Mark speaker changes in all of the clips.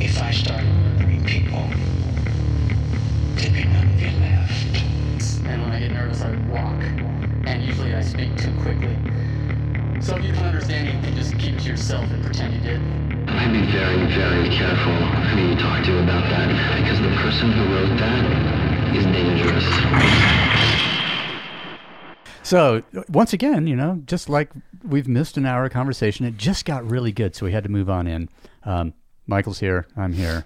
Speaker 1: If I start murdering people, there'll be none of you left.
Speaker 2: and when I get nervous, I walk. And usually I speak too quickly. So if you don't understand anything, just keep it to yourself and pretend you did.
Speaker 3: I'd be very, very careful who you talk to about that, because the person who wrote that is dangerous.
Speaker 4: So once again, you know, just like we've missed an hour of conversation, it just got really good, so we had to move on in. Um, Michael's here. I'm here.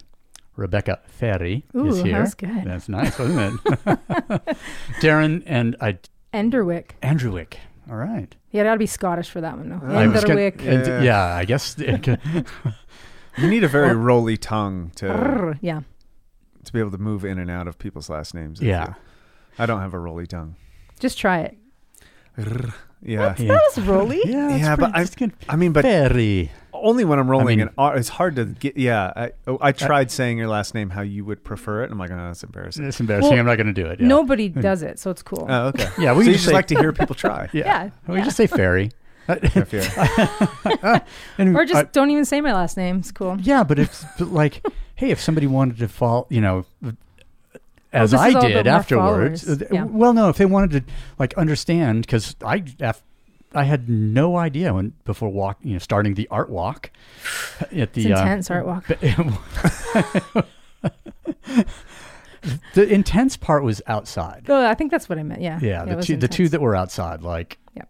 Speaker 4: Rebecca Ferry is
Speaker 5: Ooh, that
Speaker 4: here.
Speaker 5: was good.
Speaker 4: That's nice, wasn't it? Darren and I,
Speaker 5: Enderwick.
Speaker 4: Andrewick. All right.
Speaker 5: Yeah, gotta be Scottish for that one, though.
Speaker 4: I was gonna-
Speaker 5: Enderwick.
Speaker 4: and- uh,
Speaker 6: Yeah.
Speaker 4: yeah, I guess. it could-
Speaker 6: You need a very roly tongue to
Speaker 5: Brr, yeah.
Speaker 6: to be able to move in and out of people's last names. I
Speaker 4: Yeah.
Speaker 6: feel. I don't have a roly tongue.
Speaker 5: Just try it.
Speaker 6: Yeah.
Speaker 4: Yeah.
Speaker 5: That was Roly.
Speaker 4: Yeah, that's
Speaker 6: Yeah, but
Speaker 4: pretty-
Speaker 6: I-
Speaker 4: that's good.
Speaker 6: I mean, but
Speaker 4: Ferry.
Speaker 6: only when I'm rolling
Speaker 4: I mean-
Speaker 6: an R. It's hard to get. Yeah, I, oh, I tried saying your last name how you would prefer it, and I'm like, oh, that's embarrassing.
Speaker 4: It's embarrassing.
Speaker 5: Well,
Speaker 4: I'm not going to do it. Yeah.
Speaker 5: Nobody does it, so it's cool.
Speaker 6: Oh, okay.
Speaker 4: Yeah, we can
Speaker 6: so you
Speaker 4: just
Speaker 6: just
Speaker 4: say-
Speaker 6: like to hear people try.
Speaker 4: Yeah.
Speaker 5: Yeah,
Speaker 4: We just say ferry.
Speaker 6: If you're-
Speaker 4: And
Speaker 5: or just
Speaker 4: I-
Speaker 5: don't even say my last name. It's cool.
Speaker 4: yeah, but if but like, hey, if somebody wanted to fall, you know, as
Speaker 5: Oh, this
Speaker 4: I
Speaker 5: is all
Speaker 4: did
Speaker 5: about more
Speaker 4: afterwards.
Speaker 5: followers.
Speaker 4: uh,
Speaker 5: Yeah.
Speaker 4: Well, no, if they wanted to like understand, because I af- I had no idea when before walk, you know, starting the art walk at the
Speaker 5: It's
Speaker 4: uh,
Speaker 5: intense art walk.
Speaker 4: the intense part was outside.
Speaker 5: Oh, I think that's what I meant. Yeah.
Speaker 4: Yeah,
Speaker 5: it
Speaker 4: the
Speaker 5: was
Speaker 4: two the two
Speaker 5: intense.
Speaker 4: that were outside, like
Speaker 5: Yep.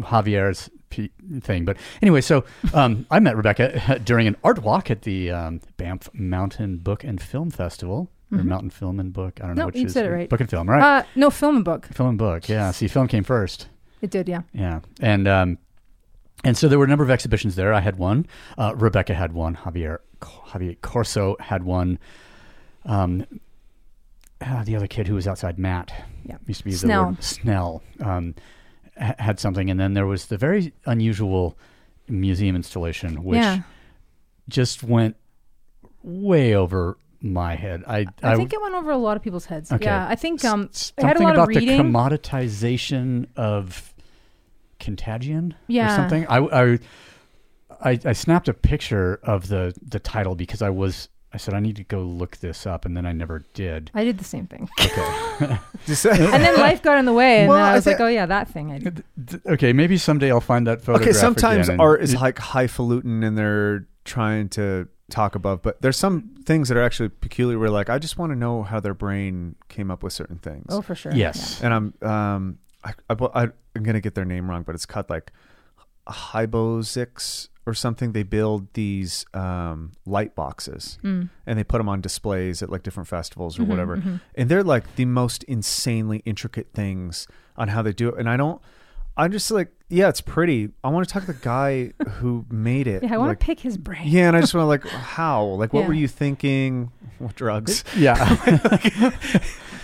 Speaker 4: Javier's p- thing. But anyway, so um, I met Rebecca during an art walk at the um, Banff Mountain Book and Film Festival or Mountain Film and Book. I don't know
Speaker 5: No,
Speaker 4: which
Speaker 5: Mm-hmm. you
Speaker 4: is
Speaker 5: said it right.
Speaker 4: book and film, right?
Speaker 5: Uh, no, film and book.
Speaker 4: film and book. Yeah. See, film came first.
Speaker 5: It did, yeah.
Speaker 4: Yeah, and um, and so there were a number of exhibitions there. I had one. Uh, Rebecca had one. Javier Javier Corso had one. Um, ah, the other kid who was outside, Matt,
Speaker 5: Yeah.
Speaker 4: used to be
Speaker 5: Snell.
Speaker 4: the word, Snell, um, ha- had something, and then there was the very unusual museum installation, which
Speaker 5: Yeah.
Speaker 4: just went way over my head. I
Speaker 5: I, think it went over a lot of people's heads.
Speaker 4: Okay.
Speaker 5: Yeah, I think um,
Speaker 4: S-
Speaker 5: I had a
Speaker 4: something
Speaker 5: lot
Speaker 4: about
Speaker 5: of reading.
Speaker 4: the commoditization of contagion or
Speaker 5: Yeah.
Speaker 4: something. I, I, I, I snapped a picture of the, the title because I was, I said, I need to go look this up. And then I never did.
Speaker 5: I did the same thing.
Speaker 6: Just say-
Speaker 5: and then life got in the way, and
Speaker 6: Well,
Speaker 5: then I
Speaker 6: I
Speaker 5: was
Speaker 6: think-
Speaker 5: like, oh, yeah, that thing I did.
Speaker 4: Th- Okay. Maybe someday I'll find that photograph.
Speaker 6: okay, sometimes
Speaker 4: again and-
Speaker 6: art is like highfalutin and they're trying to talk above, but there's some things that are actually peculiar where, like, I just want to know how their brain came up with certain things.
Speaker 5: Oh, for sure.
Speaker 4: Yes.
Speaker 6: and I'm um I, I, I am gonna get their name wrong, but it's cut like Hybozix or something. They build these um, light boxes
Speaker 5: Hmm.
Speaker 6: and they put them on displays at like different festivals or
Speaker 5: Mm-hmm,
Speaker 6: whatever. And they're like the most insanely intricate things on how they do it. And I don't. I'm just like, yeah, it's pretty. I want to talk to the guy who made it.
Speaker 5: Yeah, I want
Speaker 6: like,
Speaker 5: to pick his brain.
Speaker 6: Yeah, and I just want to like, how? Like, what
Speaker 5: Yeah.
Speaker 6: were you thinking? What drugs?
Speaker 4: Yeah.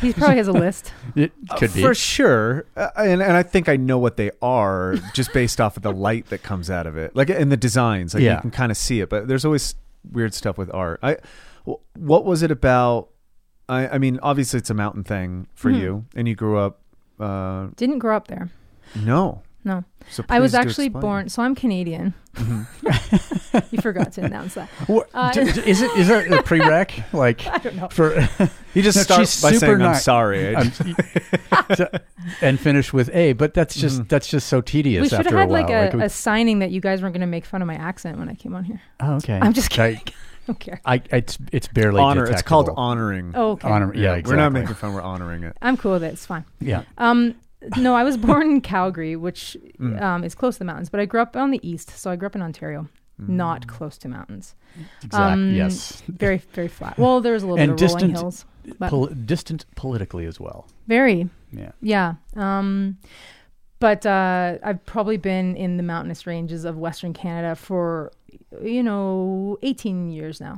Speaker 5: He probably has a list.
Speaker 4: it
Speaker 5: Uh,
Speaker 4: could be.
Speaker 6: Uh, for sure uh, and, and i think i know what they are just based off of the light that comes out of it like in the designs like
Speaker 4: Yeah.
Speaker 6: you can kind of see it but there's always weird stuff with art i wh- what was it about i, I mean obviously it's a mountain thing for
Speaker 5: Mm-hmm.
Speaker 6: you and you grew up uh
Speaker 5: Didn't grow up there.
Speaker 6: no
Speaker 5: No.
Speaker 6: so
Speaker 5: I was
Speaker 6: please do
Speaker 5: actually
Speaker 6: explain. Mm-hmm.
Speaker 5: born, so I'm Canadian. you forgot to announce that.
Speaker 4: What-
Speaker 5: Uh,
Speaker 4: d- d- is it, is there a prereq? Like
Speaker 5: I don't know.
Speaker 4: for,
Speaker 6: you just
Speaker 4: No,
Speaker 6: start
Speaker 4: she's
Speaker 6: by
Speaker 4: super
Speaker 6: saying i'm
Speaker 4: nice.
Speaker 6: sorry I
Speaker 4: I'm- so- and finish with a, but that's just,
Speaker 6: Mm.
Speaker 4: that's just so tedious
Speaker 5: We should have
Speaker 4: after
Speaker 5: had
Speaker 4: a while.
Speaker 5: like a,
Speaker 4: we-
Speaker 5: a signing that you guys weren't going to make fun of my accent when I came on here.
Speaker 4: Oh, okay.
Speaker 5: I'm just
Speaker 4: Like,
Speaker 5: kidding. I don't care.
Speaker 4: I, it's it's barely
Speaker 6: honor it's called
Speaker 4: detectable.
Speaker 6: honoring
Speaker 5: Oh, okay.
Speaker 4: honor. Yeah,
Speaker 6: we're not
Speaker 4: exactly.
Speaker 6: making fun we're honoring it
Speaker 5: I'm cool with it. It's fine.
Speaker 4: Yeah,
Speaker 5: Um, no, I was born in Calgary, which
Speaker 4: Mm.
Speaker 5: um, is close to the mountains, but I grew up on the east, so I grew up in Ontario,
Speaker 4: Mm.
Speaker 5: not close to mountains.
Speaker 4: exactly.
Speaker 5: Um,
Speaker 4: yes,
Speaker 5: Very, very flat. Well, there was a little
Speaker 4: And
Speaker 5: bit of rolling
Speaker 4: distant-
Speaker 5: hills. but-
Speaker 4: Pol- distant politically as well.
Speaker 5: Very,
Speaker 4: Yeah,
Speaker 5: yeah. Um, but uh, I've probably been in the mountainous ranges of Western Canada for, you know, 18 years now.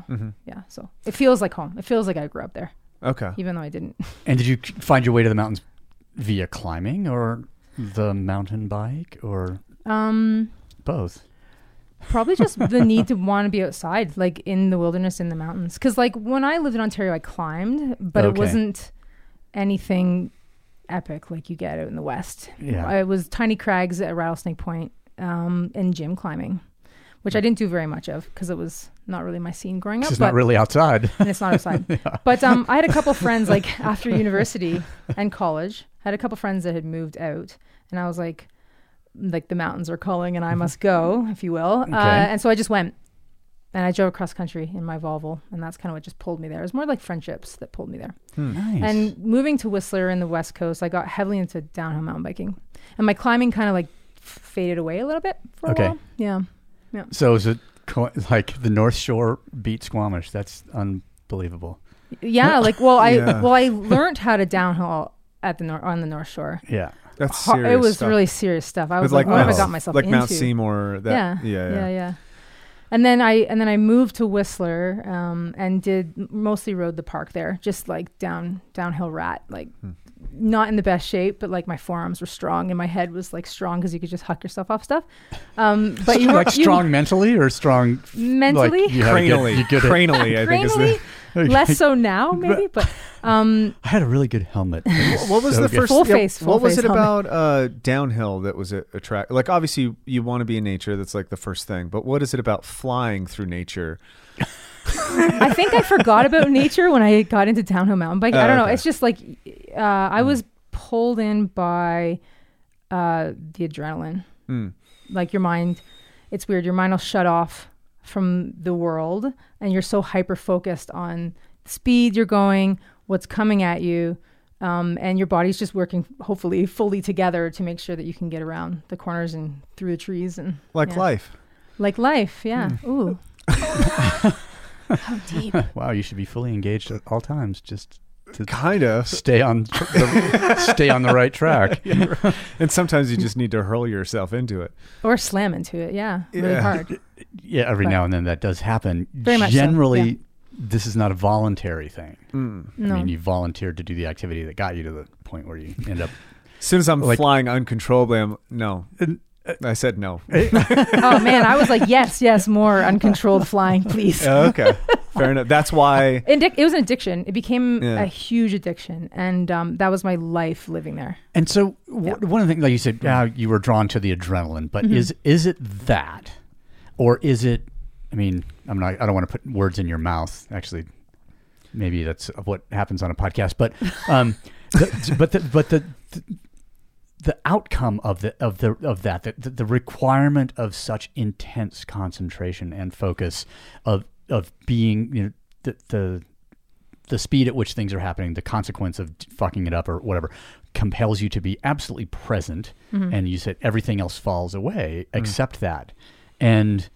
Speaker 5: Yeah, so it feels like home. It feels like I grew up there,
Speaker 6: okay
Speaker 5: even though I didn't.
Speaker 4: and did you c- find your way to the mountains via climbing or the mountain bike or
Speaker 5: Um,
Speaker 4: both?
Speaker 5: probably just the need to want to be outside like in the wilderness in the mountains because like when i lived in ontario i climbed but it
Speaker 4: Okay.
Speaker 5: wasn't anything epic like you get out in the west
Speaker 4: Yeah.
Speaker 5: it was tiny crags at rattlesnake point um, and gym climbing which I didn't do very much of because it was not really my scene growing up.
Speaker 4: She's
Speaker 5: but
Speaker 4: not really outside.
Speaker 5: and it's not outside. But um, I had a couple friends like after university and college, I had a couple friends that had moved out, and I was like, like the mountains are calling, and I must go, if you will. Uh, and so I just went, and I drove across country in my Volvo, and that's kind of what just pulled me there. It was more like friendships that pulled me there.
Speaker 4: Hmm. nice.
Speaker 5: And moving to Whistler in the West Coast, I got heavily into downhill mountain biking, and my climbing kind of like f- faded away a little bit for
Speaker 4: Okay.
Speaker 5: a while. Yeah.
Speaker 4: so is it co- like the North Shore beat Squamish? That's unbelievable.
Speaker 5: Yeah, like well, I
Speaker 6: Yeah.
Speaker 5: well I learned how to downhill at the nor- on the North Shore.
Speaker 4: Yeah.
Speaker 6: That's
Speaker 5: Har-
Speaker 6: serious.
Speaker 5: it was
Speaker 6: stuff.
Speaker 5: really serious stuff. I
Speaker 6: With
Speaker 5: was like, what have I
Speaker 6: Mount-
Speaker 5: got myself
Speaker 6: like
Speaker 5: into?
Speaker 6: Mount Seymour. That,
Speaker 5: yeah,
Speaker 6: yeah,
Speaker 5: yeah, And then I and then I moved to Whistler um, and did mostly rode the park there, just like down downhill rat, like
Speaker 6: Hmm.
Speaker 5: not in the best shape, but like my forearms were strong and my head was like strong because you could just huck yourself off stuff. Um, but you were
Speaker 4: like strong mentally or strong
Speaker 5: you, mentally.
Speaker 4: Like you had a good,
Speaker 6: Cranially,
Speaker 4: you good
Speaker 6: cranially, I think is the.
Speaker 5: cranially, less so now maybe, but um,
Speaker 4: I had a really good helmet.
Speaker 6: What was
Speaker 4: So
Speaker 6: the
Speaker 4: good.
Speaker 6: first?
Speaker 5: Full face, full
Speaker 6: what was
Speaker 5: face
Speaker 6: it
Speaker 5: helmet.
Speaker 6: about uh, downhill that was a- attract? Like obviously you, you want to be in nature. That's like the first thing. But what is it about flying through nature?
Speaker 5: I think I forgot about nature when I got into downhill mountain biking. I
Speaker 6: Oh,
Speaker 5: don't know.
Speaker 6: okay. Hmm.
Speaker 5: It's just like uh, I was pulled in by uh, the adrenaline.
Speaker 6: Hmm.
Speaker 5: Like your mind, it's weird. Your mind will shut off from the world, and you're so hyper focused on speed you're going, what's coming at you. Um, and your body's just working, hopefully, fully together to make sure that you can get around the corners and through the trees and
Speaker 6: Like
Speaker 5: Yeah.
Speaker 6: life. Hmm.
Speaker 5: like life. Yeah. Ooh. How deep.
Speaker 4: wow, you should be fully engaged at all times. Just
Speaker 6: Kind of.
Speaker 4: stay on the, stay on the right track.
Speaker 6: And sometimes you just need to hurl yourself into it.
Speaker 5: or slam into it. Yeah, really
Speaker 6: Yeah.
Speaker 5: hard.
Speaker 4: Yeah, every now and then that does happen.
Speaker 5: Very much so,
Speaker 4: Generally,
Speaker 5: yeah.
Speaker 4: this is not a voluntary thing.
Speaker 5: No,
Speaker 4: I mean, you volunteered to do the activity that got you to the point where you end up.
Speaker 6: As soon as I'm
Speaker 4: Like-
Speaker 6: flying uncontrollably, I'm no. I said no. Uh,
Speaker 5: oh man, I was like, yes, yes, more uncontrolled flying, please.
Speaker 6: okay, fair enough. That's why.
Speaker 5: Addic- it was an addiction. It became
Speaker 6: Yeah.
Speaker 5: a huge addiction, and um, that was my life living there.
Speaker 4: And so, w- one of the things, like you said, yeah, you were drawn to the adrenaline, but is is it that, or is it? I mean, I'm not. I don't want to put words in your mouth. Actually, maybe that's what happens on a podcast. But, um, the, but the, but the, the outcome of the of the of that the, the requirement of such intense concentration and focus of of being you know the the the speed at which things are happening, the consequence of fucking it up or whatever, compels you to be absolutely present,
Speaker 5: Mm-hmm.
Speaker 4: and you said everything else falls away
Speaker 5: Mm.
Speaker 4: except that. And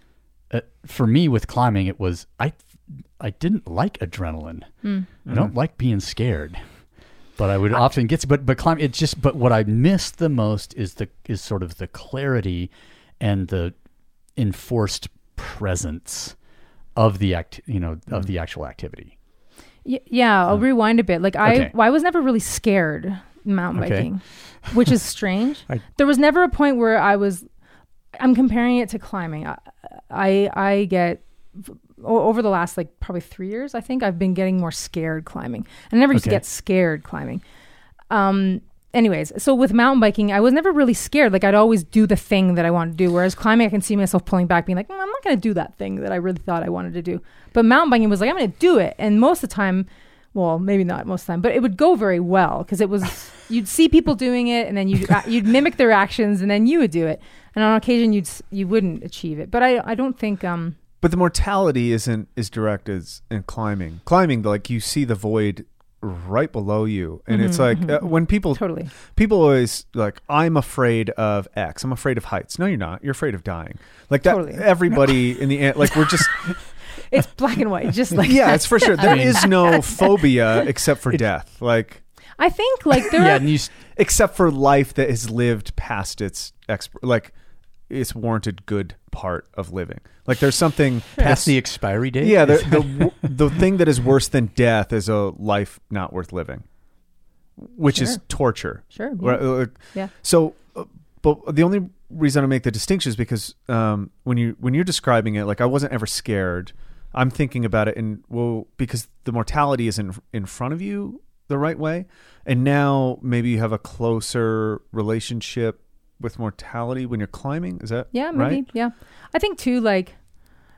Speaker 4: uh, for me, with climbing, it was I, I didn't like adrenaline.
Speaker 5: Mm.
Speaker 4: I don't like being scared, but I would often get. But but climb, it's just. But what I miss the most is the is sort of the clarity and the enforced presence of the act. You know, of the actual activity.
Speaker 5: Y- yeah, I'll rewind a bit. Like I,
Speaker 4: Okay.
Speaker 5: well, I was never really scared mountain
Speaker 4: Okay.
Speaker 5: biking, which is strange.
Speaker 4: I-
Speaker 5: there was never a point where I was. I'm comparing it to climbing. I, I, I get o- over the last like probably three years. I think I've been getting more scared climbing. I never used
Speaker 4: Okay.
Speaker 5: to get scared climbing. Um. Anyways, so with mountain biking, I was never really scared. Like I'd always do the thing that I wanted to do. Whereas climbing, I can see myself pulling back, being like, "Mm, I'm not going to do that thing that I really thought I wanted to do. But mountain biking was like, I'm going to do it. And most of the time, well, maybe not most of the time, but it would go very well because it was you'd see people doing it, and then you would you'd mimic their actions, and then you would do it. And on occasion, you'd s- you wouldn't achieve it. But I I don't think um
Speaker 6: But the mortality isn't as direct as in climbing. Climbing, like you see the void right below you, and it's like uh, when people
Speaker 5: Mm-hmm, Totally.
Speaker 6: people always like, "I'm afraid of X. I'm afraid of heights." No, you're not. You're afraid of dying. Like that.
Speaker 5: Totally.
Speaker 6: Everybody in the end, like we're just
Speaker 5: it's black and white, just like
Speaker 6: yeah,
Speaker 5: that.
Speaker 6: it's for sure. There is no phobia except for death. Like
Speaker 5: I think like there
Speaker 4: Yeah,
Speaker 5: are
Speaker 4: and you s-
Speaker 6: except for life that has lived past its exp- like its warranted good part of living. Like there's something
Speaker 4: past
Speaker 6: past
Speaker 4: the expiry date.
Speaker 6: yeah the, the the thing that is worse than death is a life not worth living, which is
Speaker 5: Sure.
Speaker 6: torture.
Speaker 5: Sure, yeah.
Speaker 6: Right, like-
Speaker 5: Yeah.
Speaker 6: So, uh, but the only reason I make the distinction is because um, when you when you're describing it, like I wasn't ever scared. I'm thinking about it, and well, because the mortality is in in front of you the right way, and now maybe you have a closer relationship with mortality when you're climbing. Is that
Speaker 5: Yeah, maybe.
Speaker 6: right?
Speaker 5: Yeah. I think too, like,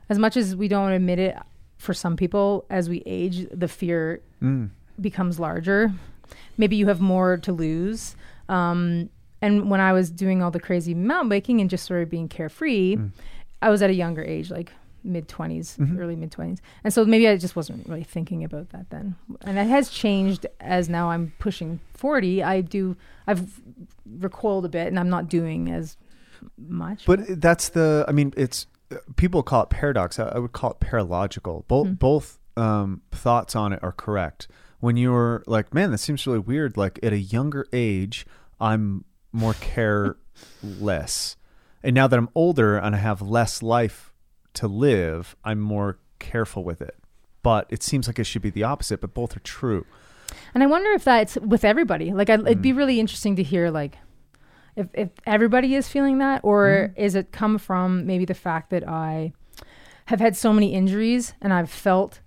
Speaker 5: as much as we don't admit it for some people, as we age, the fear becomes larger. Maybe you have more to lose. Um, and when I was doing all the crazy mountain biking and just sort of being carefree, I was at a younger age, like mid 20s, early mid 20s. And so maybe I just wasn't really thinking about that then. And that has changed as now I'm pushing 40. I do, I've recoiled a bit and I'm not doing as much.
Speaker 6: But that's the. I mean, it's people call it paradox. I, I would call it paralogical. Both both um, thoughts on it are correct. When you're like, man, that seems really weird. Like at a younger age, I'm more careless, and now that I'm older and I have less life to live, I'm more careful with it. But it seems like it should be the opposite. But both are true.
Speaker 5: And I wonder if that's with everybody. Like, I, it'd be really interesting to hear, like, if, if everybody is feeling that, or is it come from maybe the fact that I have had so many injuries and I've felt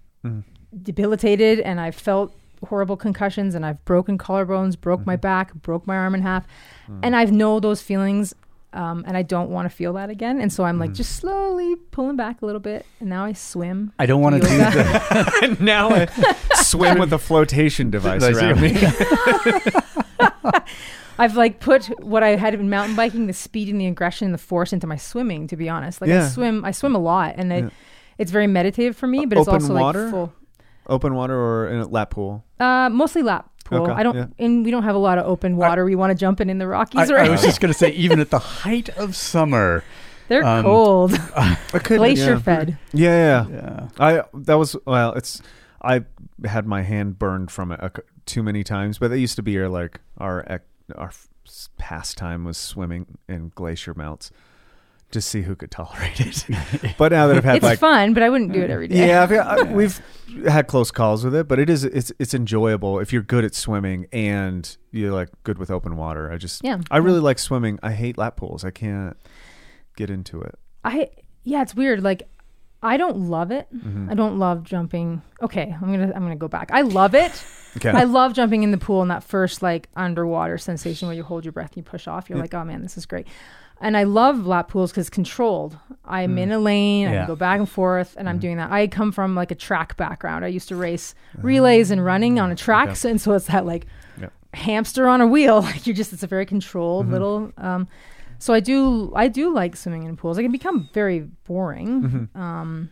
Speaker 5: debilitated and I've felt horrible concussions and I've broken collarbones, broke my back, broke my arm in half, and I know those feelings. Um, and I don't want to feel that again, and so I'm like just slowly pulling back a little bit. And now I swim.
Speaker 4: I don't want to do
Speaker 5: yoga.
Speaker 4: the
Speaker 6: And now I swim with a flotation device
Speaker 4: Nice,
Speaker 6: around
Speaker 4: yeah.
Speaker 6: me.
Speaker 5: I've like put what I had in mountain biking, the speed and the aggression and the force into my swimming, to be honest. Like
Speaker 6: Yeah.
Speaker 5: I swim I swim a lot and I, it's very meditative for me, but it's
Speaker 6: Open
Speaker 5: also
Speaker 6: water?
Speaker 5: like full.
Speaker 6: Open water or in a lap pool.
Speaker 5: Uh, mostly lap pool.
Speaker 6: Okay,
Speaker 5: I don't
Speaker 6: yeah.
Speaker 5: and we don't have a lot of open water. we want to jump in in the Rockies
Speaker 4: I,
Speaker 5: right
Speaker 4: I was just going to say, even at the height of summer,
Speaker 5: They're
Speaker 4: um,
Speaker 5: cold.
Speaker 6: I could,
Speaker 5: Glacier fed.
Speaker 6: Yeah, yeah.
Speaker 4: Yeah.
Speaker 6: I that was well. It's I had my hand burned from it a c too many times, but it used to be our like our ec- our f- s- pastime was swimming in glacier melts to see who could tolerate it. but now that I've had
Speaker 5: It's
Speaker 6: like
Speaker 5: fun, but I wouldn't do it every day.
Speaker 6: yeah, I've, I, we've had close calls with it, but it is it's it's enjoyable if you're good at swimming and you're like good with open water. I just
Speaker 5: Yeah.
Speaker 6: I really like swimming. I hate lap pools. I can't get into it.
Speaker 5: I yeah, it's weird. Like I don't love it.
Speaker 6: Mm-hmm.
Speaker 5: I don't love jumping. Okay, I'm gonna I'm gonna go back. I love it.
Speaker 6: Okay.
Speaker 5: I love jumping in the pool and that first like underwater sensation where you hold your breath and you push off. You're like, oh man, this is great. And I love lap pools because controlled. I'm
Speaker 6: Mm.
Speaker 5: in a lane. I
Speaker 4: Yeah.
Speaker 5: can go back and forth, and
Speaker 6: Mm-hmm.
Speaker 5: I'm doing that. I come from like a track background. I used to race relays and running on a track, so, and so it's that like
Speaker 6: Uh, Yeah. Mm-hmm.
Speaker 5: hamster on a wheel. Like you're just, it's a very controlled little. Um, so I do, I do like swimming in pools. It can become very boring
Speaker 6: Mm-hmm.
Speaker 5: um,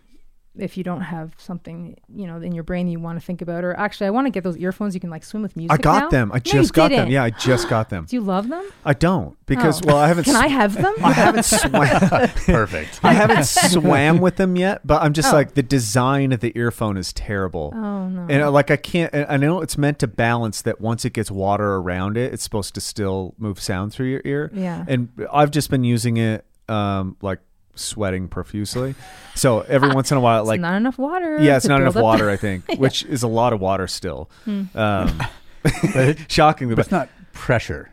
Speaker 5: if you don't have something, you know, in your brain you want to think about. Or actually, I want to get those earphones. You can like swim with music.
Speaker 6: I got
Speaker 5: now.
Speaker 6: them. I
Speaker 5: No, you
Speaker 6: just got them.
Speaker 5: didn't.
Speaker 6: Yeah, I just got them.
Speaker 5: Do you love them?
Speaker 6: I don't because
Speaker 5: Oh.
Speaker 6: well I haven't
Speaker 5: Can I
Speaker 6: sw-
Speaker 5: have them?
Speaker 6: I haven't swam
Speaker 4: perfect.
Speaker 6: I haven't swam with them yet, but I'm just
Speaker 5: Oh.
Speaker 6: like the design of the earphone is terrible.
Speaker 5: oh no.
Speaker 6: And uh, like I can't and I know it's meant to balance that once it gets water around it, it's supposed to still move sound through your ear.
Speaker 5: Yeah.
Speaker 6: And I've just been using it um like sweating profusely. So every once in a while it, like
Speaker 5: Ah, it's not enough water.
Speaker 6: yeah, it's
Speaker 5: to
Speaker 6: not enough
Speaker 5: build up-
Speaker 6: water, I think, which is a lot of water still.
Speaker 5: Hmm.
Speaker 6: Um, shockingly, but
Speaker 4: It's not pressure.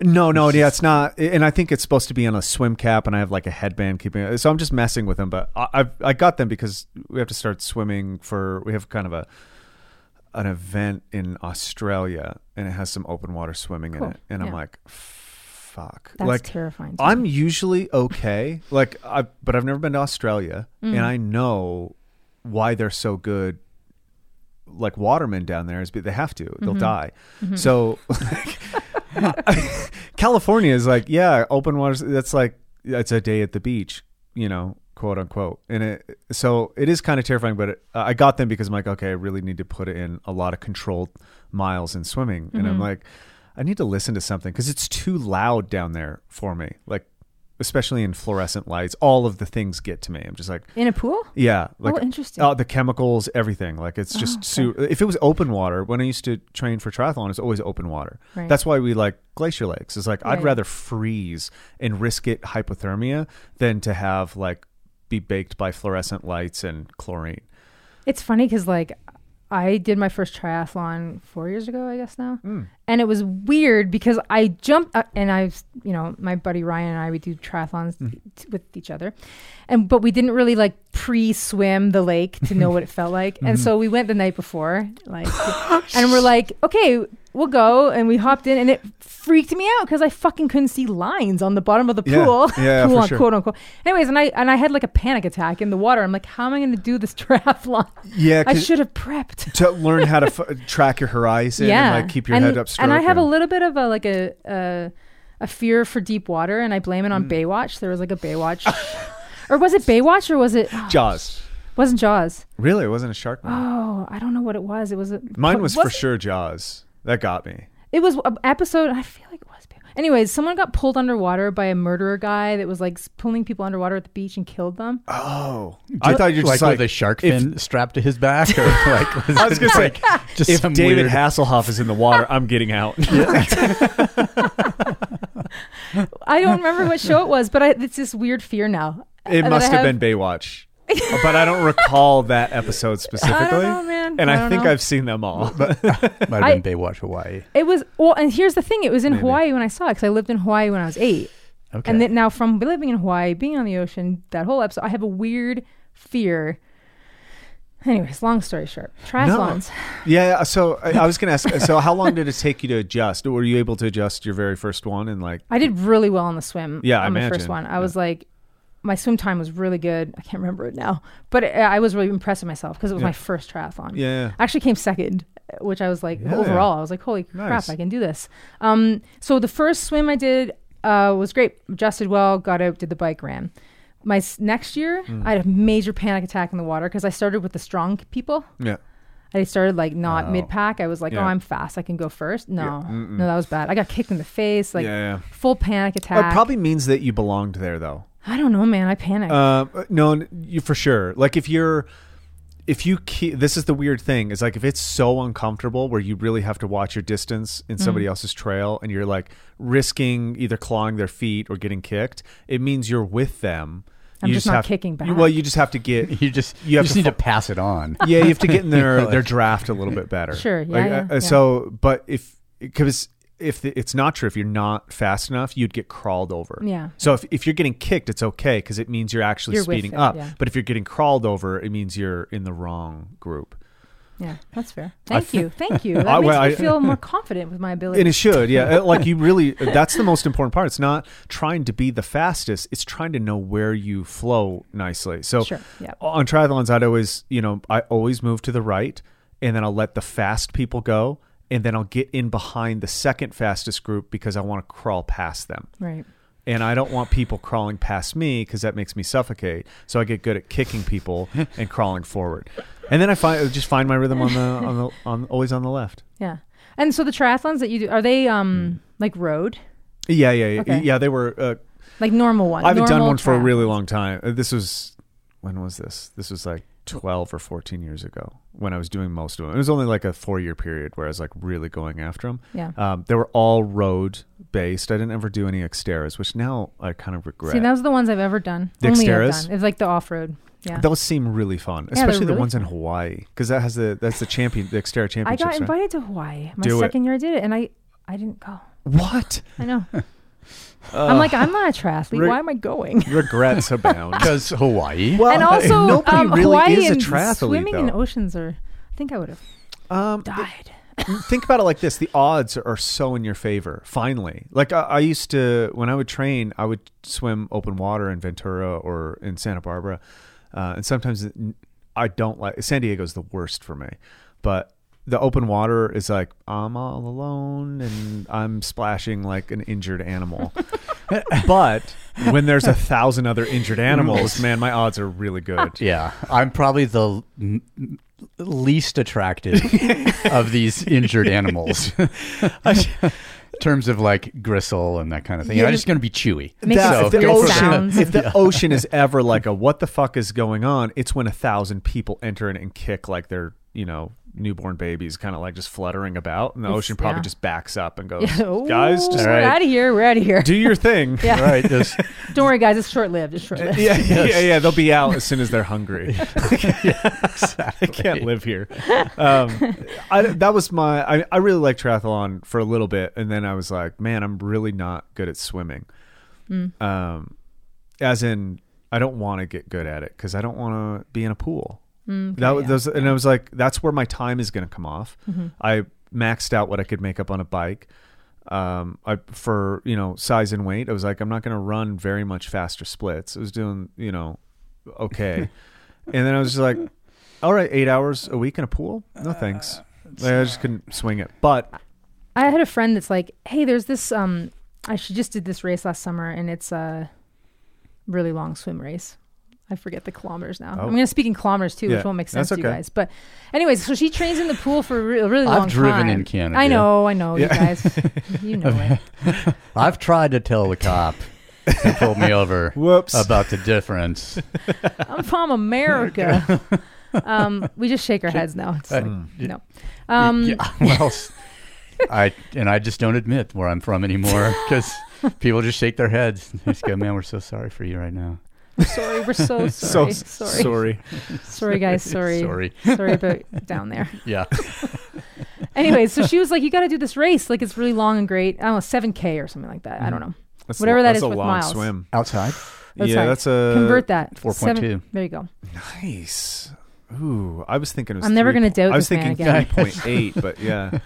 Speaker 6: No, no, yeah, it's not. And I think it's supposed to be on a swim cap, and I have like a headband keeping it. So I'm just messing with them. But I, I've I got them because we have to start swimming for we have kind of a an event in Australia, and it has some open water swimming
Speaker 5: Cool.
Speaker 6: in it. And I'm
Speaker 5: Yeah.
Speaker 6: like, fuck,
Speaker 5: That's
Speaker 6: like
Speaker 5: terrifying. to me.
Speaker 6: I'm usually okay, like I, but I've never been to Australia,
Speaker 5: Mm.
Speaker 6: and I know why they're so good. Like watermen down there is, but they have to;
Speaker 5: Mm-hmm.
Speaker 6: they'll die. So, California is like, yeah, open waters. That's like that's a day at the beach, you know, quote unquote. And it so it is kind of terrifying, but it, I got them because I'm like, okay, I really need to put in a lot of controlled miles in swimming, and I'm like, I need to listen to something because it's too loud down there for me, like especially in fluorescent lights. All of the things get to me. I'm just like.
Speaker 5: in a pool.
Speaker 6: Yeah, like
Speaker 5: Oh, interesting. Oh,
Speaker 6: uh, the chemicals, everything. Like it's just su- if it was open water. When I used to train for triathlon, it's always open water.
Speaker 5: Right.
Speaker 6: That's why we like glacier lakes. It's like I'd
Speaker 5: Right.
Speaker 6: rather freeze and risk it hypothermia than to have like be baked by fluorescent lights and chlorine.
Speaker 5: It's funny because like I did my first triathlon four years ago, I guess now,
Speaker 6: Mm.
Speaker 5: and it was weird because I jumped uh, and I, was- you know, my buddy Ryan and I would do triathlons
Speaker 6: Mm-hmm.
Speaker 5: t- with each other, and but we didn't really like pre-swim the
Speaker 6: Mm-hmm.
Speaker 5: lake to know what it felt like, and so we went the night before, like, and we're like, okay. we'll go. And we hopped in, and it freaked me out because I fucking couldn't see lines on the bottom of the
Speaker 6: Yeah.
Speaker 5: pool.
Speaker 6: Yeah,
Speaker 5: pool,
Speaker 6: for
Speaker 5: un-
Speaker 6: sure.
Speaker 5: quote unquote. Anyways, and I and I had like a panic attack in the water. I'm like, how am I going to do this triathlon?
Speaker 6: Yeah,
Speaker 5: I
Speaker 6: 'cause-
Speaker 5: should have prepped.
Speaker 6: to learn how to f- track your horizon and like keep your
Speaker 5: And-
Speaker 6: head up straight.
Speaker 5: And I have a little bit of a like a a, a fear for deep water, and I blame it
Speaker 6: Mm.
Speaker 5: on Baywatch. There was like a Baywatch, or was it Baywatch, or was it
Speaker 6: Jaws.
Speaker 5: wasn't Jaws?
Speaker 6: Really, it wasn't a shark movie.
Speaker 5: Oh, I don't know what it was. It Oh, was a,
Speaker 6: Mine was, for
Speaker 5: it-
Speaker 6: sure Jaws. That got me.
Speaker 5: It was an episode. I feel like it was. Baywatch. Anyways, someone got pulled underwater by a murderer guy that was like s- pulling people underwater at the beach and killed them.
Speaker 6: Oh, I thought you were
Speaker 4: like,
Speaker 6: just like,
Speaker 4: with a shark
Speaker 6: if-
Speaker 4: fin strapped to his back, or like was
Speaker 6: I was gonna say
Speaker 4: just
Speaker 6: if
Speaker 4: some
Speaker 6: David
Speaker 4: weird.
Speaker 6: Hasselhoff is in the water, I'm getting out.
Speaker 5: I don't remember what show it was, but I, it's this weird fear now.
Speaker 6: It
Speaker 5: that
Speaker 6: must
Speaker 5: I
Speaker 6: have, been Baywatch. but I don't recall that episode specifically.
Speaker 5: know, man.
Speaker 6: And
Speaker 5: I
Speaker 6: I,
Speaker 5: don't
Speaker 6: think
Speaker 5: know.
Speaker 6: I've seen them all.
Speaker 4: might
Speaker 5: I-
Speaker 4: have been Baywatch Hawaii.
Speaker 5: It was well, and here's the thing: it was in Hawaii when I saw it because I lived in Hawaii when I was eight.
Speaker 4: Okay.
Speaker 5: And then now from living in Hawaii, being on the ocean, that whole episode, I have a weird fear. Anyways, long story short, triathlons.
Speaker 6: yeah. So I, I was going to ask. So how long did it take you to adjust? Were you able to adjust your very first one? And like,
Speaker 5: I did really well on the swim.
Speaker 6: Yeah, I
Speaker 5: on the first
Speaker 6: imagine.
Speaker 5: one, I was like, my swim time was really good. I can't remember it now, but it, I was really impressed with myself because it was my first triathlon.
Speaker 6: Yeah.
Speaker 5: I actually came second, which I was like
Speaker 6: Yeah.
Speaker 5: overall, I was like, holy
Speaker 6: Nice.
Speaker 5: crap, I can do this. Um, so the first swim I did uh, was great. Adjusted well, got out, did the bike, ran. My s- next year,
Speaker 6: Hmm.
Speaker 5: I had a major panic attack in the water because I started with the strong people.
Speaker 6: yeah.
Speaker 5: I started like not mid pack. I was like,
Speaker 6: Yeah.
Speaker 5: oh, I'm fast. I can go first. No, no, that was bad. I got kicked in the face, like
Speaker 6: Yeah, yeah.
Speaker 5: full panic
Speaker 6: It
Speaker 5: attack.
Speaker 6: probably means that you belonged there, though.
Speaker 5: I don't know, man. I panicked.
Speaker 6: Uh, no, n- you for sure. Like if you're, if you keep, this is the weird thing is like if it's so uncomfortable where you really have to watch your distance in
Speaker 5: Mm-hmm.
Speaker 6: somebody else's trail and you're like risking either clawing their feet or getting kicked, it means you're with them.
Speaker 5: I'm
Speaker 6: you
Speaker 5: just not
Speaker 6: have-
Speaker 5: kicking back.
Speaker 6: you- well, you just have to get.
Speaker 4: You just
Speaker 6: You
Speaker 4: you,
Speaker 6: have
Speaker 4: just
Speaker 6: to
Speaker 4: need
Speaker 6: fo-
Speaker 4: to pass it on.
Speaker 6: yeah, you have to get in their
Speaker 4: Like-
Speaker 6: their draft a little bit better.
Speaker 5: Sure, yeah,
Speaker 6: Like,
Speaker 5: yeah,
Speaker 6: uh, uh,
Speaker 5: yeah.
Speaker 6: So, but if because if the, it's not true, if you're not fast enough, you'd get crawled over.
Speaker 5: Yeah.
Speaker 6: So if, if you're getting kicked, it's okay because it means you're actually
Speaker 5: You're with
Speaker 6: speeding
Speaker 5: it,
Speaker 6: up.
Speaker 5: yeah.
Speaker 6: But if you're getting crawled over, it means you're in the wrong group.
Speaker 5: yeah, that's fair.
Speaker 6: I
Speaker 5: Thank you, thank you. That
Speaker 6: I-
Speaker 5: makes
Speaker 6: well,
Speaker 5: me
Speaker 6: I-
Speaker 5: feel more confident with my ability.
Speaker 6: And it should, yeah. Uh, like you really, that's the most important part. It's not trying to be the fastest; it's trying to know where you flow nicely. So,
Speaker 5: Sure, yeah.
Speaker 6: on triathlons, I'd always, you know, I always move to the right, and then I'll let the fast people go, and then I'll get in behind the second fastest group because I want to crawl past them.
Speaker 5: right.
Speaker 6: And I don't want people crawling past me because that makes me suffocate. So I get good at kicking people and crawling forward, and then I find just find my rhythm on the on the on always on the left.
Speaker 5: Yeah. And so the triathlons that you do are they um
Speaker 6: Hmm.
Speaker 5: like road,
Speaker 6: Yeah, yeah, yeah.
Speaker 5: Okay.
Speaker 6: yeah they were uh,
Speaker 5: like normal one?
Speaker 6: I haven't done
Speaker 5: normal
Speaker 6: one for a
Speaker 5: triathlon.
Speaker 6: really long time. Uh, This was when was this? This was like twelve or fourteen years ago when I was doing most of them. It was only like a four year period where I was like really going after them.
Speaker 5: Yeah.
Speaker 6: um, they were all road based. I didn't ever do any Xteras, which now I kind of regret.
Speaker 5: See, those are the ones I've ever done.
Speaker 6: The
Speaker 5: Only I've
Speaker 6: Xteras?
Speaker 5: done. It's like the off road. Yeah.
Speaker 6: those seem really fun,
Speaker 5: they're
Speaker 6: especially the
Speaker 5: really
Speaker 6: ones in
Speaker 5: fun.
Speaker 6: Hawaii because that has the that's the champion the Xterra
Speaker 5: I
Speaker 6: championships.
Speaker 5: got
Speaker 6: right?
Speaker 5: invited to Hawaii. My
Speaker 6: Do it.
Speaker 5: second year I did it, and I I didn't go.
Speaker 6: What
Speaker 5: I know. I'm
Speaker 6: Uh.
Speaker 5: like I'm not a triathlete.
Speaker 6: Rick-
Speaker 5: Why am I going?
Speaker 6: regrets abound.
Speaker 4: Because Hawaii.
Speaker 6: Well,
Speaker 5: and also,
Speaker 6: Oh, nobody
Speaker 5: um,
Speaker 6: really
Speaker 5: Hawaii
Speaker 6: is a
Speaker 5: and
Speaker 6: triathlete
Speaker 5: swimming in
Speaker 6: though.
Speaker 5: oceans are. I think I would have
Speaker 6: um,
Speaker 5: died.
Speaker 6: think about it like this the odds are so in your favor finally like I, I used to when i would train i would swim open water in ventura or in santa barbara uh, and sometimes it- i don't like san diego's the worst for me but the open water is like i'm all alone and i'm splashing like an injured animal but when there's a thousand other injured animals man my odds are really good
Speaker 4: Yeah, I'm probably the l- m- m- least attractive of these injured animals. in terms of like gristle and that kind of thing.
Speaker 6: Yeah,
Speaker 4: I'm just going to be chewy.
Speaker 5: Make
Speaker 6: that-
Speaker 5: it
Speaker 6: if the
Speaker 5: good
Speaker 6: ocean,
Speaker 5: sounds
Speaker 6: if the ocean is ever like a what the fuck is going on, it's when a thousand people enter in and kick like their you know newborn babies, kind of like just fluttering about, and the
Speaker 5: It's-
Speaker 6: ocean probably
Speaker 5: yeah.
Speaker 6: just backs up and goes,
Speaker 5: Yeah.
Speaker 6: guys, just
Speaker 5: we're
Speaker 4: right.
Speaker 5: out of here. We're out of here.
Speaker 6: do your thing.
Speaker 4: All right, this,
Speaker 5: Don't worry, guys. It's short lived. It's short lived.
Speaker 6: Yeah, yeah, yeah, yeah. They'll be out as soon as they're hungry. I can't live here. Um, I, that was my. I, I really liked triathlon for a little bit, and then I was like, man, I'm really not good at swimming. Um, as in, I don't want to get good at it because I don't want to be in a pool. that was, those, and I was like, that's where my time is going to come off. I maxed out what I could make up on a bike. Um, I for you know size and weight, I was like, I'm not going to run very much faster splits. I was doing you know okay, and then I was just like, all right, eight hours a week in a pool, no thanks. Like, I just couldn't swing it. But Uh,
Speaker 5: I had a friend that's like, "Hey, there's this. Um, I she just did this race last summer, and it's a really long swim race. I forget the kilometers now.
Speaker 6: Oh.
Speaker 5: I'm going to speak in kilometers too,
Speaker 6: Yeah,
Speaker 5: which won't make sense
Speaker 6: that's
Speaker 5: to you
Speaker 6: okay.
Speaker 5: guys. But, anyways, so she trains in the pool for a re- a really
Speaker 4: I've
Speaker 5: long time.
Speaker 4: driven in Canada.
Speaker 5: I know, I know, you
Speaker 6: Yeah.
Speaker 5: guys. You know it.
Speaker 4: I've tried to tell the cop who pulled me over
Speaker 6: Whoops.
Speaker 4: about the difference.
Speaker 5: I'm from America. um, we just shake our heads now.
Speaker 6: Uh,
Speaker 5: It's like, no. Um,
Speaker 4: yeah, well, s- I and I just don't admit where I'm from anymore because people just shake their heads. They just go, "Man, we're so sorry for you right now."
Speaker 5: Sorry, we're so
Speaker 6: so
Speaker 5: sorry. sorry.
Speaker 6: sorry.
Speaker 5: Sorry, guys. Sorry.
Speaker 4: Sorry.
Speaker 5: Sorry about down there.
Speaker 4: Yeah,
Speaker 5: Anyway, so she was like, "You got to do this race. Like, it's really long and great. I don't know, seven k or something like that. I don't know.
Speaker 6: That's
Speaker 5: Whatever that
Speaker 6: that's
Speaker 5: is
Speaker 6: a
Speaker 5: with
Speaker 6: long
Speaker 5: miles.
Speaker 6: swim.
Speaker 4: outside.
Speaker 6: yeah,
Speaker 5: right.
Speaker 6: that's a
Speaker 5: Convert that.
Speaker 4: 4.2.
Speaker 5: Seven- There you go.
Speaker 6: Nice. Ooh, I was thinking. It was
Speaker 5: I'm never
Speaker 6: three
Speaker 5: gonna
Speaker 6: po-
Speaker 5: doubt
Speaker 6: I was
Speaker 5: this man
Speaker 6: thinking
Speaker 5: again.
Speaker 6: three point eight, but yeah,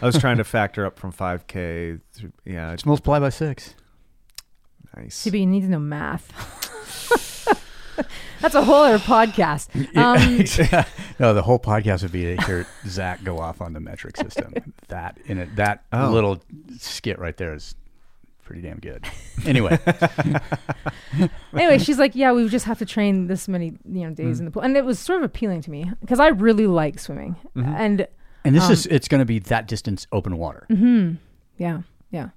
Speaker 6: I was trying to factor up from five k. Yeah, it's
Speaker 4: Just multiply by six.
Speaker 6: nice.
Speaker 5: See, but you need to know math. That's a whole other podcast. Um,
Speaker 4: no, the whole podcast would be to hear Zach go off on the metric system. That in it, that
Speaker 6: Oh.
Speaker 4: little skit right there is pretty damn good. Anyway,
Speaker 5: anyway, she's like, "Yeah, we would just have to train this many, you know,
Speaker 6: Mm.
Speaker 5: days in the pool," and it was sort of appealing to me because I really like swimming,
Speaker 6: Mm-hmm.
Speaker 5: and
Speaker 4: and
Speaker 5: Um,
Speaker 4: this is it's going to be that distance open water.
Speaker 5: mm-hmm. yeah, yeah.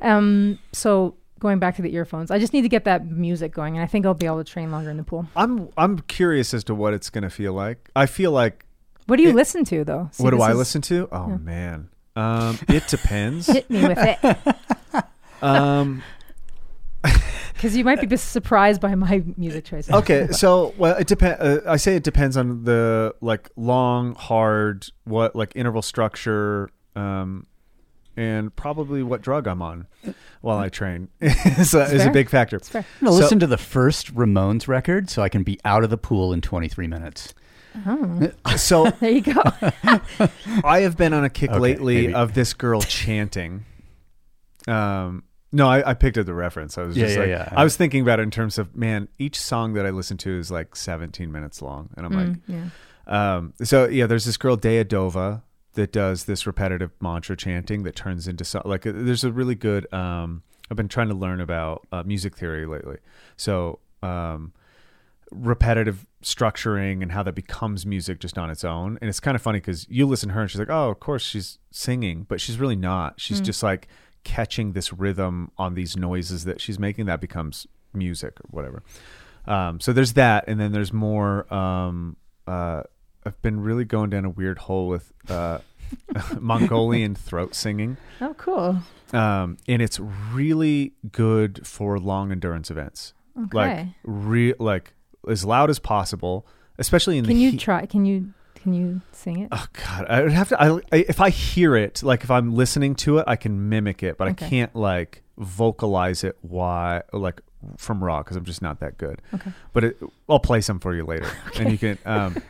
Speaker 5: Um, so going back to the earphones, I just need to get that music going, and I think I'll be able to train longer in the pool.
Speaker 6: I'm I'm curious as to what it's gonna feel like. I feel like
Speaker 5: What do you listen to though? See,
Speaker 6: what do
Speaker 5: this
Speaker 6: I
Speaker 5: is-
Speaker 6: listen to? Oh man, um, it depends.
Speaker 5: Hit me with it,
Speaker 6: um,
Speaker 5: because you might be bis- surprised by my music choices.
Speaker 6: okay, so well, it depend. Uh, I say it depends on the like long, hard, what like interval structure, um, and probably what drug I'm on while I train is a, is a
Speaker 5: fair.
Speaker 6: big factor.
Speaker 5: It's fair.
Speaker 4: I'm gonna
Speaker 6: So-
Speaker 4: listen to the first Ramones record so I can be out of the pool in 23 minutes.
Speaker 6: So
Speaker 5: There you go.
Speaker 6: I have been on a kick
Speaker 4: Okay,
Speaker 6: lately
Speaker 4: maybe.
Speaker 6: of this girl chanting. Um, no, I, I picked up the reference. I was
Speaker 4: Yeah,
Speaker 6: just
Speaker 4: yeah,
Speaker 6: like,
Speaker 4: yeah.
Speaker 6: I was thinking about it in terms of man, each song that I listen to is like 17 minutes long, and I'm
Speaker 5: yeah.
Speaker 6: like, um, so yeah, there's this girl Deadova that does this repetitive mantra chanting that turns into so- like uh, there's a really good. Um, I've been trying to learn about uh, music theory lately, so um, repetitive structuring and how that becomes music just on its own. And it's kind of funny because you listen to her and she's like, oh, of course she's singing, but she's really not. She's just like catching this rhythm on these noises that she's making that becomes music or whatever. Um, so there's that. And then there's more. Um, uh, I've been really going down a weird hole with uh, Mongolian throat singing.
Speaker 5: Oh, cool.
Speaker 6: Um, and it's really good for long endurance events. Like
Speaker 5: Okay.
Speaker 6: re like as loud as possible, especially in
Speaker 5: Can
Speaker 6: the
Speaker 5: you
Speaker 6: heat.
Speaker 5: try? Can you can you sing it?
Speaker 6: oh god, I would have to. I, I- if I hear it, like if I'm listening to it, I can mimic it, but
Speaker 5: Okay.
Speaker 6: I can't like vocalize it. Why like from raw because I'm just not that good.
Speaker 5: Okay.
Speaker 6: But it, I'll play some for you later, and you can. Um,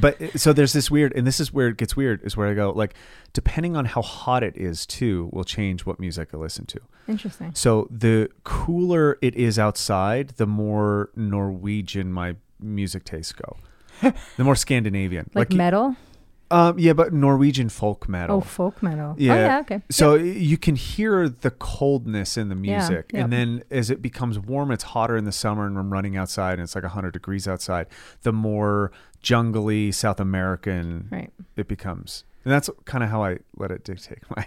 Speaker 6: but it- so there's this weird, and this is where it gets weird. Is where I go like, depending on how hot it is, too, will change what music I listen to.
Speaker 5: Interesting.
Speaker 6: So the cooler it is outside, the more Norwegian my music tastes go. The more Scandinavian,
Speaker 5: Like, metal?
Speaker 6: um, yeah, but Norwegian folk metal.
Speaker 5: Oh, folk metal.
Speaker 6: yeah.
Speaker 5: Oh, yeah. Okay.
Speaker 6: So you can hear the coldness in the music,
Speaker 5: yeah.
Speaker 6: and then as it becomes warm, it's hotter in the summer, and I'm running outside, and it's like 100 degrees outside. The more jungly South American
Speaker 5: Right.
Speaker 6: it becomes, and that's kind of how I let it dictate my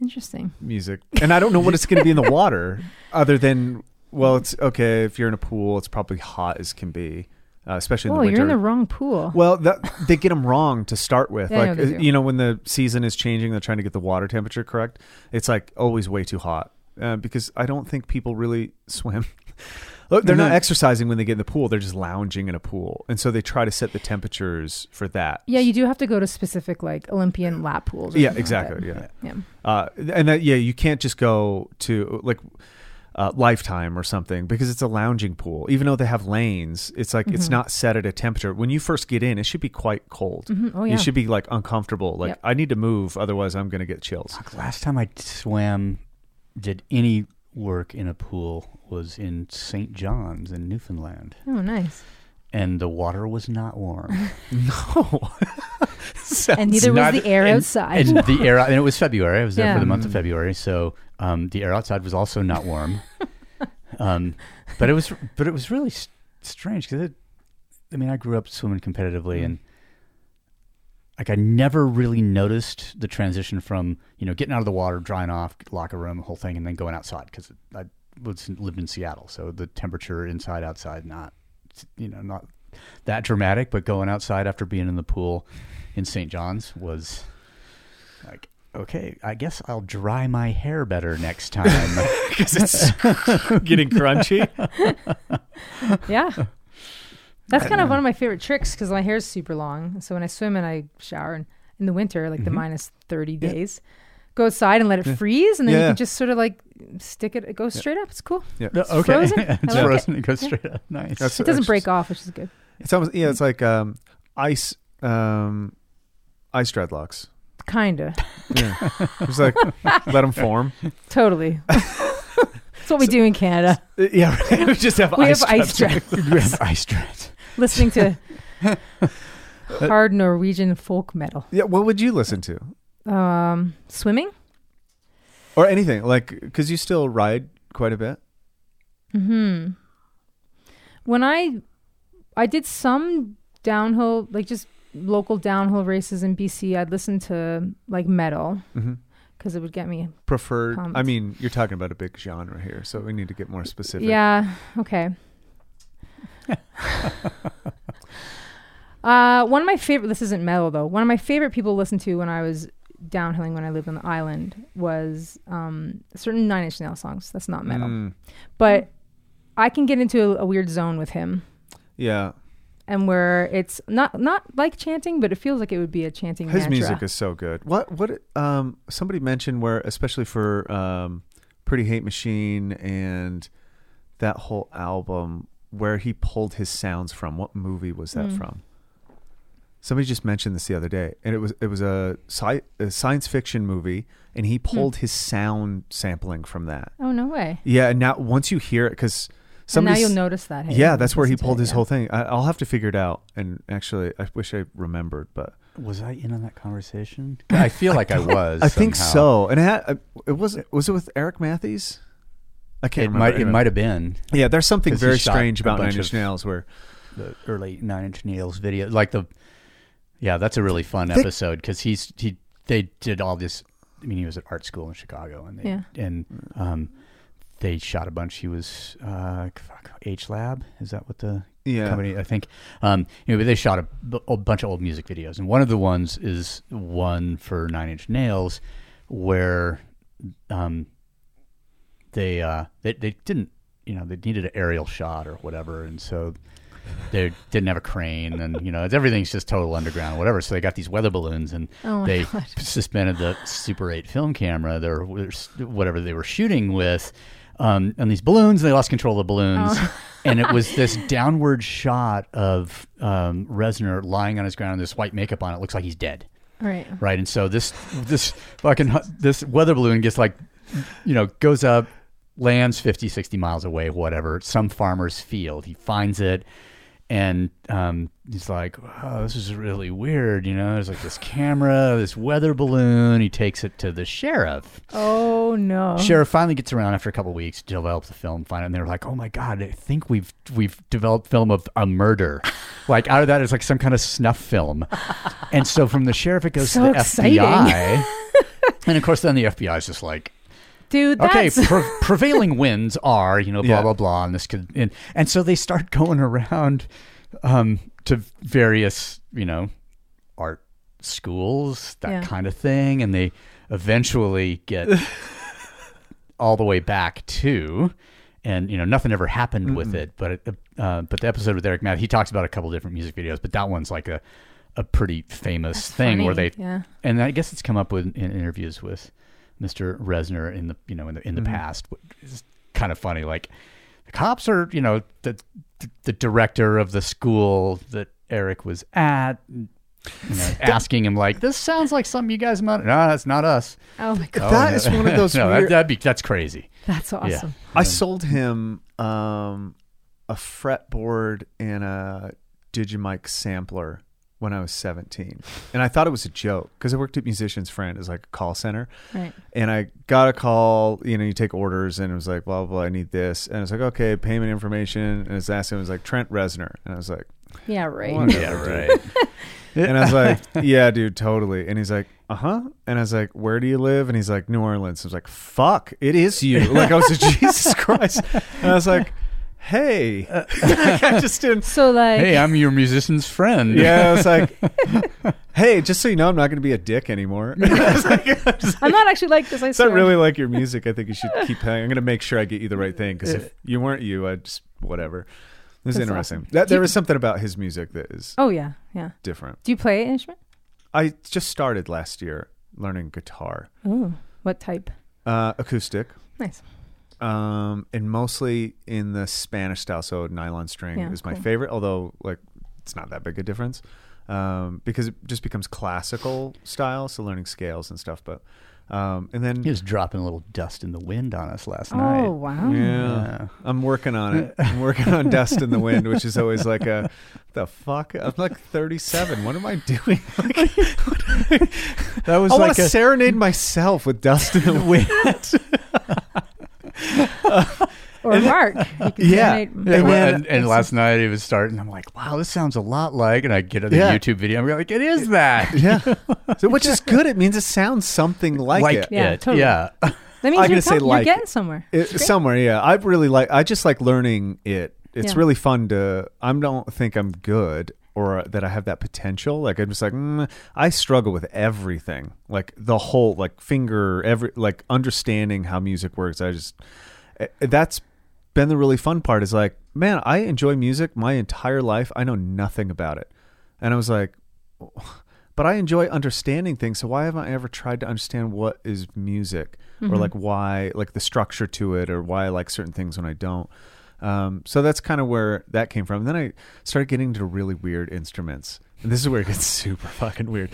Speaker 5: Interesting.
Speaker 6: music. And I don't know what it's going to be in the water other than, well, it's okay. If you're in a pool, it's probably hot as can be, uh, especially in
Speaker 5: Oh,
Speaker 6: the winter.
Speaker 5: you're in the wrong pool.
Speaker 6: well, that, they get them wrong to start with.
Speaker 5: Yeah, I know
Speaker 6: like,
Speaker 5: they
Speaker 6: uh,
Speaker 5: do.
Speaker 6: you know, when the season is changing, they're trying to get the water temperature correct. It's like always way too hot uh, because I don't think people really swim. Look, they're not exercising when they get in the pool. They're just lounging in a pool. And so they try to set the temperatures for that.
Speaker 5: yeah, you do have to go to specific like Olympian lap pools. or
Speaker 6: Yeah,
Speaker 5: something like that.
Speaker 6: exactly. Uh, Yeah.
Speaker 5: Yeah.
Speaker 6: Uh, and that, yeah, you can't just go to like uh, lifetime or something because it's a lounging pool. Even though they have lanes, it's like
Speaker 5: Mm-hmm.
Speaker 6: it's not set at a temperature. When you first get in, it should be quite cold.
Speaker 5: Oh, yeah.
Speaker 6: You should be like uncomfortable. Like
Speaker 5: Yep.
Speaker 6: I need to move, otherwise I'm going to get chills.
Speaker 4: Last time I swam, did any work in a pool was in St. John's in Newfoundland,
Speaker 5: Oh, nice.
Speaker 4: and the water was not warm.
Speaker 6: No,
Speaker 5: And neither was
Speaker 4: Not-
Speaker 5: the air
Speaker 4: and-
Speaker 5: outside.
Speaker 4: and the air, and it was February. I was there
Speaker 5: Yeah.
Speaker 4: for the month of February, so um, the air outside was also not warm. um, but it was, but it was really s- strange because it. I mean, I grew up swimming competitively, and like I never really noticed the transition from you know getting out of the water, drying off, locker room, whole thing, and then going outside because I was lived in Seattle, so the temperature inside outside not you know not that dramatic, but going outside after being in the pool in St. John's was like okay, I guess I'll dry my hair better next time.
Speaker 6: because it's getting crunchy.
Speaker 5: yeah. That's kind of one of my favorite tricks because my hair's super long. So when I swim and I shower and in the winter, like the minus 30 days, go outside and let it freeze. And then you
Speaker 6: Mm-hmm. Yeah.
Speaker 5: can just sort of like stick it, it goes straight up. It's cool.
Speaker 6: Yeah,
Speaker 4: No, okay,
Speaker 5: frozen. I
Speaker 4: it's
Speaker 5: like
Speaker 4: frozen. It. goes straight up. Nice.
Speaker 6: That's-
Speaker 5: It doesn't
Speaker 6: it's
Speaker 5: break off, which is good.
Speaker 6: It's almost yeah. It's like um, ice, um, ice dreadlocks.
Speaker 5: Kind of.
Speaker 6: Yeah, it's like let them form.
Speaker 5: Totally. That's what we do in Canada.
Speaker 6: Yeah, right. we just have
Speaker 5: We
Speaker 6: ice.
Speaker 5: have ice
Speaker 6: dreadlocks.
Speaker 5: dress. Listening to hard Norwegian folk metal.
Speaker 6: Yeah, what would you listen to
Speaker 5: Um, swimming?
Speaker 6: or anything like? Because you still ride quite a bit.
Speaker 5: Hmm. When I I did some downhill, like just local downhill races in BC, I'd listen to like metal
Speaker 6: Mhm.
Speaker 5: because it would get me.
Speaker 6: Preferred.
Speaker 5: Pumped.
Speaker 6: I mean, you're talking about a big genre here, so we need to get more specific.
Speaker 5: Yeah. Okay. uh, one of my favorite. This isn't metal though. One of my favorite people to listen to when I was downhilling when I lived on the island was um, certain Nine Inch Nail songs. That's not metal,
Speaker 6: Mm,
Speaker 5: but I can get into a, a weird zone with him.
Speaker 6: yeah.
Speaker 5: and where it's not not like chanting, but it feels like it would be a chanting.
Speaker 6: His
Speaker 5: mantra.
Speaker 6: music is so good. What what um somebody mentioned where especially for um Pretty Hate Machine and that whole album where he pulled his sounds from. What movie was that from? Somebody just mentioned this the other day, and it was it was a, sci- a science fiction movie, and he pulled his sound sampling from that.
Speaker 5: Oh no way!
Speaker 6: Yeah, and now once you hear it, because
Speaker 5: And now
Speaker 6: somebody
Speaker 5: you'll notice that. hey,
Speaker 6: yeah, that's where he
Speaker 5: listen to
Speaker 6: pulled
Speaker 5: it,
Speaker 6: his
Speaker 5: yeah.
Speaker 6: whole thing. I, I'll have to figure it out. And actually, I wish I remembered, but
Speaker 4: Was I in on that conversation? I feel like I was.
Speaker 6: I think
Speaker 4: somehow.
Speaker 6: so. And it, had, I- it was was it with Eric Matthews? I can't
Speaker 4: It
Speaker 6: remember.
Speaker 4: might. It
Speaker 6: Anyway.
Speaker 4: might have been
Speaker 6: Yeah, there's something
Speaker 4: 'Cause he
Speaker 6: very
Speaker 4: shot
Speaker 6: strange
Speaker 4: a
Speaker 6: about
Speaker 4: bunch
Speaker 6: Nine Inch
Speaker 4: of-
Speaker 6: Nails where
Speaker 4: the early Nine Inch Nails video. Like the. Yeah, that's a really fun
Speaker 6: They-
Speaker 4: episode because he's he they did all this. I mean, he was at art school in Chicago, and they
Speaker 5: Yeah.
Speaker 4: and um, they shot a bunch. He was uh, fuck, H Lab. Is that what the
Speaker 6: Yeah.
Speaker 4: company? I think. Um, you know, but they shot a, b- a bunch of old music videos, and one of the ones is one for Nine Inch Nails, where um, they uh they, they didn't you know they needed an aerial shot or whatever and so they didn't have a crane and you know it's, everything's just total underground whatever so they got these weather balloons and
Speaker 5: Oh my
Speaker 4: they
Speaker 5: God.
Speaker 4: suspended the super 8 film camera their whatever they were shooting with um, and these balloons they lost control of the balloons
Speaker 5: Oh.
Speaker 4: and it was this downward shot of um, Resner lying on his ground and this white makeup on it looks like he's dead
Speaker 5: All right.
Speaker 4: right? And so this this fucking hu- this weather balloon gets like, you know, goes up, lands 50, 60 miles away, whatever, some farmer's field. He finds it, and um, he's like, "Oh, this is really weird." You know, there's like this camera, this weather balloon. He takes it to the sheriff.
Speaker 5: Oh no!
Speaker 4: Sheriff finally gets around after a couple weeks, develops the film, find it, and they're like, "Oh my god, I think we've we've developed film of a murder." like out of that is like some kind of snuff film, and so from the sheriff it goes
Speaker 5: So
Speaker 4: to the
Speaker 5: exciting.
Speaker 4: FBI, and of course then the FBI is just like,
Speaker 5: dude.
Speaker 4: "Okay,
Speaker 5: That's
Speaker 4: pre- prevailing winds are you know blah
Speaker 6: Yeah.
Speaker 4: blah blah," and this could and, and so they start going around um, to various you know art schools that
Speaker 5: Yeah.
Speaker 4: kind of thing, and they eventually get all the way back to, and you know nothing ever happened with it. But it, uh, but the episode with Eric Math, he talks about a couple different music videos, but that one's like a a pretty famous thing where
Speaker 5: funny,
Speaker 4: they
Speaker 5: yeah.
Speaker 4: and I guess it's Mm-hmm. come up with in interviews with Mr. Resner in the you know in the in the past. It's kind of funny. Like the cops are, you know, the the director of the school that Eric was at. You know, asking him like this sounds like something you guys might no that's not us
Speaker 5: Oh my god,
Speaker 6: That is one of those
Speaker 4: no
Speaker 6: weird-
Speaker 4: that, that'd be that's crazy
Speaker 5: that's awesome.
Speaker 6: I sold him um, a fretboard and a Digimic sampler when I was 17. And I thought it was a joke because I worked at Musicians Friend as like a call center.
Speaker 5: Right.
Speaker 6: And I got a call, you know, you take orders and it was like, blah, blah, blah, I need this. And it's like, okay, payment information. And it's asking, it was like Trent Reznor. And I was like,
Speaker 5: Yeah, right.
Speaker 6: yeah, right. and I was like, yeah, dude, totally. And he's like, uh huh. And I was like, where do you live? And he's like, New Orleans. I was like, fuck, it is you. Like, I was like, Jesus Christ. And I was like, hey. Like, I just didn't.
Speaker 5: So like,
Speaker 4: hey i'm your musician's friend
Speaker 6: Yeah, I was like, hey, just so you know, I'm not going to be a dick anymore. I was like, it's
Speaker 5: I'm not actually like this. I
Speaker 6: not
Speaker 5: swear.
Speaker 6: really like your music. I think you should keep playing. I'm going to make sure I get you the right thing because if you weren't you, I'd just, whatever. It was
Speaker 5: Uh, That's
Speaker 6: interesting.
Speaker 5: awesome.
Speaker 6: That, there was something about his music that is
Speaker 5: Oh yeah, yeah.
Speaker 6: different.
Speaker 5: Do you play an instrument?
Speaker 6: I just started last year learning guitar,
Speaker 5: Ooh, what type?
Speaker 6: uh, acoustic,
Speaker 5: Nice.
Speaker 6: um, and mostly in the Spanish style. So nylon string
Speaker 5: Yeah,
Speaker 6: is my
Speaker 5: cool.
Speaker 6: favorite, although like it's not that big a difference um, because it just becomes classical style. So learning scales and stuff, but um, and then
Speaker 4: he was dropping a little dust in the wind on us last night
Speaker 5: Oh wow.
Speaker 6: Yeah. I'm working on it. I'm working on Dust in the Wind, which is always like a the fuck. I'm like 37. What am I doing? Like,
Speaker 4: that was
Speaker 6: I want
Speaker 4: like
Speaker 6: to
Speaker 4: a,
Speaker 6: serenade myself with Dust in the Wind.
Speaker 5: Or Mark. You can
Speaker 6: Yeah.
Speaker 5: donate-
Speaker 6: And
Speaker 4: And,
Speaker 6: then-
Speaker 4: and, and last night it was starting. I'm like, wow, this sounds a lot like. And I get the
Speaker 6: Yeah.
Speaker 4: YouTube video. I'm like, it is that.
Speaker 6: Yeah. So, which is good. It means it sounds something like,
Speaker 4: like
Speaker 6: it.
Speaker 5: Yeah,
Speaker 4: it.
Speaker 5: totally.
Speaker 4: Yeah.
Speaker 5: That means
Speaker 6: I'm
Speaker 5: you're,
Speaker 6: gonna say
Speaker 5: com- you're
Speaker 6: like
Speaker 5: getting
Speaker 6: it.
Speaker 5: somewhere.
Speaker 6: It- somewhere, yeah. I really like. I just like learning it. It's
Speaker 5: Yeah.
Speaker 6: really fun to. I don't think I'm good or that I have that potential. Like I'm just like mm, I struggle with everything. Like the whole like finger every like understanding how music works. I just eh, that's been the really fun part. Is like man, I enjoy music my entire life. I know nothing about it, and I was like. But I enjoy understanding things, so why haven't I ever tried to understand what is music
Speaker 4: Mm-hmm.
Speaker 6: or like why, like the structure to it, or why I like certain things when I don't? Um, so that's kind of where that came from. And then I started getting into really weird instruments. And this is where it gets super fucking weird.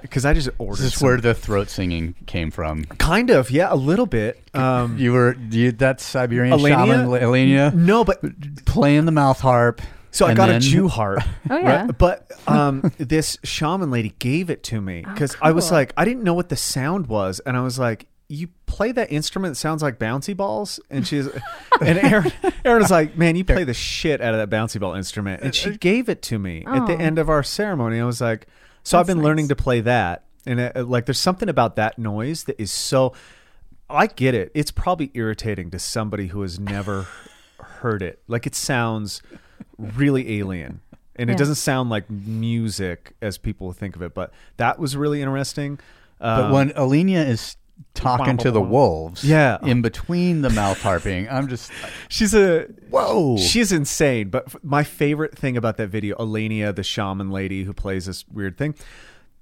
Speaker 6: Because I just ordered.
Speaker 4: this is
Speaker 6: some- Hmm.
Speaker 4: where the throat singing came from.
Speaker 6: Kind of, yeah, a little bit. Um,
Speaker 4: You were you, that Siberian
Speaker 6: Alania?
Speaker 4: shaman, Elenia,
Speaker 6: no, but
Speaker 4: playing the mouth harp.
Speaker 6: Hmm. So I
Speaker 4: and
Speaker 6: got a
Speaker 4: then-
Speaker 6: Jew heart.
Speaker 5: Oh, yeah.
Speaker 6: But um, this shaman lady gave it to me because I was
Speaker 5: Oh, cool.
Speaker 6: like, I didn't know what the sound was, and I was like, you play that instrument that sounds like bouncy balls, and she's and Aaron Aaron was like, man, you play the shit out of that bouncy ball instrument, and
Speaker 4: Uh,
Speaker 6: she gave it to me at the
Speaker 5: Aw.
Speaker 6: end of our ceremony. I was like, so I've
Speaker 5: That's
Speaker 6: been
Speaker 5: nice.
Speaker 6: learning to play that, and it, it- like, there's something about that noise that is so. I get it. It's probably irritating to somebody who has never heard it. Like it sounds really alien. And it
Speaker 5: Yeah.
Speaker 6: doesn't sound like music as people think of it, but that was really interesting. Uh,
Speaker 4: But when Elenia is talking to the wolves,
Speaker 6: Yeah.
Speaker 4: in between the mouth harping, I'm just
Speaker 6: She's a
Speaker 4: whoa.
Speaker 6: She's insane. But f- my favorite thing about that video, Elenia, the shaman lady who plays this weird thing,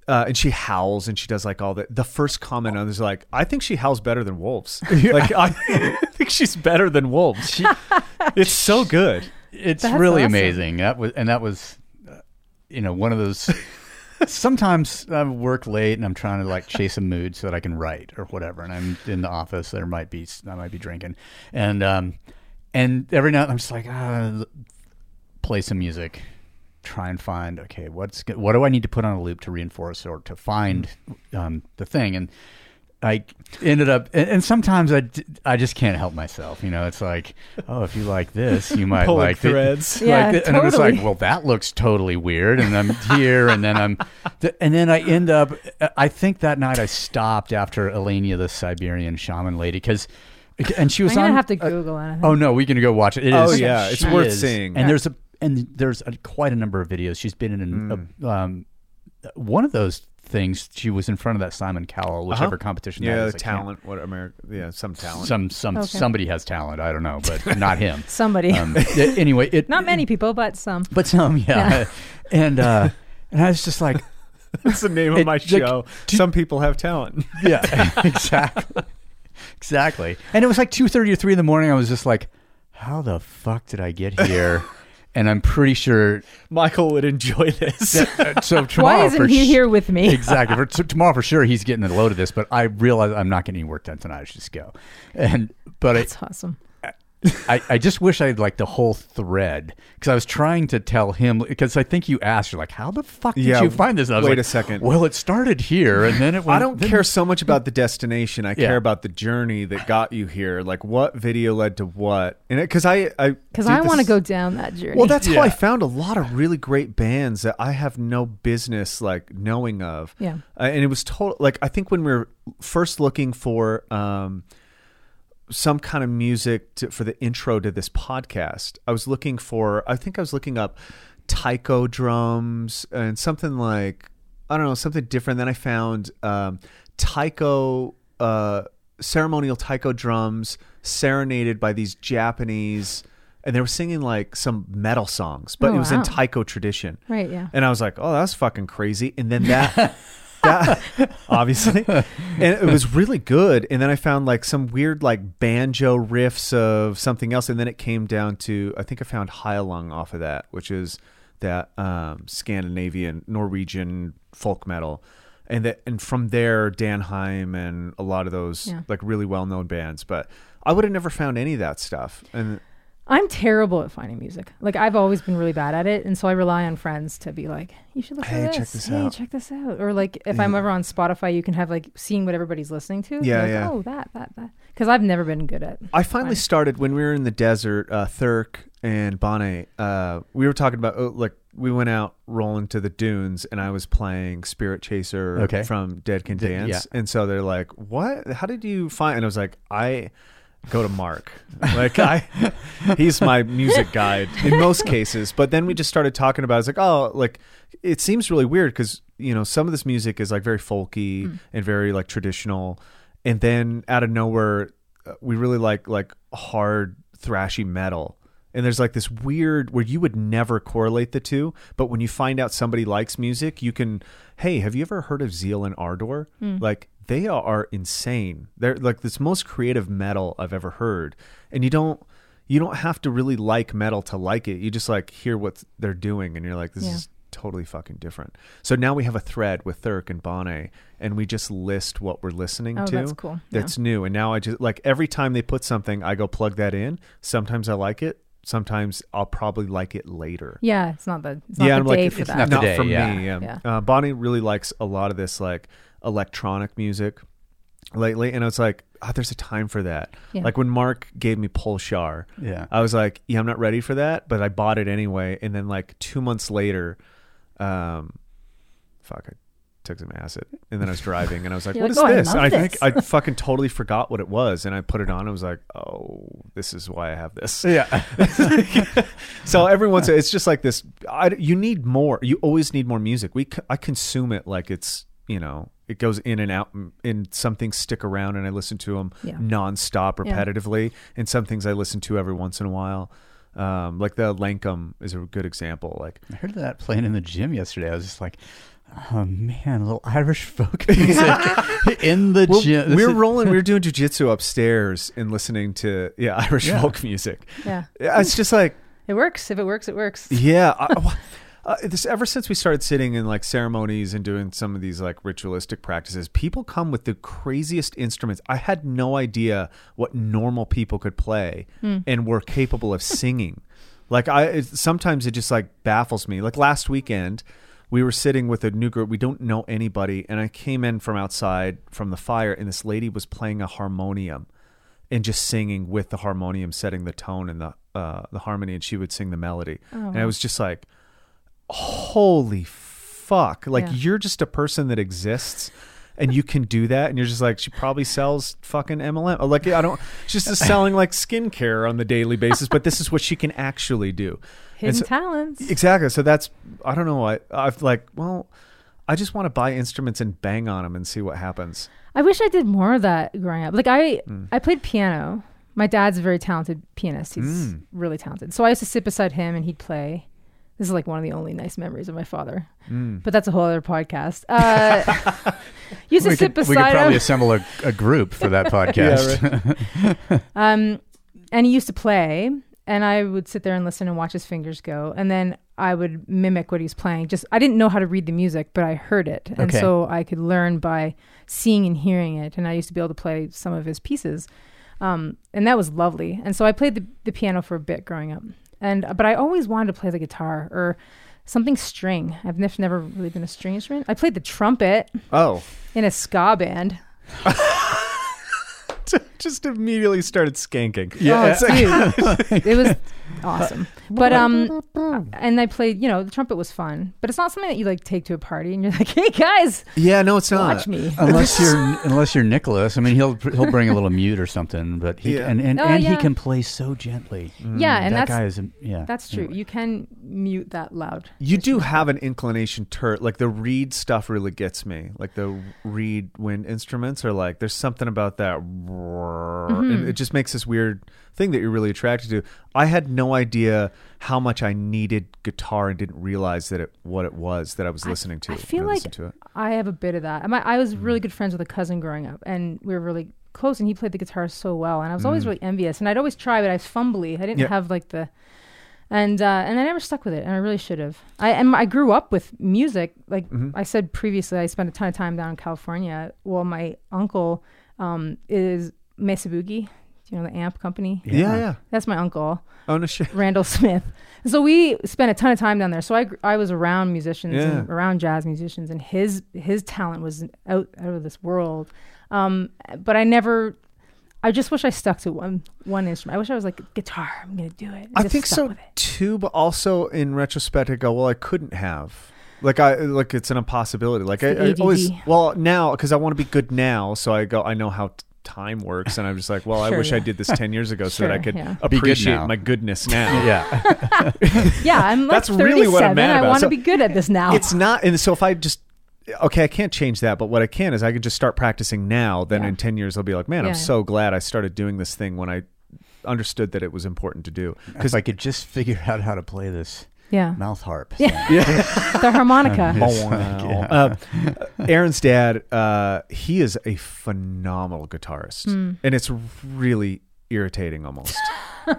Speaker 6: uh, and she howls and she does like all the the first comment on this is like, I think she howls better than wolves. like I think she's better than wolves. She, it's so good.
Speaker 4: it's
Speaker 5: That's
Speaker 4: really
Speaker 5: awesome.
Speaker 4: amazing. That was and that was, uh, you know, one of those. sometimes I work late and I'm trying to like chase a mood so that I can write or whatever. And I'm in the office. There might be I might be drinking, and um, and every now I'm just like, ah, play some music, try and find okay, what's go- what do I need to put on a loop to reinforce or to find um, the thing and. I ended up, and, and sometimes I, d- I just can't help myself. You know, it's like, oh, if you like this, you might
Speaker 6: Pulling
Speaker 4: like thi-
Speaker 6: threads.
Speaker 4: like
Speaker 5: Yeah,
Speaker 4: thi- And I'm just
Speaker 5: totally.
Speaker 4: like, well, that looks totally weird. And I'm here, and then I'm, th- and then I end up. I think that night I stopped after Elenia, the Siberian shaman lady, because, and she was
Speaker 5: I'm gonna
Speaker 4: on.
Speaker 5: have to
Speaker 4: uh,
Speaker 5: Google it. I think.
Speaker 4: Oh no, we can go watch it. It
Speaker 6: Oh,
Speaker 4: is-
Speaker 6: yeah, it's
Speaker 4: she
Speaker 6: worth
Speaker 4: is.
Speaker 6: seeing.
Speaker 4: And there's a and there's a, quite a number of videos. She's been in an,
Speaker 6: Mm.
Speaker 4: a, um, one of those things. She was in front of that Simon Cowell, whichever competition.
Speaker 6: Uh-huh. Yeah,
Speaker 4: that is.
Speaker 6: the
Speaker 4: I can't-
Speaker 6: talent. What America? Yeah, some talent.
Speaker 4: Some some
Speaker 5: Okay.
Speaker 4: somebody has talent. I don't know, but not him.
Speaker 5: Somebody.
Speaker 4: Um, th- anyway, it
Speaker 5: Not many people, but some.
Speaker 4: but some yeah, and uh, and I was just like,
Speaker 6: That's the name of
Speaker 4: It-
Speaker 6: my
Speaker 4: like,
Speaker 6: show.
Speaker 4: do-
Speaker 6: Some people have talent.
Speaker 4: yeah, exactly. exactly. And it was like two thirty or three in the morning. I was just like, "How the fuck did I get here?" and I'm pretty sure.
Speaker 6: Michael would enjoy this.
Speaker 4: uh, So tomorrow,
Speaker 5: Why
Speaker 4: for
Speaker 5: isn't he
Speaker 4: sh-
Speaker 5: here with me?
Speaker 4: exactly. For t- tomorrow, for sure, he's getting a load of this. But I realize I'm not getting any work done tonight. I should just go. And but I,
Speaker 5: That's awesome.
Speaker 4: I, I just wish I had like the whole thread because I was trying to tell him because I think you asked you're like how the fuck did
Speaker 6: Yeah,
Speaker 4: you find this? And I was
Speaker 6: wait
Speaker 4: like,
Speaker 6: a second.
Speaker 4: Well, it started here and then it. Went,
Speaker 6: I don't
Speaker 4: then-
Speaker 6: care so much about the destination. I
Speaker 4: Yeah.
Speaker 6: care about the journey that got you here. Like what video led to what, and because I, I,
Speaker 5: Because
Speaker 6: dude,
Speaker 5: I
Speaker 6: this
Speaker 5: want to
Speaker 6: is-
Speaker 5: go down that journey.
Speaker 6: Well, that's how I
Speaker 4: Yeah.
Speaker 6: found a lot of really great bands that I have no business like knowing of.
Speaker 5: Yeah.
Speaker 6: Uh, and it was total like I think when we were first looking for um, some kind of music to, for the intro to this podcast, I was looking for I think I was looking up taiko drums and something like I don't know something different. Then I found um, taiko uh, ceremonial taiko drums serenaded by these Japanese. And they were singing like some metal songs, but
Speaker 5: Oh,
Speaker 6: it was in
Speaker 5: wow.
Speaker 6: taiko tradition.
Speaker 5: Right, yeah.
Speaker 6: And I was like, oh, that's fucking crazy. And then that, that obviously, and it was really good. And then I found like some weird like banjo riffs of something else. And then it came down to, I think I found Hyalung off of that, which is that um, Scandinavian, Norwegian folk metal. And that, and from there, Danheim and a lot of those
Speaker 5: Yeah.
Speaker 6: like really well known bands. But I would have never found any of that stuff. And
Speaker 5: I'm terrible at finding music. Like I've always been really bad at it, and so I rely on friends to be like, "You should look
Speaker 6: Hey,
Speaker 5: at
Speaker 6: check
Speaker 5: this.
Speaker 6: this
Speaker 5: hey,
Speaker 6: out."
Speaker 5: check this out." Or like if I'm ever on Spotify, you can have like seeing what everybody's listening to.
Speaker 6: Yeah,
Speaker 5: like,
Speaker 6: yeah.
Speaker 5: Oh, that, that, that. Because I've never been good at.
Speaker 6: I finally started when we were in the desert. Uh, Thurk and Bonnet, uh, we were talking about oh, like we went out rolling to the dunes, and I was playing Spirit Chaser
Speaker 4: Okay.
Speaker 6: from Dead Can
Speaker 4: Did-
Speaker 6: Dance,
Speaker 4: yeah.
Speaker 6: and so they're like, "What? How did you find?" And I was like, "I." Go to Mark, like I, he's my music guide in most cases. But then we just started talking about. It's like, oh, like it seems really weird because you know some of this music is like very folky and very like traditional, and then out of nowhere uh, we really like like hard thrashy metal and there's like this weird where you would never correlate the two but when you find out somebody likes music you can hey have you ever heard of zeal and ardor like they are insane they're like this most creative metal i've ever heard and you don't you don't have to really like metal to like it you just like hear what they're doing and you're like this
Speaker 5: Yeah.
Speaker 6: is totally fucking different so now we have a thread with thurk and bonnet and we just list what we're listening
Speaker 5: Oh,
Speaker 6: to
Speaker 5: that's cool. Yeah.
Speaker 6: that's new. And now I just like every time they put something, I go plug that in. Sometimes I like it. Sometimes I'll probably like it later.
Speaker 5: Yeah, it's not the it's not the day for
Speaker 6: it's
Speaker 5: that.
Speaker 6: not,
Speaker 4: the day,
Speaker 6: for
Speaker 4: yeah.
Speaker 6: me. Yeah.
Speaker 5: Yeah.
Speaker 6: Uh, Bonnie really likes a lot of this like electronic music lately, and I was like, oh, there's a time for that.
Speaker 5: Yeah.
Speaker 6: Like when Mark gave me Polshar,
Speaker 4: Yeah.
Speaker 6: I was like, yeah, I'm not ready for that, but I bought it anyway. And then like two months later, um, fuck, I took some acid, and then I was driving, and I was like,
Speaker 5: You're
Speaker 6: what
Speaker 5: like, "Oh, I
Speaker 6: is this?
Speaker 5: love
Speaker 6: And I
Speaker 5: this.
Speaker 6: think I fucking totally forgot what it was, and I put it on. I was like, oh, this is why I have this.
Speaker 4: Yeah,
Speaker 6: So every once it's just like this. I, you need more. You always need more music. We c- I consume it like it's you know it goes in and out and, and some things stick around and I listen to them
Speaker 5: Yeah.
Speaker 6: nonstop
Speaker 5: Yeah.
Speaker 6: repetitively and some things I listen to every once in a while. Um, like the Lankum is a good example. Like
Speaker 4: I heard that playing in the gym yesterday. I was just like, oh man, a little Irish folk music in the
Speaker 6: Well,
Speaker 4: gym. This
Speaker 6: we were
Speaker 4: is-
Speaker 6: rolling. We were doing jujitsu upstairs and listening to yeah Irish
Speaker 4: Yeah.
Speaker 6: folk music.
Speaker 5: Yeah,
Speaker 6: It's just like
Speaker 5: it works. If it works, it works.
Speaker 6: Yeah. I, I- uh, this ever since we started sitting in like ceremonies and doing some of these like ritualistic practices, people come with the craziest instruments. I had no idea what normal people could play and were capable of singing. like I it, sometimes it just like baffles me. Like last weekend, we were sitting with a new group. We don't know anybody, and I came in from outside from the fire, and this lady was playing a harmonium and just singing with the harmonium, setting the tone and the uh, the harmony, and she would sing the melody. and I was just like, "Holy fuck! Like
Speaker 5: Yeah.
Speaker 6: you're just a person that exists." And you can do that, and you're just like she probably sells fucking MLM. Oh, Like I don't, she's just selling like skincare on the daily basis, but this is what she can actually do.
Speaker 5: Hidden
Speaker 6: so-
Speaker 5: talents.
Speaker 6: Exactly. So that's I don't know. I I've like well, I just want to buy instruments and bang on them and see what happens.
Speaker 5: I wish I did more of that growing up. Like I,
Speaker 4: Mm.
Speaker 5: I played piano.
Speaker 4: Mm.
Speaker 5: My dad's a very talented pianist. He's really talented. So I used to sit beside him and he'd play. This is like one of the only nice memories of my father,
Speaker 4: Mm.
Speaker 5: but that's a whole other podcast. Uh, used to
Speaker 4: we could, we
Speaker 5: sit
Speaker 4: could
Speaker 5: beside
Speaker 4: probably
Speaker 5: him,
Speaker 4: assemble a, a group for that podcast.
Speaker 5: um, and he used to play, and I would sit there and listen and watch his fingers go, and then I would mimic what he was playing. Just I didn't know how to read the music, but I heard it, and
Speaker 4: Okay.
Speaker 5: so I could learn by seeing and hearing it. And I used to be able to play some of his pieces, um, and that was lovely. And so I played the, the piano for a bit growing up, and but I always wanted to play the guitar or something string. I've nef- never really been a string instrument. I played the trumpet
Speaker 6: Oh,
Speaker 5: in a ska band.
Speaker 6: just immediately started skanking.
Speaker 5: Yeah, oh, dude, it was awesome. But um, and I played. You know, the trumpet was fun, but it's not something that you like take to a party and you're like, "Hey guys,
Speaker 6: Yeah, no, it's not.
Speaker 5: watch me."
Speaker 4: unless you're unless you're Nicholas, I mean he'll he'll bring a little mute or something, but he
Speaker 6: Yeah.
Speaker 4: and and,
Speaker 5: Oh,
Speaker 4: and he
Speaker 5: yeah.
Speaker 4: can play so gently. Mm.
Speaker 5: yeah, and
Speaker 4: that
Speaker 5: that's
Speaker 4: guy is a- yeah.
Speaker 5: that's true. You can mute that loud.
Speaker 6: You do have an inclination to like the reed stuff really gets me. Like the reed wind instruments are like there's something about that.
Speaker 5: Mm-hmm.
Speaker 6: and It just makes this weird thing that you're really attracted to. I had no idea how much I needed guitar and didn't realize that it what it was that I was listening to.
Speaker 5: I
Speaker 6: when
Speaker 5: feel like
Speaker 6: listened to it. Mm.
Speaker 5: I have a bit of that. My, I was really good friends with a cousin growing up, and we were really close, and he played the guitar so well, and I was always really envious, and I'd always try, but I was fumbly. I didn't
Speaker 6: Mm. Yeah.
Speaker 5: have like the and uh, and I never stuck with it, and I really should have. I and I grew up with music. Like
Speaker 6: Mm-hmm.
Speaker 5: I said previously, I spent a ton of time down in California. Well, my uncle um, is Mesa Boogie. Do you know the amp company?
Speaker 6: Yeah, yeah.
Speaker 5: That's my uncle.
Speaker 6: Oh no shit.
Speaker 5: Randall Smith. So we spent a ton of time down there. So I gr- I was around musicians and
Speaker 6: Yeah.
Speaker 5: around jazz musicians, and his his talent was out out of this world. Um, but I never. I just wish I stuck to one one instrument. I wish I was like guitar. I'm gonna do it. and
Speaker 6: I
Speaker 5: just
Speaker 6: think
Speaker 5: stuck
Speaker 6: so
Speaker 5: with it.
Speaker 6: too, but also in retrospect, I go, well, I couldn't have. Like I like it's an impossibility. Like I,
Speaker 5: the
Speaker 6: I always
Speaker 5: ADD.
Speaker 6: well now because I want to be good now, so I go. I know how t- time works, and I'm just like, well, I
Speaker 5: Sure,
Speaker 6: wish I
Speaker 5: yeah.
Speaker 6: did this ten years ago so that I
Speaker 5: Sure,
Speaker 6: could
Speaker 5: yeah.
Speaker 4: Be good
Speaker 6: appreciate
Speaker 4: now.
Speaker 6: my goodness now.
Speaker 4: yeah.
Speaker 5: Yeah, I'm like
Speaker 6: That's really what
Speaker 5: 37.
Speaker 6: I'm mad
Speaker 5: I
Speaker 6: about.
Speaker 5: want to
Speaker 6: So
Speaker 5: be good at this now.
Speaker 6: It's not, and so if I just okay, I can't change that, but what I can is I can just start practicing now. Then
Speaker 5: Yeah.
Speaker 6: in ten years, I'll be like, man,
Speaker 5: Yeah.
Speaker 6: I'm so glad I started doing this thing when I understood that it was important to do.
Speaker 4: Because I could just figure out how to play this
Speaker 5: yeah,
Speaker 4: mouth harp.
Speaker 5: the harmonica.
Speaker 6: Uh, Aaron's dad, uh, he is a phenomenal guitarist,
Speaker 5: Hmm.
Speaker 6: and it's really irritating almost.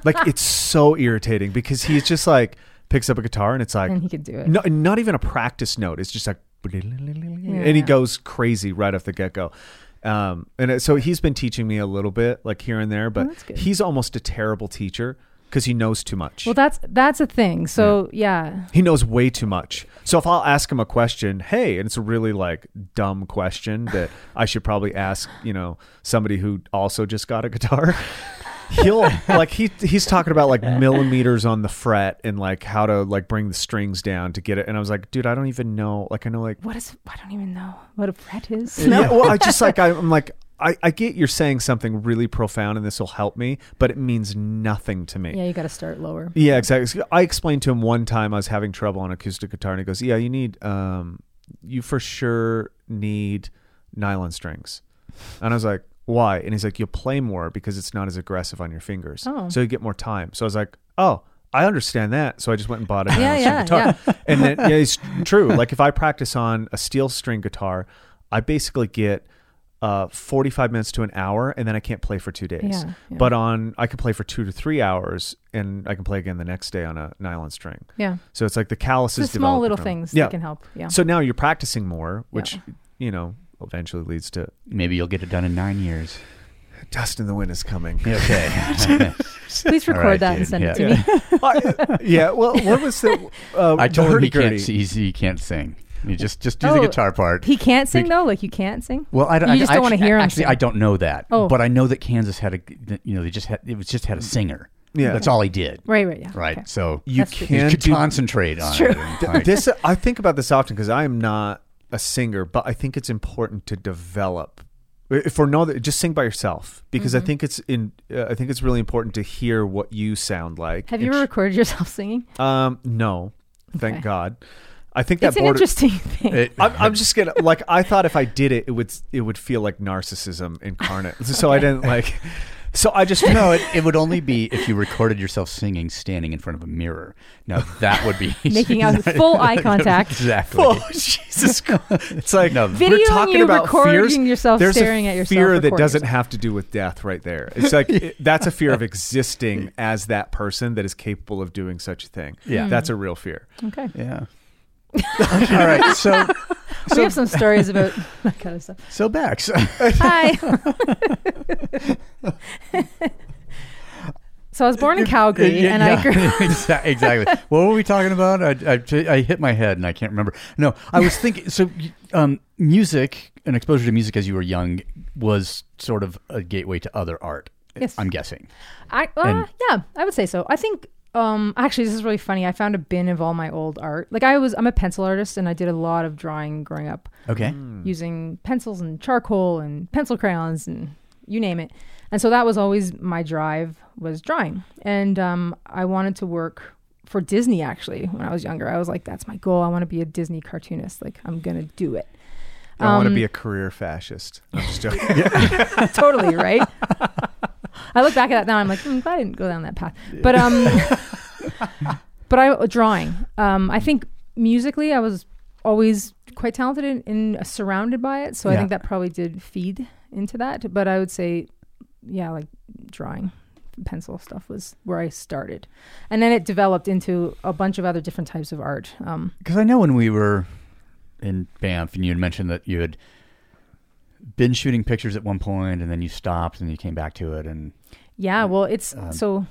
Speaker 6: like it's so irritating because he's just like picks up a guitar and it's like
Speaker 5: and he could do it.
Speaker 6: no, not even a practice note. It's just like and he goes crazy right off the get go. Um, and it- so he's been teaching me a little bit, like here and there, but
Speaker 5: Oh, that's good.
Speaker 6: he's almost a terrible teacher because he knows too much.
Speaker 5: Well, that's that's a thing. So yeah,
Speaker 6: He knows way too much. So if I'll ask him a question, hey, and it's a really like dumb question that I should probably ask, you know, somebody who also just got a guitar. He'll like he he's talking about like millimeters on the fret and like how to like bring the strings down to get it. And I was like, dude, I don't even know. Like I know like
Speaker 5: what is? I don't even know what a fret is.
Speaker 6: yeah, well, I just like I, I'm like I, I get you're saying something really profound and this will help me, but it means nothing to me.
Speaker 5: Yeah, you got to start lower.
Speaker 6: Yeah, exactly. I explained to him one time I was having trouble on acoustic guitar, and he goes, "Yeah, you need, um, you for sure need nylon strings." And I was like, "Why?" And he's like, "You'll play more because it's not as aggressive on your fingers,
Speaker 5: Oh.
Speaker 6: so you get more time." So I was like, "Oh." I understand that, so I just went and bought a
Speaker 5: Yeah,
Speaker 6: nylon
Speaker 5: yeah,
Speaker 6: string guitar, and then yeah, it's true. Like if I practice on a steel string guitar, I basically get uh, forty-five minutes to an hour, and then I can't play for two days days.
Speaker 5: Yeah, yeah.
Speaker 6: But on I can play for two to three hours, and I can play again the next day on a nylon string.
Speaker 5: Yeah,
Speaker 6: So it's like the calluses.
Speaker 5: the small
Speaker 6: develop
Speaker 5: little
Speaker 6: from-
Speaker 5: things
Speaker 6: Yeah.
Speaker 5: that can help. Yeah.
Speaker 6: So now you're practicing more, which
Speaker 5: Yeah.
Speaker 6: you know eventually leads to
Speaker 4: Maybe you'll get it done in nine years.
Speaker 6: dust in the wind is coming.
Speaker 4: Okay.
Speaker 5: Please record
Speaker 4: right,
Speaker 5: that
Speaker 4: dude.
Speaker 5: and send it to
Speaker 4: Yeah.
Speaker 5: me.
Speaker 6: I- yeah. Well, what was the? Uh,
Speaker 4: I told him
Speaker 6: the
Speaker 4: he
Speaker 6: hurdy-gurdy?
Speaker 4: can't, he's, he can't sing. You just just do the
Speaker 5: Oh,
Speaker 4: guitar part.
Speaker 5: He can't sing
Speaker 4: We-
Speaker 5: though. Like you can't sing.
Speaker 4: Well, I don't.
Speaker 5: You
Speaker 4: I,
Speaker 5: just
Speaker 4: I
Speaker 5: don't wanna
Speaker 4: actually-
Speaker 5: hear him
Speaker 4: Actually,
Speaker 5: sing.
Speaker 4: I don't know that.
Speaker 5: Oh.
Speaker 4: but I know that Kansas had a. You know, they just had. It was just had a singer.
Speaker 6: Yeah.
Speaker 4: that's all he did.
Speaker 5: Right. Right. Yeah.
Speaker 4: Right.
Speaker 5: okay.
Speaker 4: So
Speaker 6: You
Speaker 5: That's true.
Speaker 6: can
Speaker 4: you could
Speaker 6: do
Speaker 4: concentrate on it. and, like,
Speaker 6: this uh, I think about this often because I am not a singer, but I think it's important to develop. If for no, other- just sing by yourself because
Speaker 5: Mm-hmm.
Speaker 6: I think it's in. Uh, I think it's really important to hear what you sound like.
Speaker 5: Have you
Speaker 6: and
Speaker 5: ever recorded yourself singing?
Speaker 6: Um, no, thank
Speaker 5: Okay.
Speaker 6: God. I think that
Speaker 5: It's an
Speaker 6: border-
Speaker 5: interesting thing.
Speaker 4: it-
Speaker 6: I'm, I'm just gonna like I thought if I did it, it would it would feel like narcissism incarnate. So I didn't like. So I just
Speaker 4: No, it, it would only be if you recorded yourself singing standing in front of a mirror. Now that would be
Speaker 5: Making out full eye contact.
Speaker 4: exactly.
Speaker 6: Oh Jesus Christ! It's like
Speaker 4: No,
Speaker 5: Video
Speaker 6: we're talking
Speaker 5: you
Speaker 6: about
Speaker 5: recording
Speaker 6: fears.
Speaker 5: yourself
Speaker 6: There's
Speaker 5: staring
Speaker 6: a
Speaker 5: at yourself,
Speaker 6: fear that
Speaker 5: recording
Speaker 6: doesn't
Speaker 5: yourself.
Speaker 6: have to do with death, right there. It's like it- that's a fear of existing as that person that is capable of doing such a thing.
Speaker 4: Yeah.
Speaker 6: that's a real fear.
Speaker 5: Okay.
Speaker 4: Yeah. All right. So
Speaker 5: we have some stories about that kind of stuff.
Speaker 4: so Bex,
Speaker 5: Hi. so I was born in Calgary,
Speaker 4: Yeah,
Speaker 5: and
Speaker 4: yeah,
Speaker 5: I grew.
Speaker 4: exa- exactly. what were we talking about? I, I, I hit my head and I can't remember. No, I was thinking. So, um, music and exposure to music as you were young was sort of a gateway to other art.
Speaker 5: Yes.
Speaker 4: I'm guessing.
Speaker 5: I, uh,
Speaker 4: And-
Speaker 5: yeah, I would say so. I think um, actually this is really funny. I found a bin of all my old art. Like I was, I'm a pencil artist, and I did a lot of drawing growing up
Speaker 4: Okay. Mm.
Speaker 5: using pencils and charcoal and pencil crayons and you name it. And so that was always my drive was drawing, and um, I wanted to work for Disney. Actually, when I was younger, I was like, that's my goal. I want to be a Disney cartoonist. Like I'm gonna do it.
Speaker 6: I want
Speaker 5: Um,
Speaker 6: to be a career fascist. I'm just joking.
Speaker 5: totally right. I look back at that now. I'm like, "Hmm, I'm glad I didn't go down that path. But um, but I drawing. Um, I think musically, I was always quite talented and in, uh, surrounded by it. So I
Speaker 4: Yeah.
Speaker 5: think that probably did feed into that. But I would say, yeah, like drawing, pencil stuff was where I started, and then it developed into a bunch of other different types of art. Um,
Speaker 4: Because I know when we were in Banff, and you had mentioned that you had been shooting pictures at one point, and then you stopped, and you came back to it, and
Speaker 5: yeah, well, it's so.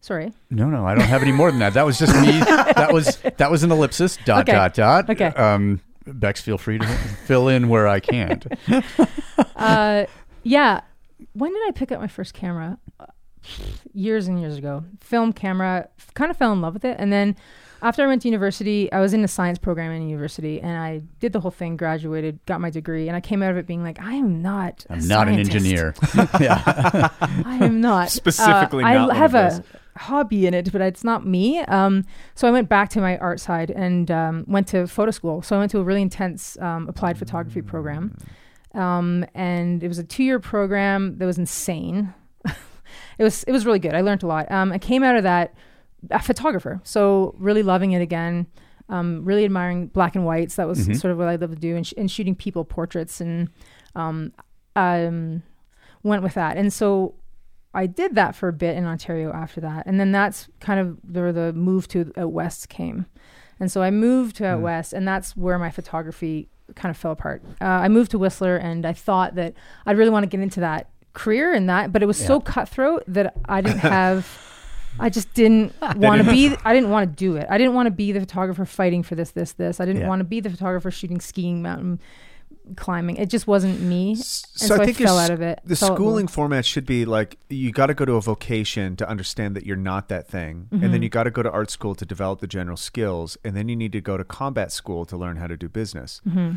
Speaker 5: Sorry.
Speaker 4: No, no, I don't have any more than that. That was just me. that was that was an ellipsis. Dot
Speaker 5: Okay.
Speaker 4: dot dot.
Speaker 5: Okay.
Speaker 4: Um, Bex, feel free to fill in where I can't.
Speaker 5: uh, yeah. When did I pick up my first camera? Uh, Years and years ago. Film camera. Kind of fell in love with it, and then after I went to university, I was in a science program in university, and I did the whole thing, graduated, got my degree, and I came out of it being like, I am not. a
Speaker 4: I'm not an
Speaker 5: scientist.
Speaker 4: engineer. yeah.
Speaker 5: I am not
Speaker 6: Specifically
Speaker 5: Uh, I
Speaker 6: not one
Speaker 5: have
Speaker 6: of those.
Speaker 5: a hobby in it, but it's not me. Um, so I went back to my art side and um, went to photo school. So I went to a really intense um, applied photography program, um, and it was a two-year program that was insane. it was it was really good. I learned a lot. Um, I came out of that a photographer, so really loving it again. Um, really admiring black and whites. That was
Speaker 6: Mm-hmm.
Speaker 5: sort of what I loved to do, and, sh- and shooting people portraits and um, went with that. And so I did that for a bit in Ontario after that. And then that's kind of where the move to out west came. And so I moved to out west, and that's where my photography kind of fell apart. Uh, I moved to Whistler, and I thought that I'd really want to get into that career and that, but it was so cutthroat that I didn't have. I just didn't want to be. I didn't want to do it. I didn't want to be the photographer fighting for this, this, this. I didn't
Speaker 4: Yeah.
Speaker 5: want to be the photographer shooting skiing, mountain climbing. It just wasn't me. And so, I,
Speaker 6: your
Speaker 5: fell
Speaker 6: s-
Speaker 5: out of it.
Speaker 6: The
Speaker 5: Fell out-
Speaker 6: schooling format should be like you got to go to a vocation to understand that you're not that thing,
Speaker 5: Mm-hmm.
Speaker 6: and then you got to go to art school to develop the general skills, and then you need to go to combat school to learn how to do business.
Speaker 5: Mm-hmm.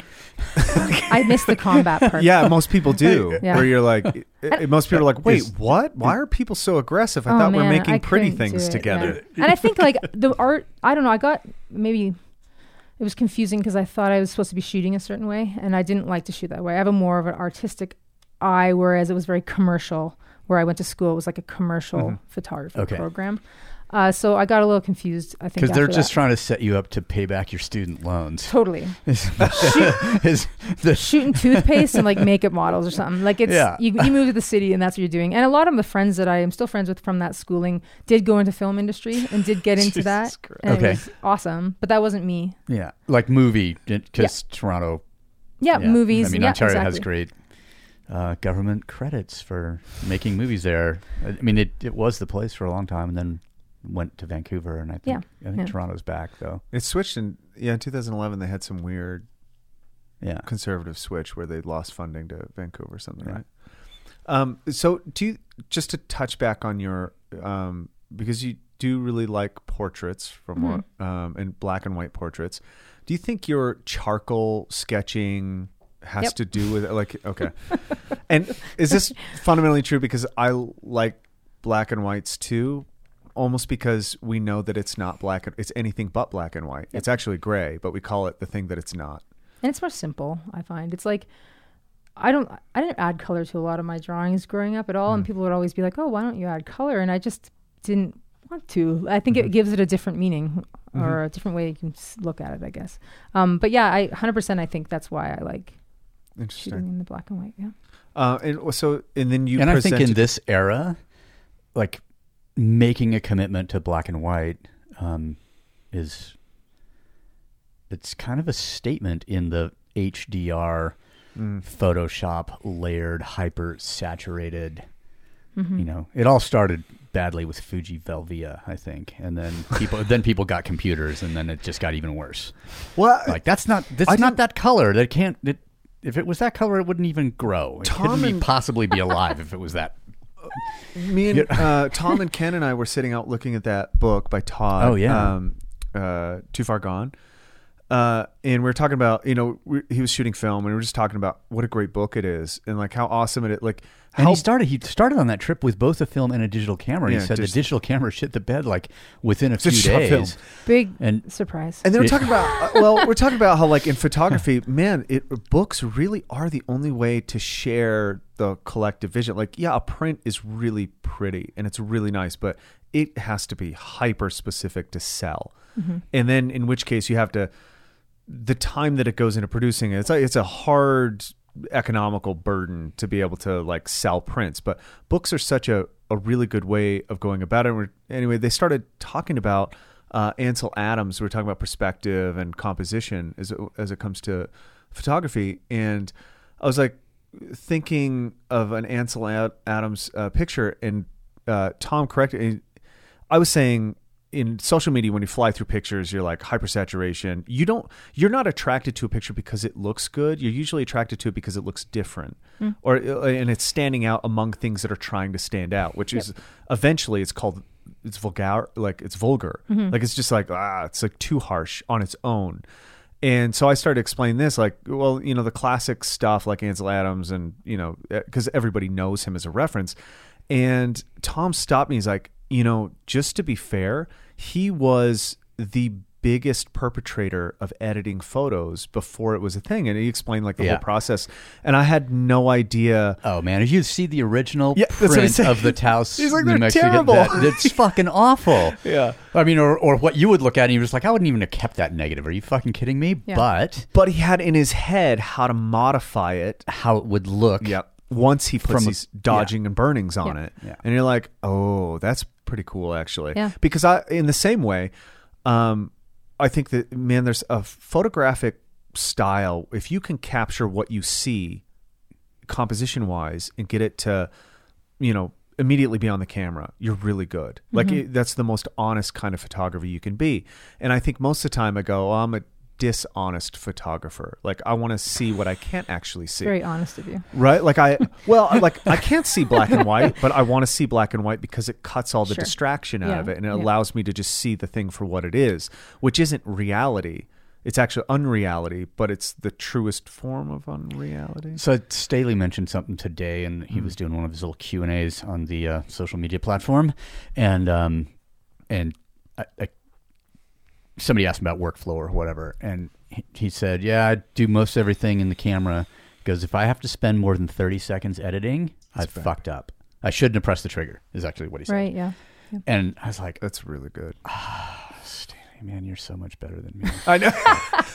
Speaker 5: I missed the combat part.
Speaker 6: Yeah, most people do.
Speaker 5: Yeah.
Speaker 6: Where you're like, i- most people are like, wait,
Speaker 4: Is-
Speaker 6: what? Why are people so aggressive? I
Speaker 5: Oh,
Speaker 6: thought we're
Speaker 5: man,
Speaker 6: making
Speaker 5: I
Speaker 6: pretty
Speaker 5: couldn't do
Speaker 6: things
Speaker 5: it,
Speaker 6: together.
Speaker 5: yeah. And I think like the art. I don't know. I got maybe it was confusing because I thought I was supposed to be shooting a certain way, and I didn't like to shoot that way. I have a more of an artistic eye, whereas it was very commercial. Where I went to school, it was like a commercial
Speaker 6: Mm-hmm.
Speaker 5: photography
Speaker 4: Okay.
Speaker 5: program. Uh, so I got a little confused. I think
Speaker 4: Because they're
Speaker 5: after
Speaker 4: just
Speaker 5: that.
Speaker 4: trying to set you up to pay back your student loans.
Speaker 5: totally
Speaker 4: Is- is the-
Speaker 5: shooting toothpaste and like makeup models or something. Like it's
Speaker 4: Yeah.
Speaker 5: you, you move to the city and that's what you're doing. And a lot of the friends that I am still friends with from that schooling did go into film industry and did get into
Speaker 6: Jesus
Speaker 5: that.
Speaker 6: Christ.
Speaker 5: And
Speaker 4: Okay.
Speaker 5: it was awesome, but that wasn't me.
Speaker 4: yeah, like movie because Toronto.
Speaker 5: Yeah,
Speaker 4: yeah.
Speaker 5: movies.
Speaker 4: I mean,
Speaker 5: yeah,
Speaker 4: Ontario has
Speaker 5: exactly.
Speaker 4: great uh, government credits for making movies there. I I mean, it, it was the place for a long time, and then went to Vancouver, and I think I think
Speaker 5: yeah.
Speaker 4: Toronto's back though.
Speaker 6: It switched in yeah, in 2011. They had some weird
Speaker 4: Yeah.
Speaker 6: conservative switch where they lost funding to Vancouver or something,
Speaker 4: Yeah.
Speaker 6: right? Um, so do you just to touch back on your um, because you do really like portraits from what um, and black and white portraits. Do you think your charcoal sketching has
Speaker 5: Yep.
Speaker 6: to do with like okay? and is this fundamentally true? Because I like black and whites too. Almost because we know that it's not black, and it's anything but black and white. It's actually gray, but we call it the thing that it's not.
Speaker 5: And it's more simple, I find. It's like I don't I didn't add color to a lot of my drawings growing up at all,
Speaker 4: Mm.
Speaker 5: and people would always be like, "Oh, why don't you add color?" And I just didn't want to. I
Speaker 4: Mm-hmm.
Speaker 5: think it gives it a different meaning or a different way you can s- look at it, I guess. Um, but yeah, I 100% I think that's why I like shooting
Speaker 6: Interesting.
Speaker 5: in the black and white. Yeah.
Speaker 6: Uh, and so, and then you
Speaker 4: and I
Speaker 6: presented,
Speaker 4: think in this era, like making a commitment to black and white um, is it's kind of a statement in the HDR Photoshop layered hyper saturated. You know, it all started badly with Fuji Velvia, I think, and then people then people got computers, and then it just got even worse.
Speaker 6: well,
Speaker 4: Like that's not that's
Speaker 6: I
Speaker 4: not
Speaker 6: didn't-
Speaker 4: that color. That can't. It, if it was that color, it wouldn't even grow. It
Speaker 6: Tom
Speaker 4: couldn't be
Speaker 6: and-
Speaker 4: possibly be alive if it was that
Speaker 6: me and uh, Tom and Ken and I were sitting out looking at that book by Todd.
Speaker 4: Oh, yeah.
Speaker 6: um, uh, Too Far Gone. Uh, and we were talking about you know we, he was shooting film and we were just talking about what a great book it is and like how awesome it is like how
Speaker 4: And he started. He started on that trip with both a film and a digital camera.
Speaker 6: Yeah,
Speaker 4: he said
Speaker 6: just-
Speaker 4: the digital camera shit the bed like within a few
Speaker 6: Digital
Speaker 4: days.
Speaker 6: film.
Speaker 5: Big
Speaker 4: And-
Speaker 5: surprise.
Speaker 6: And they were
Speaker 4: Yeah.
Speaker 6: talking about uh, well, we're talking about how like in photography, man, it books really are the only way to share the collective vision. Like, yeah, a print is really pretty and it's really nice, but it has to be hyper specific to sell. And then in which case you have to the time that it goes into producing it, it's a, it's a hard economical burden to be able to like sell prints but books are such a, a really good way of going about it And we're- anyway they started talking about uh, ansel adams we were talking about perspective and composition as it, as it comes to photography and i was like thinking of an ansel Ad- adams uh, picture and uh, tom corrected I was saying in social media when you fly through pictures you're like hypersaturation you don't you're not attracted to a picture because it looks good you're usually attracted to it because it looks different or uh, and it's standing out among things that are trying to stand out which is eventually it's called it's vulgar like it's vulgar like it's just like ah it's like too harsh on its own and so I started explaining this, like, well, you know, the classic stuff like Ansel Adams, and you know, because everybody knows him as a reference. And Tom stopped me. He's like, you know, just to be fair, he was the biggest perpetrator of editing photos before it was a thing, and he explained like the
Speaker 4: Yeah.
Speaker 6: whole process. And I had no idea.
Speaker 4: Oh man! If you see the original
Speaker 6: Yeah, that's what I'm
Speaker 4: print
Speaker 6: saying.
Speaker 4: of the Taos,
Speaker 6: He's like,
Speaker 4: New
Speaker 6: "They're
Speaker 4: Mexican,
Speaker 6: terrible."
Speaker 4: that- that's fucking awful.
Speaker 6: Yeah.
Speaker 4: I mean, or, or what you would look at, and you're just like, I wouldn't even have kept that negative. Are you fucking kidding me?
Speaker 5: Yeah.
Speaker 4: But
Speaker 6: But he had in his head how to modify it
Speaker 4: how it would look.
Speaker 6: Yep. Once he puts
Speaker 4: From a-
Speaker 6: these dodging and burnings on
Speaker 5: Yeah.
Speaker 6: it,
Speaker 4: Yeah.
Speaker 6: and you're like, oh, that's pretty cool, actually.
Speaker 5: Yeah.
Speaker 6: Because I, in the same way, um, I think that man, there's a photographic style. If you can capture what you see, composition wise, and get it to, you know, immediately be on the camera, you're really good. Like it, that's the most honest kind of photography you can be. And I think most of the time I go, oh, I'm a dishonest photographer. Like I want to see what I can't actually see
Speaker 5: Very honest of you.
Speaker 6: right like i well like i can't see black and white but i want to see black and white because it cuts all the
Speaker 5: Sure.
Speaker 6: distraction out
Speaker 5: Yeah,
Speaker 6: of it and it
Speaker 5: yeah.
Speaker 6: allows me to just see the thing for what it is which isn't reality it's actually unreality but it's the truest form of unreality
Speaker 4: So Staley mentioned something today, and he was doing one of his little Q and A's on the uh, social media platform, and um, and I, I, somebody asked him about workflow or whatever, and he, he said, "Yeah, I do most everything in the camera because if I have to spend more than thirty seconds editing, I've fucked up. I shouldn't have pressed the trigger." Is actually what he said,
Speaker 5: Right, yeah. yeah.
Speaker 4: and I was like,
Speaker 6: that's really good
Speaker 4: "Staley, man, you're so much better than me."
Speaker 6: i know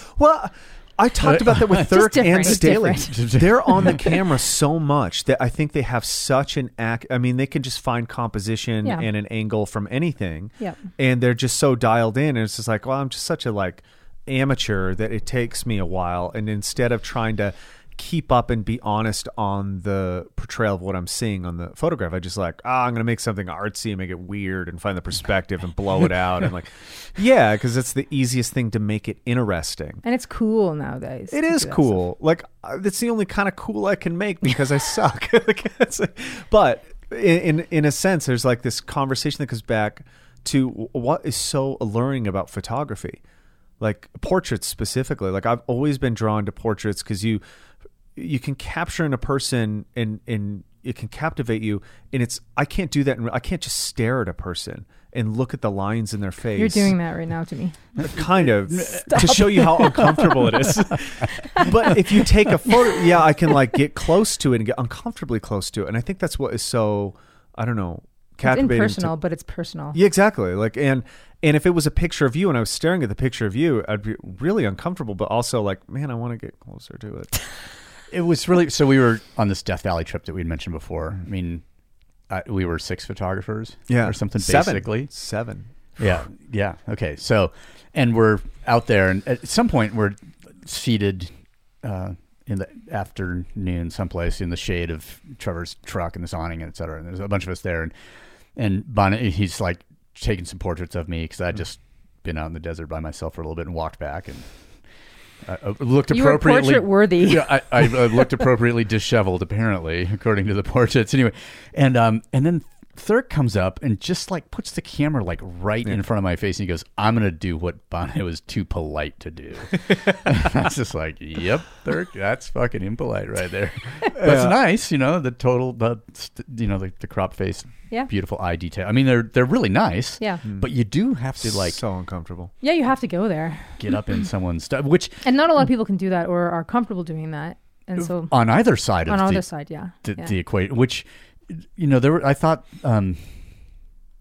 Speaker 6: well I talked about that with Thirk and
Speaker 5: different. Just
Speaker 6: Staley.
Speaker 4: different.
Speaker 6: They're on the camera so much that I think they have such an act. I mean, they can just find composition
Speaker 5: Yeah.
Speaker 6: and an angle from anything.
Speaker 5: Yep.
Speaker 6: and they're just so dialed in and it's just like well i'm just such a like amateur that it takes me a while and instead of trying to keep up and be honest on the portrayal of what i'm seeing on the photograph i just like ah i'm gonna make something artsy and make it weird and find the perspective and blow it out and like yeah because it's the easiest thing to make it interesting
Speaker 5: And it's cool nowadays.
Speaker 6: it
Speaker 5: to
Speaker 6: is
Speaker 5: do that
Speaker 6: cool. Like uh, that's the only kind of cool I can make because I suck. Like, it's like- but in, in in a sense, there's like this conversation that goes back to w- what is so alluring about photography, like portraits specifically. Like I've always been drawn to portraits because you you can capture in a person and and it can captivate you, and it's I can't do that. In, I can't just stare at a person and look at the lines in their face.
Speaker 5: You're doing that right now to me.
Speaker 6: kind of to show you how uncomfortable it is. but if you take a photo, yeah, I can like get close to it and get uncomfortably close to it, and I think that's what is so I don't know
Speaker 5: It's
Speaker 6: captivating. to-
Speaker 5: impersonal, but it's personal.
Speaker 6: yeah, exactly. Like and and if it was a picture of you and I was staring at the picture of you, I'd be really uncomfortable, but also like, man, I want to get closer to it.
Speaker 4: It was really so. We were on this Death Valley trip that we'd mentioned before. I mean, uh, we were six photographers, or something
Speaker 6: Seven.
Speaker 4: basically.
Speaker 6: Seven.
Speaker 4: Yeah, yeah. Okay, so and we're out there, and at some point we're seated uh, in the afternoon, someplace in the shade of Trevor's truck and this awning, and et cetera. And there's a bunch of us there, and and Bonnet, he's like taking some portraits of me because I would just been out in the desert by myself for a little bit and walked back and. I I looked
Speaker 5: You were
Speaker 4: appropriately
Speaker 5: portrait worthy.
Speaker 4: Yeah, I, I, I looked appropriately disheveled, apparently, according to the portraits. Anyway, and um, and then Thirk comes up and just like puts the camera like right in front of my face, and he goes, "I'm gonna do what Bono was too polite to do." I was just like, "Yep, Thirk, that's fucking impolite right there." That's nice, you know, the total, the st- you know, the, the crop face,
Speaker 5: Yeah.
Speaker 4: beautiful eye detail. I mean, they're they're really nice,
Speaker 5: Yeah. Mm.
Speaker 4: But you do have to like
Speaker 6: so uncomfortable.
Speaker 5: Yeah, you have to go there,
Speaker 4: get up in someone's stuff, which
Speaker 5: and not a lot of people can do that or are comfortable doing that. And so
Speaker 4: on either side of
Speaker 5: on
Speaker 4: the,
Speaker 5: either side, yeah,
Speaker 4: the,
Speaker 5: yeah.
Speaker 4: the equation, which you know there were I thought um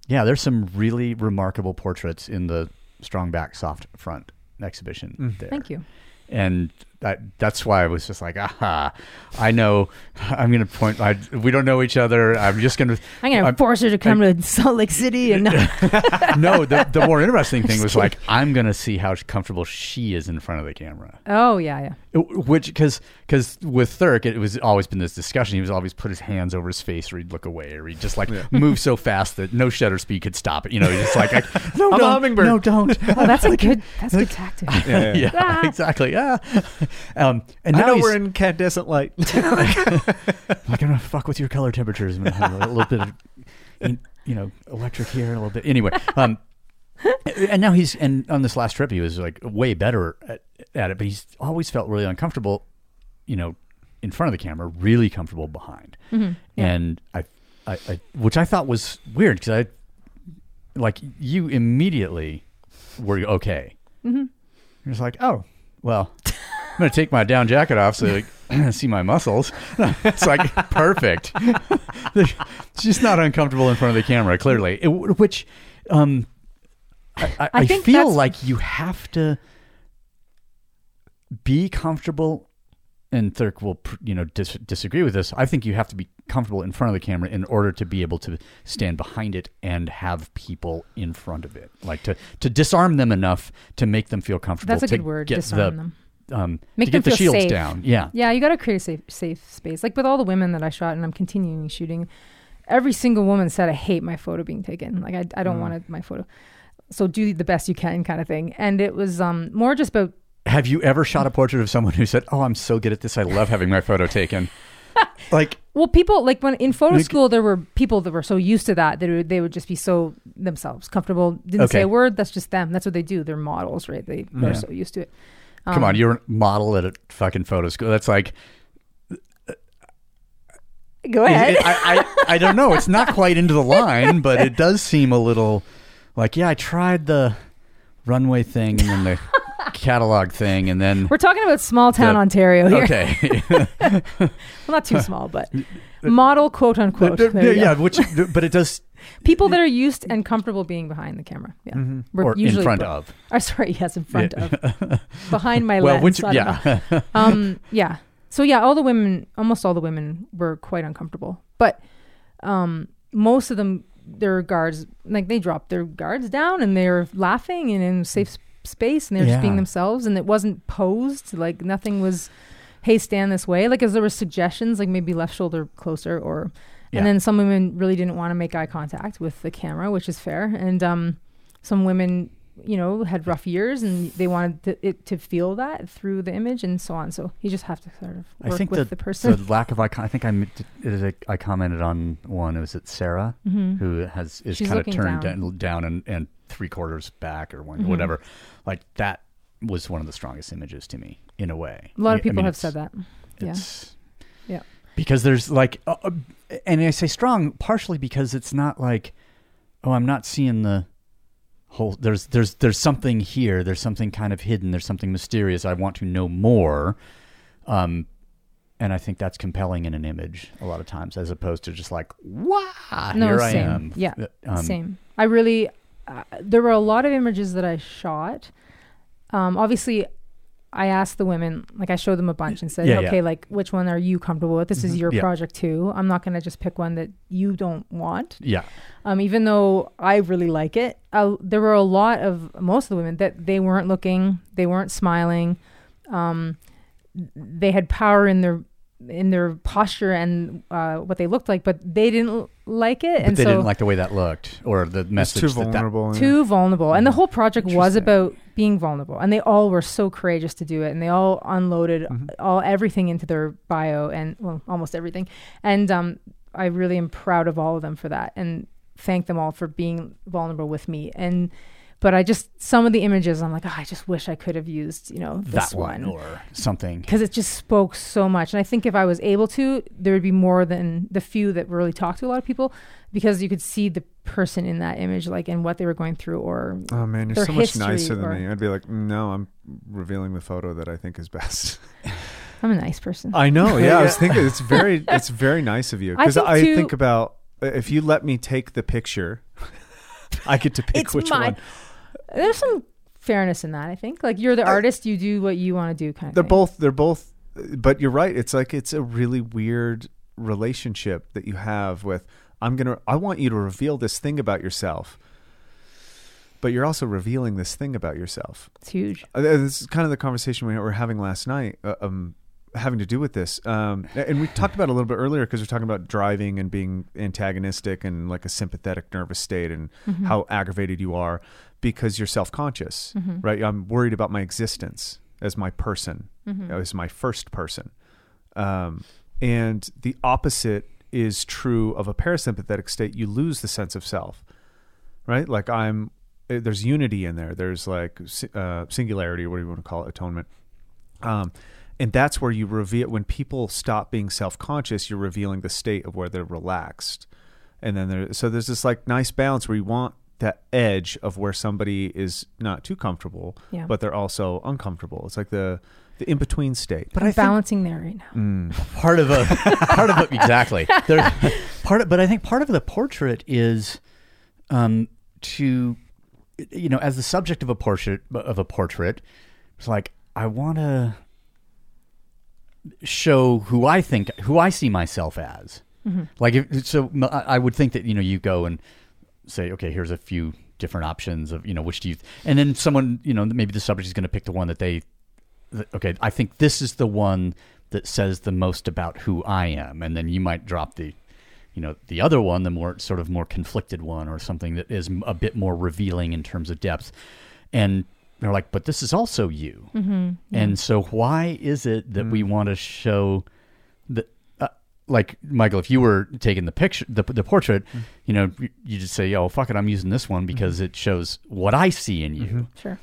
Speaker 4: yeah there's some really remarkable portraits in the strong back soft front exhibition there
Speaker 5: Thank you.
Speaker 4: and that that's why I was just like aha I know I'm gonna point I we don't know each other I'm just gonna
Speaker 5: I'm gonna force her to come to Salt Lake City, and
Speaker 4: no the, the more interesting thing was like I'm gonna see how comfortable she is in front of the camera
Speaker 5: oh yeah, yeah.
Speaker 4: It- Which, because because with Thurk, it was always been this discussion. He was always put his hands over his face, or he'd look away, or he'd just like move so fast that no shutter speed could stop it. You know, he's just like, like no,
Speaker 6: I'm a
Speaker 4: don't,
Speaker 6: hummingbird.
Speaker 4: no, don't.
Speaker 5: Oh, that's a good. That's a good tactic.
Speaker 4: yeah,
Speaker 5: Ah.
Speaker 4: exactly. Yeah. Um, and
Speaker 6: I
Speaker 4: now
Speaker 6: know
Speaker 4: he's
Speaker 6: we're in incandescent light.
Speaker 4: like, I'm gonna fuck with your color temperatures. I'm gonna have a little bit of, in- you know, electric here, a little bit. Anyway, um, and now he's and on this last trip he was like way better at, at it, but he's always felt really uncomfortable, you know, in front of the camera, really comfortable behind,
Speaker 5: Mm-hmm.
Speaker 4: and I, I, I, which I thought was weird because I, like, you immediately were okay. Mm-hmm. You're just like, oh, well. I'm gonna take my down jacket off so you can see my muscles. it's like perfect. She's not uncomfortable in front of the camera, clearly. It- which, um, I, I, I
Speaker 5: think
Speaker 4: feel
Speaker 5: that's-
Speaker 4: like you have to be comfortable. And Thirk will, pr- you know, dis- disagree with this. I think you have to be comfortable in front of the camera in order to be able to stand behind it and have people in front of it, like to to disarm them enough to make them feel comfortable.
Speaker 5: That's a
Speaker 4: to
Speaker 5: good word.
Speaker 4: get
Speaker 5: Disarm
Speaker 4: the-
Speaker 5: them.
Speaker 4: um,
Speaker 5: Make
Speaker 4: to
Speaker 5: them
Speaker 4: get the
Speaker 5: feel
Speaker 4: shields
Speaker 5: safe.
Speaker 4: down. Yeah.
Speaker 5: Yeah, you got to create a safe safe space. Like with all the women that I shot, and I'm continuing shooting. Every single woman said, "I hate my photo being taken. Like I, I
Speaker 4: Mm.
Speaker 5: don't want my photo." So do the best you can, kind of thing. And it was um more just about
Speaker 4: Have you ever shot a portrait of someone who said, "Oh, I'm so good at this. I love having my photo taken." like,
Speaker 5: well, people like when in photo
Speaker 4: Like-
Speaker 5: school, there were people that were so used to that that it would, they would just be so themselves comfortable, didn't say
Speaker 4: Okay.
Speaker 5: a word. That's just them. That's what they do. They're models, right? They are so used to it.
Speaker 4: come
Speaker 5: Um,
Speaker 4: on, you're a model at a fucking photo school. That's like,
Speaker 5: Go
Speaker 4: it-
Speaker 5: ahead.
Speaker 4: it- I, I, I don't know. It's not quite into the line, but it does seem a little like, yeah, I tried the runway thing and then the catalog thing, and then
Speaker 5: We're talking about small town
Speaker 4: The-
Speaker 5: Ontario here.
Speaker 4: okay,
Speaker 5: Well, not too small, but model quote unquote. There you go.
Speaker 4: yeah, which, but it does
Speaker 5: People that are used and comfortable being behind the camera. Yeah.
Speaker 6: Mm-hmm.
Speaker 5: We're
Speaker 4: Mm. or in
Speaker 5: usually
Speaker 4: front
Speaker 5: bo-
Speaker 4: of.
Speaker 5: Oh, sorry, yes, in front of. behind my
Speaker 4: Well,
Speaker 5: lens.
Speaker 4: which,
Speaker 5: not above.
Speaker 4: yeah,
Speaker 5: um, yeah. So yeah, all the women, almost all the women, were quite uncomfortable. But um, most of them, their guards, like they dropped their guards down and they were laughing and in safe s- space and they were just being
Speaker 4: Yeah.
Speaker 5: themselves and it wasn't posed. Like nothing was, hey, stand this way. Like as there were suggestions, like maybe left shoulder closer or.
Speaker 4: Yeah.
Speaker 5: And then some women really didn't want to make eye contact with the camera, which is fair. And um, some women you know had rough years and they wanted to, it to feel that through the image and so on so you just have to sort of work with the, person
Speaker 4: the lack of icon. I think I m- it is a, I commented on one. It was it Sarah
Speaker 5: Mm-hmm.
Speaker 4: who has is
Speaker 5: She's
Speaker 4: kind of
Speaker 5: looking
Speaker 4: turned
Speaker 5: down. Mm-hmm.
Speaker 4: down, down and, and three quarters back or one whatever. Like that was one of the strongest images to me in a way.
Speaker 5: a lot
Speaker 4: I
Speaker 5: of people
Speaker 4: mean,
Speaker 5: have
Speaker 4: it's-
Speaker 5: said that yeah
Speaker 4: It's,
Speaker 5: Yeah.
Speaker 4: because there's like, uh, uh, and I say strong partially because it's not like, oh, I'm not seeing the whole. There's there's there's something here. There's something kind of hidden. There's something mysterious. I want to know more. Um, and I think that's compelling in an image a lot of times, as opposed to just like, wow,
Speaker 5: No,
Speaker 4: here I
Speaker 5: same.
Speaker 4: am.
Speaker 5: Yeah,
Speaker 4: Um,
Speaker 5: Same. I really, uh, there were a lot of images that I shot. Um, obviously, I asked the women, like I showed them a bunch and said,
Speaker 4: Yeah, yeah.
Speaker 5: okay, like which one are you comfortable with? This is your
Speaker 4: Yeah.
Speaker 5: project too. I'm not going to just pick one that you don't want.
Speaker 4: Yeah.
Speaker 5: Um, even though I really like it, uh, there were a lot of most of the women that they weren't looking, they weren't smiling. Um, they had power in their in their posture and uh, what they looked like, but they didn't l- like it,
Speaker 4: But
Speaker 5: and
Speaker 4: they
Speaker 5: so
Speaker 4: didn't like the way that looked or the
Speaker 6: It's
Speaker 4: message
Speaker 6: too
Speaker 4: that that-
Speaker 6: vulnerable. yeah. Mm.
Speaker 5: too vulnerable. And the whole project was
Speaker 6: Interesting.
Speaker 5: about being vulnerable, and they all were so courageous to do it, and they all unloaded
Speaker 6: Mm-hmm.
Speaker 5: all everything into their bio and well, almost everything. And um, I really am proud of all of them for that, and thank them all for being vulnerable with me. And but I just some of the images, I'm like, "Ah, I just wish I could have used, you know, this
Speaker 4: that one or something.
Speaker 5: because it just spoke so much. And I think if I was able to, there would be more than the few that really talked to a lot of people because you could see the person in that image, like, and what they were going through or
Speaker 6: Oh man, you're
Speaker 5: their
Speaker 6: so much
Speaker 5: history
Speaker 6: nicer than
Speaker 5: or-
Speaker 6: me. I'd be like, no, I'm revealing the photo that I think is best.
Speaker 5: I'm a nice person.
Speaker 6: I know. Yeah, I was thinking it's very it's very nice of you
Speaker 5: I
Speaker 6: because
Speaker 5: think
Speaker 6: I,
Speaker 5: too-
Speaker 6: think about uh, if you let me take the picture, I get to pick
Speaker 5: It's
Speaker 6: which
Speaker 5: my-
Speaker 6: one.
Speaker 5: There's some fairness in that, I think. Like, you're the artist, you do what you want to do, kind of
Speaker 6: They're
Speaker 5: thing.
Speaker 6: both. They're both. But you're right. It's like it's a really weird relationship that you have with. I'm gonna. I want you to reveal this thing about yourself. But you're also revealing this thing about yourself.
Speaker 5: It's huge.
Speaker 6: Uh, this is kind of the conversation we were having last night uh, um having to do with this um and we talked about it a little bit earlier because we're talking about driving and being antagonistic and like a sympathetic nervous state and how aggravated you are because you're self-conscious right i'm worried about my existence as my person as my first person um, and the opposite is true of a parasympathetic state. You lose the sense of self, right? Like I'm, eh, there's unity in there. There's like si- uh, singularity, what do you want to call it, atonement. Um, and that's where you reveal when people stop being self-conscious. You're revealing the state of where they're relaxed, and then there. So there's this like nice balance where you want that edge of where somebody is not too comfortable,
Speaker 5: Yeah.
Speaker 6: but they're also uncomfortable. It's like the the in between state.
Speaker 4: But
Speaker 5: I'm
Speaker 4: I think
Speaker 5: balancing there right now.
Speaker 4: part of a part of a, exactly there, part of, but I think part of the portrait is um, to you know as the subject of a portrait of a portrait it's like I want to show who I think who I see myself as like if, so m- I I would think that you know you go and say okay here's a few different options of you know which do you and then someone you know maybe the subject is going to pick the one that they th- okay, I think this is the one that says the most about who I am, and then you might drop the, you know, the other one, the more sort of more conflicted one, or something that is m- a bit more revealing in terms of depth, and they're like, but this is also you, and so why is it that we want to show that? uh, Like Michael, if you were taking the picture, the, the portrait, you know, you- you just say, "Oh, fuck it, I'm using this one because it shows what I see in you."
Speaker 5: Sure.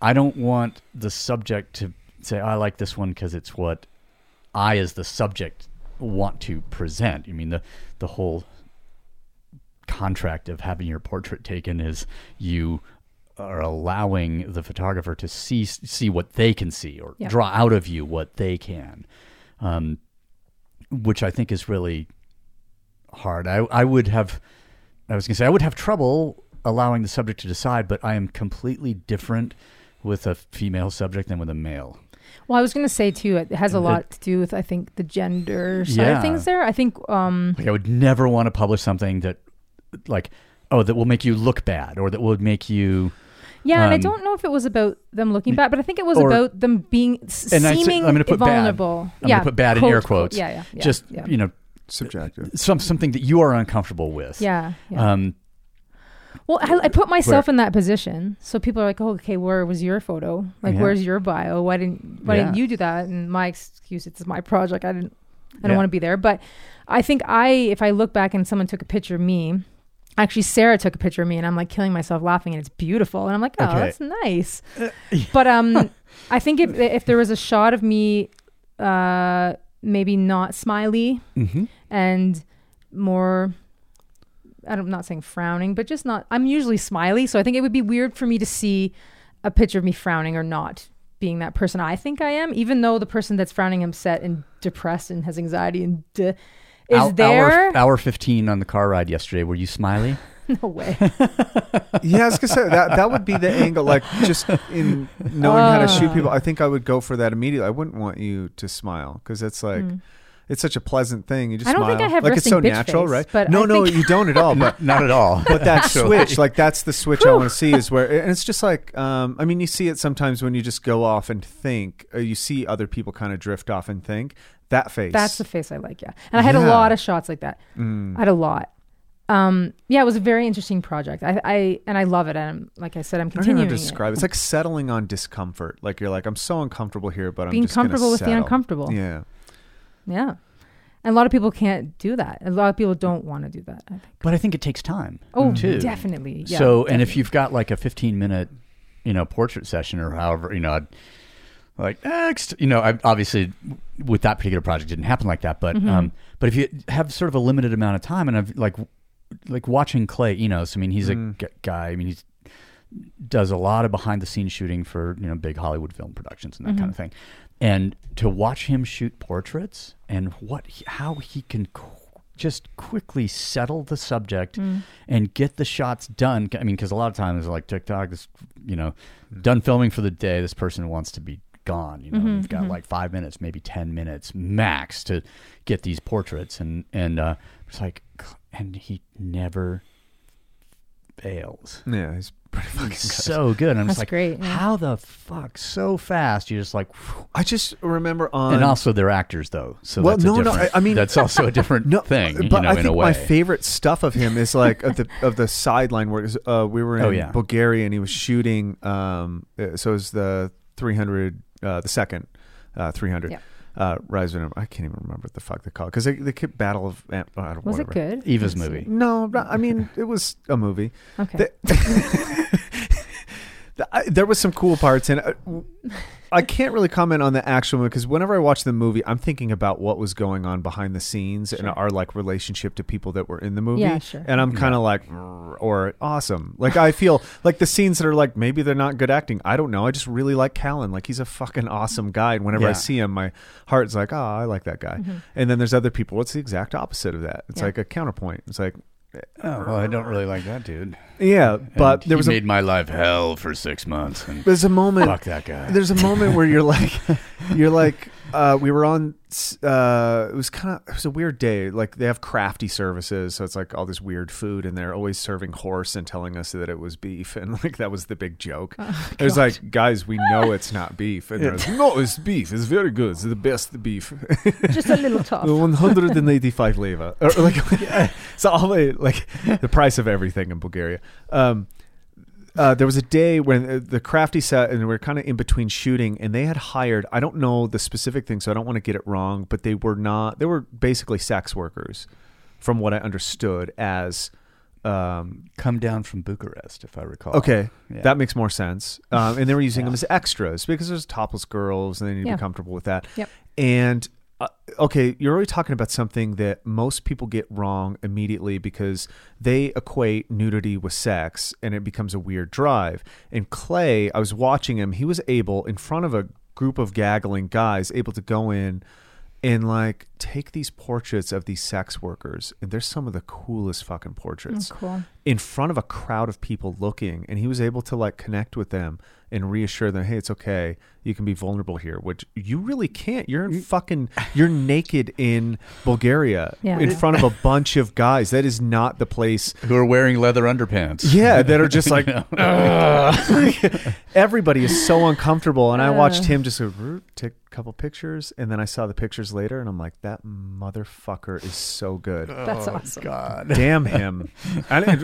Speaker 4: I don't want the subject to say I like this one because it's what I, as the subject, want to present. I mean the the whole contract of having your portrait taken is you are allowing the photographer to see see what they can see or
Speaker 5: Yeah.
Speaker 4: draw out of you what they can, um, which I think is really hard. I I would have I was going to say I would have trouble allowing the subject to decide, but I am completely different with a female subject than with a male.
Speaker 5: Well, I was going to say too, it has a lot to do with, I think, the gender side
Speaker 4: Yeah.
Speaker 5: of things there. I think, um,
Speaker 4: Like I would never want to publish something that, like, oh, that will make you look bad or that will make you.
Speaker 5: yeah, and I
Speaker 4: Um,
Speaker 5: don't know if it was about them looking bad, but I think it was
Speaker 4: or-
Speaker 5: about them being s-
Speaker 4: And I
Speaker 5: seeming
Speaker 4: am going to put
Speaker 5: vulnerable.
Speaker 4: bad. I'm
Speaker 5: yeah,
Speaker 4: going to put bad in air
Speaker 5: quote, quote.
Speaker 4: quotes.
Speaker 5: Yeah, yeah, yeah,
Speaker 4: Just
Speaker 5: yeah.
Speaker 4: you know,
Speaker 6: Subjective.
Speaker 4: some something that you are uncomfortable with.
Speaker 5: Yeah. yeah.
Speaker 4: Um,
Speaker 5: well, I, I put myself in that position, so people are like, "Oh, okay, where was your photo? Like,
Speaker 4: Yeah.
Speaker 5: where's your bio? Why didn't Why didn't
Speaker 4: Yeah.
Speaker 5: you do that?" And my excuse, it's my project. I didn't. I don't
Speaker 4: Yeah.
Speaker 5: want to be there. But I think I, if I look back and someone took a picture of me, actually Sarah took a picture of me, and I'm like killing myself laughing, and it's beautiful, and I'm like, "Oh,
Speaker 4: Okay.
Speaker 5: that's nice." But um, I think if if there was a shot of me uh maybe not smiley
Speaker 4: Mm-hmm.
Speaker 5: and more I don't- I'm not saying frowning, but just not I'm usually smiley, so I think it would be weird for me to see a picture of me frowning or not being that person I think I am, even though the person that's frowning, I'm set and depressed and has anxiety and d- is there
Speaker 4: hour, hour fifteen on the car ride yesterday? Were you smiley?
Speaker 5: no way.
Speaker 6: yeah, I was gonna say that that would be the angle. Like just in knowing how to
Speaker 5: Oh.
Speaker 6: shoot people, I think I would go for that immediately. I wouldn't want you to smile because it's like it's such a pleasant thing. You just
Speaker 5: Mm. I don't
Speaker 6: smile.
Speaker 5: think I have
Speaker 6: like it's
Speaker 5: resting
Speaker 6: so
Speaker 5: bitch
Speaker 6: natural,
Speaker 5: face,
Speaker 6: right?
Speaker 5: but
Speaker 6: no,
Speaker 5: I
Speaker 6: no,
Speaker 5: think-
Speaker 6: you don't at all. Oh, But
Speaker 4: Not at all.
Speaker 6: but that switch, like that's the switch I
Speaker 5: Whew.
Speaker 6: want to see is where, and it's just like, um, I mean, you see it sometimes when you just go off and think, or you see other people kind of drift off and think. That face.
Speaker 5: That's the face I like, yeah. And I had
Speaker 6: Yeah. Mm.
Speaker 5: a lot of shots like that. I had a lot. Um, yeah, it was a very interesting project. I, I and I love it. And I'm, like I said, I'm
Speaker 6: I don't even know
Speaker 5: continuing
Speaker 6: how to
Speaker 5: it.
Speaker 6: describe it. It's like settling on discomfort. Like you're like, I'm so uncomfortable here, but I'm
Speaker 5: Being
Speaker 6: just gonna
Speaker 5: comfortable with the
Speaker 6: settle.
Speaker 5: uncomfortable.
Speaker 6: Yeah.
Speaker 5: Yeah. And a lot of people can't do that. A lot of people don't want to do that. I think.
Speaker 4: But I think it takes time.
Speaker 5: Oh,
Speaker 4: too.
Speaker 5: definitely. Yeah,
Speaker 4: so, and
Speaker 5: definitely.
Speaker 4: if you've got like a 15 minute, you know, portrait session or however, you know, I'd like next, you know, I obviously with that particular project it didn't happen like that,
Speaker 5: Mm-hmm.
Speaker 4: but um, but if you have sort of a limited amount of time, and I've like like watching Clay Enos, I mean, he's a g- guy. I mean, he's does a lot of behind the scenes shooting for you know big Hollywood film productions and that kind of thing, and to watch him shoot portraits and what he, how he can qu- just quickly settle the subject and get the shots done. I mean, because a lot of times like TikTok, this you know, done filming for the day. This person wants to be gone. You know, you've got like five minutes, maybe ten minutes max to get these portraits, and and uh, it's like, and he never fails
Speaker 6: Yeah. He's pretty fucking
Speaker 4: so good. And I'm
Speaker 5: That's
Speaker 4: just like,
Speaker 5: great, yeah.
Speaker 4: how the fuck so fast? You're just like, whew.
Speaker 6: I just remember on.
Speaker 4: and also they're actors though, so
Speaker 6: Well,
Speaker 4: that's
Speaker 6: no,
Speaker 4: a
Speaker 6: no,
Speaker 4: different,
Speaker 6: I- I mean-
Speaker 4: that's also a different thing,
Speaker 6: but
Speaker 4: you know,
Speaker 6: I
Speaker 4: in
Speaker 6: think
Speaker 4: a way.
Speaker 6: my favorite stuff of him is like of the of the sideline where it was, uh, we were in
Speaker 4: Oh, yeah.
Speaker 6: Bulgaria and he was shooting. Um, uh, so it was the three hundred, uh, the second uh, three hundred.
Speaker 5: Yeah.
Speaker 6: Uh, Rise of Rome. I can't even remember what the fuck they call it because they, they kept Battle of. Am- I don't-
Speaker 5: was
Speaker 6: whatever.
Speaker 5: it good?
Speaker 4: Eva's movie.
Speaker 6: No, no, I mean it was a movie.
Speaker 5: Okay.
Speaker 6: The- I- there was some cool parts and uh, w- I can't really comment on the actual movie because whenever I watch the movie, I'm thinking about what was going on behind the scenes and our like relationship to people that were in the movie.
Speaker 5: Yeah, sure.
Speaker 6: And I'm kind of like, "Mm," or awesome. Like I feel like the scenes that are like maybe they're not good acting. I don't know. I just really like Callan. Like he's a fucking awesome guy. And whenever I
Speaker 4: Yeah.
Speaker 6: see him, my heart's like, oh, I like that guy. And then there's other people. What's the exact opposite of that? It's
Speaker 5: Mm-hmm. Yeah.
Speaker 6: like a counterpoint. It's like,
Speaker 4: Oh, well, I don't really like that dude.
Speaker 6: yeah, but
Speaker 4: And
Speaker 6: there
Speaker 4: he
Speaker 6: was a
Speaker 4: made my life hell for six months. And
Speaker 6: there's a moment
Speaker 4: fuck that guy.
Speaker 6: there's a moment where you're like you're like uh, we were on uh, it was kind of it was a weird day like they have crafty services so it's like all this weird food and they're always serving horse and telling us that it was beef and like that was the big joke it was like guys we know it's not beef and they're like, no it's beef it's very good it's the best beef
Speaker 5: Just a little tough.
Speaker 6: the 185 leva or like it's all the like the price of everything in bulgaria um uh, there was a day when uh, the crafty set and we were kind of in between shooting and they had hired i don't know the specific thing so i don't want to get it wrong but they were not they were basically sex workers from what i understood as um,
Speaker 4: Come down from Bucharest, if I recall.
Speaker 6: okay
Speaker 4: Yeah.
Speaker 6: that makes more sense um, and they were using them as extras because there's topless girls and they need to
Speaker 5: Yeah.
Speaker 6: be comfortable with that
Speaker 5: Yep.
Speaker 6: and uh, okay, you're already talking about something that most people get wrong immediately because they equate nudity with sex and it becomes a weird drive. And Clay, I was watching him, he was able, in front of a group of gaggling guys, able to go in and like take these portraits of these sex workers. And they're some of the coolest fucking portraits
Speaker 5: cool.
Speaker 6: in front of a crowd of people looking and he was able to like connect with them and reassure them hey it's okay you can be vulnerable here which you really can't you're in fucking you're naked in bulgaria
Speaker 5: Yeah.
Speaker 6: in
Speaker 5: Yeah.
Speaker 6: front of a bunch of guys that is not the place
Speaker 4: Who are wearing leather underpants?
Speaker 6: yeah that are just like "Ugh." everybody is so uncomfortable and i watched him just go, "Roop," take a couple pictures and then i saw the pictures later and i'm like that motherfucker is so good
Speaker 5: That's awesome.
Speaker 4: God.
Speaker 6: damn him and,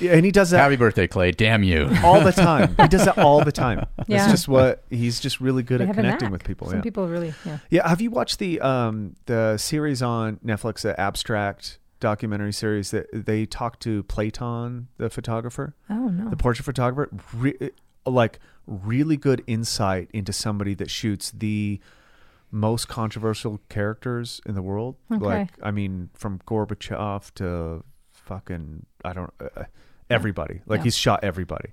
Speaker 6: and he does that
Speaker 4: Happy birthday, Clay. Damn you.
Speaker 6: all the time. He does that all the time.
Speaker 5: Yeah.
Speaker 6: That's just what he's just really good
Speaker 5: They
Speaker 6: at
Speaker 5: have a
Speaker 6: connecting
Speaker 5: knack.
Speaker 6: with people.
Speaker 5: Some
Speaker 6: yeah.
Speaker 5: people really, yeah.
Speaker 6: yeah. Have you watched the um the series on Netflix, the abstract documentary series that they talk to Platon, the photographer,
Speaker 5: Oh no.
Speaker 6: the portrait photographer? Re- like really good insight into somebody that shoots the most controversial characters in the world.
Speaker 5: Okay.
Speaker 6: Like, I mean, from Gorbachev to fucking, I don't, uh, everybody. Like,
Speaker 5: Yeah. Mm-hmm.
Speaker 6: he's shot everybody.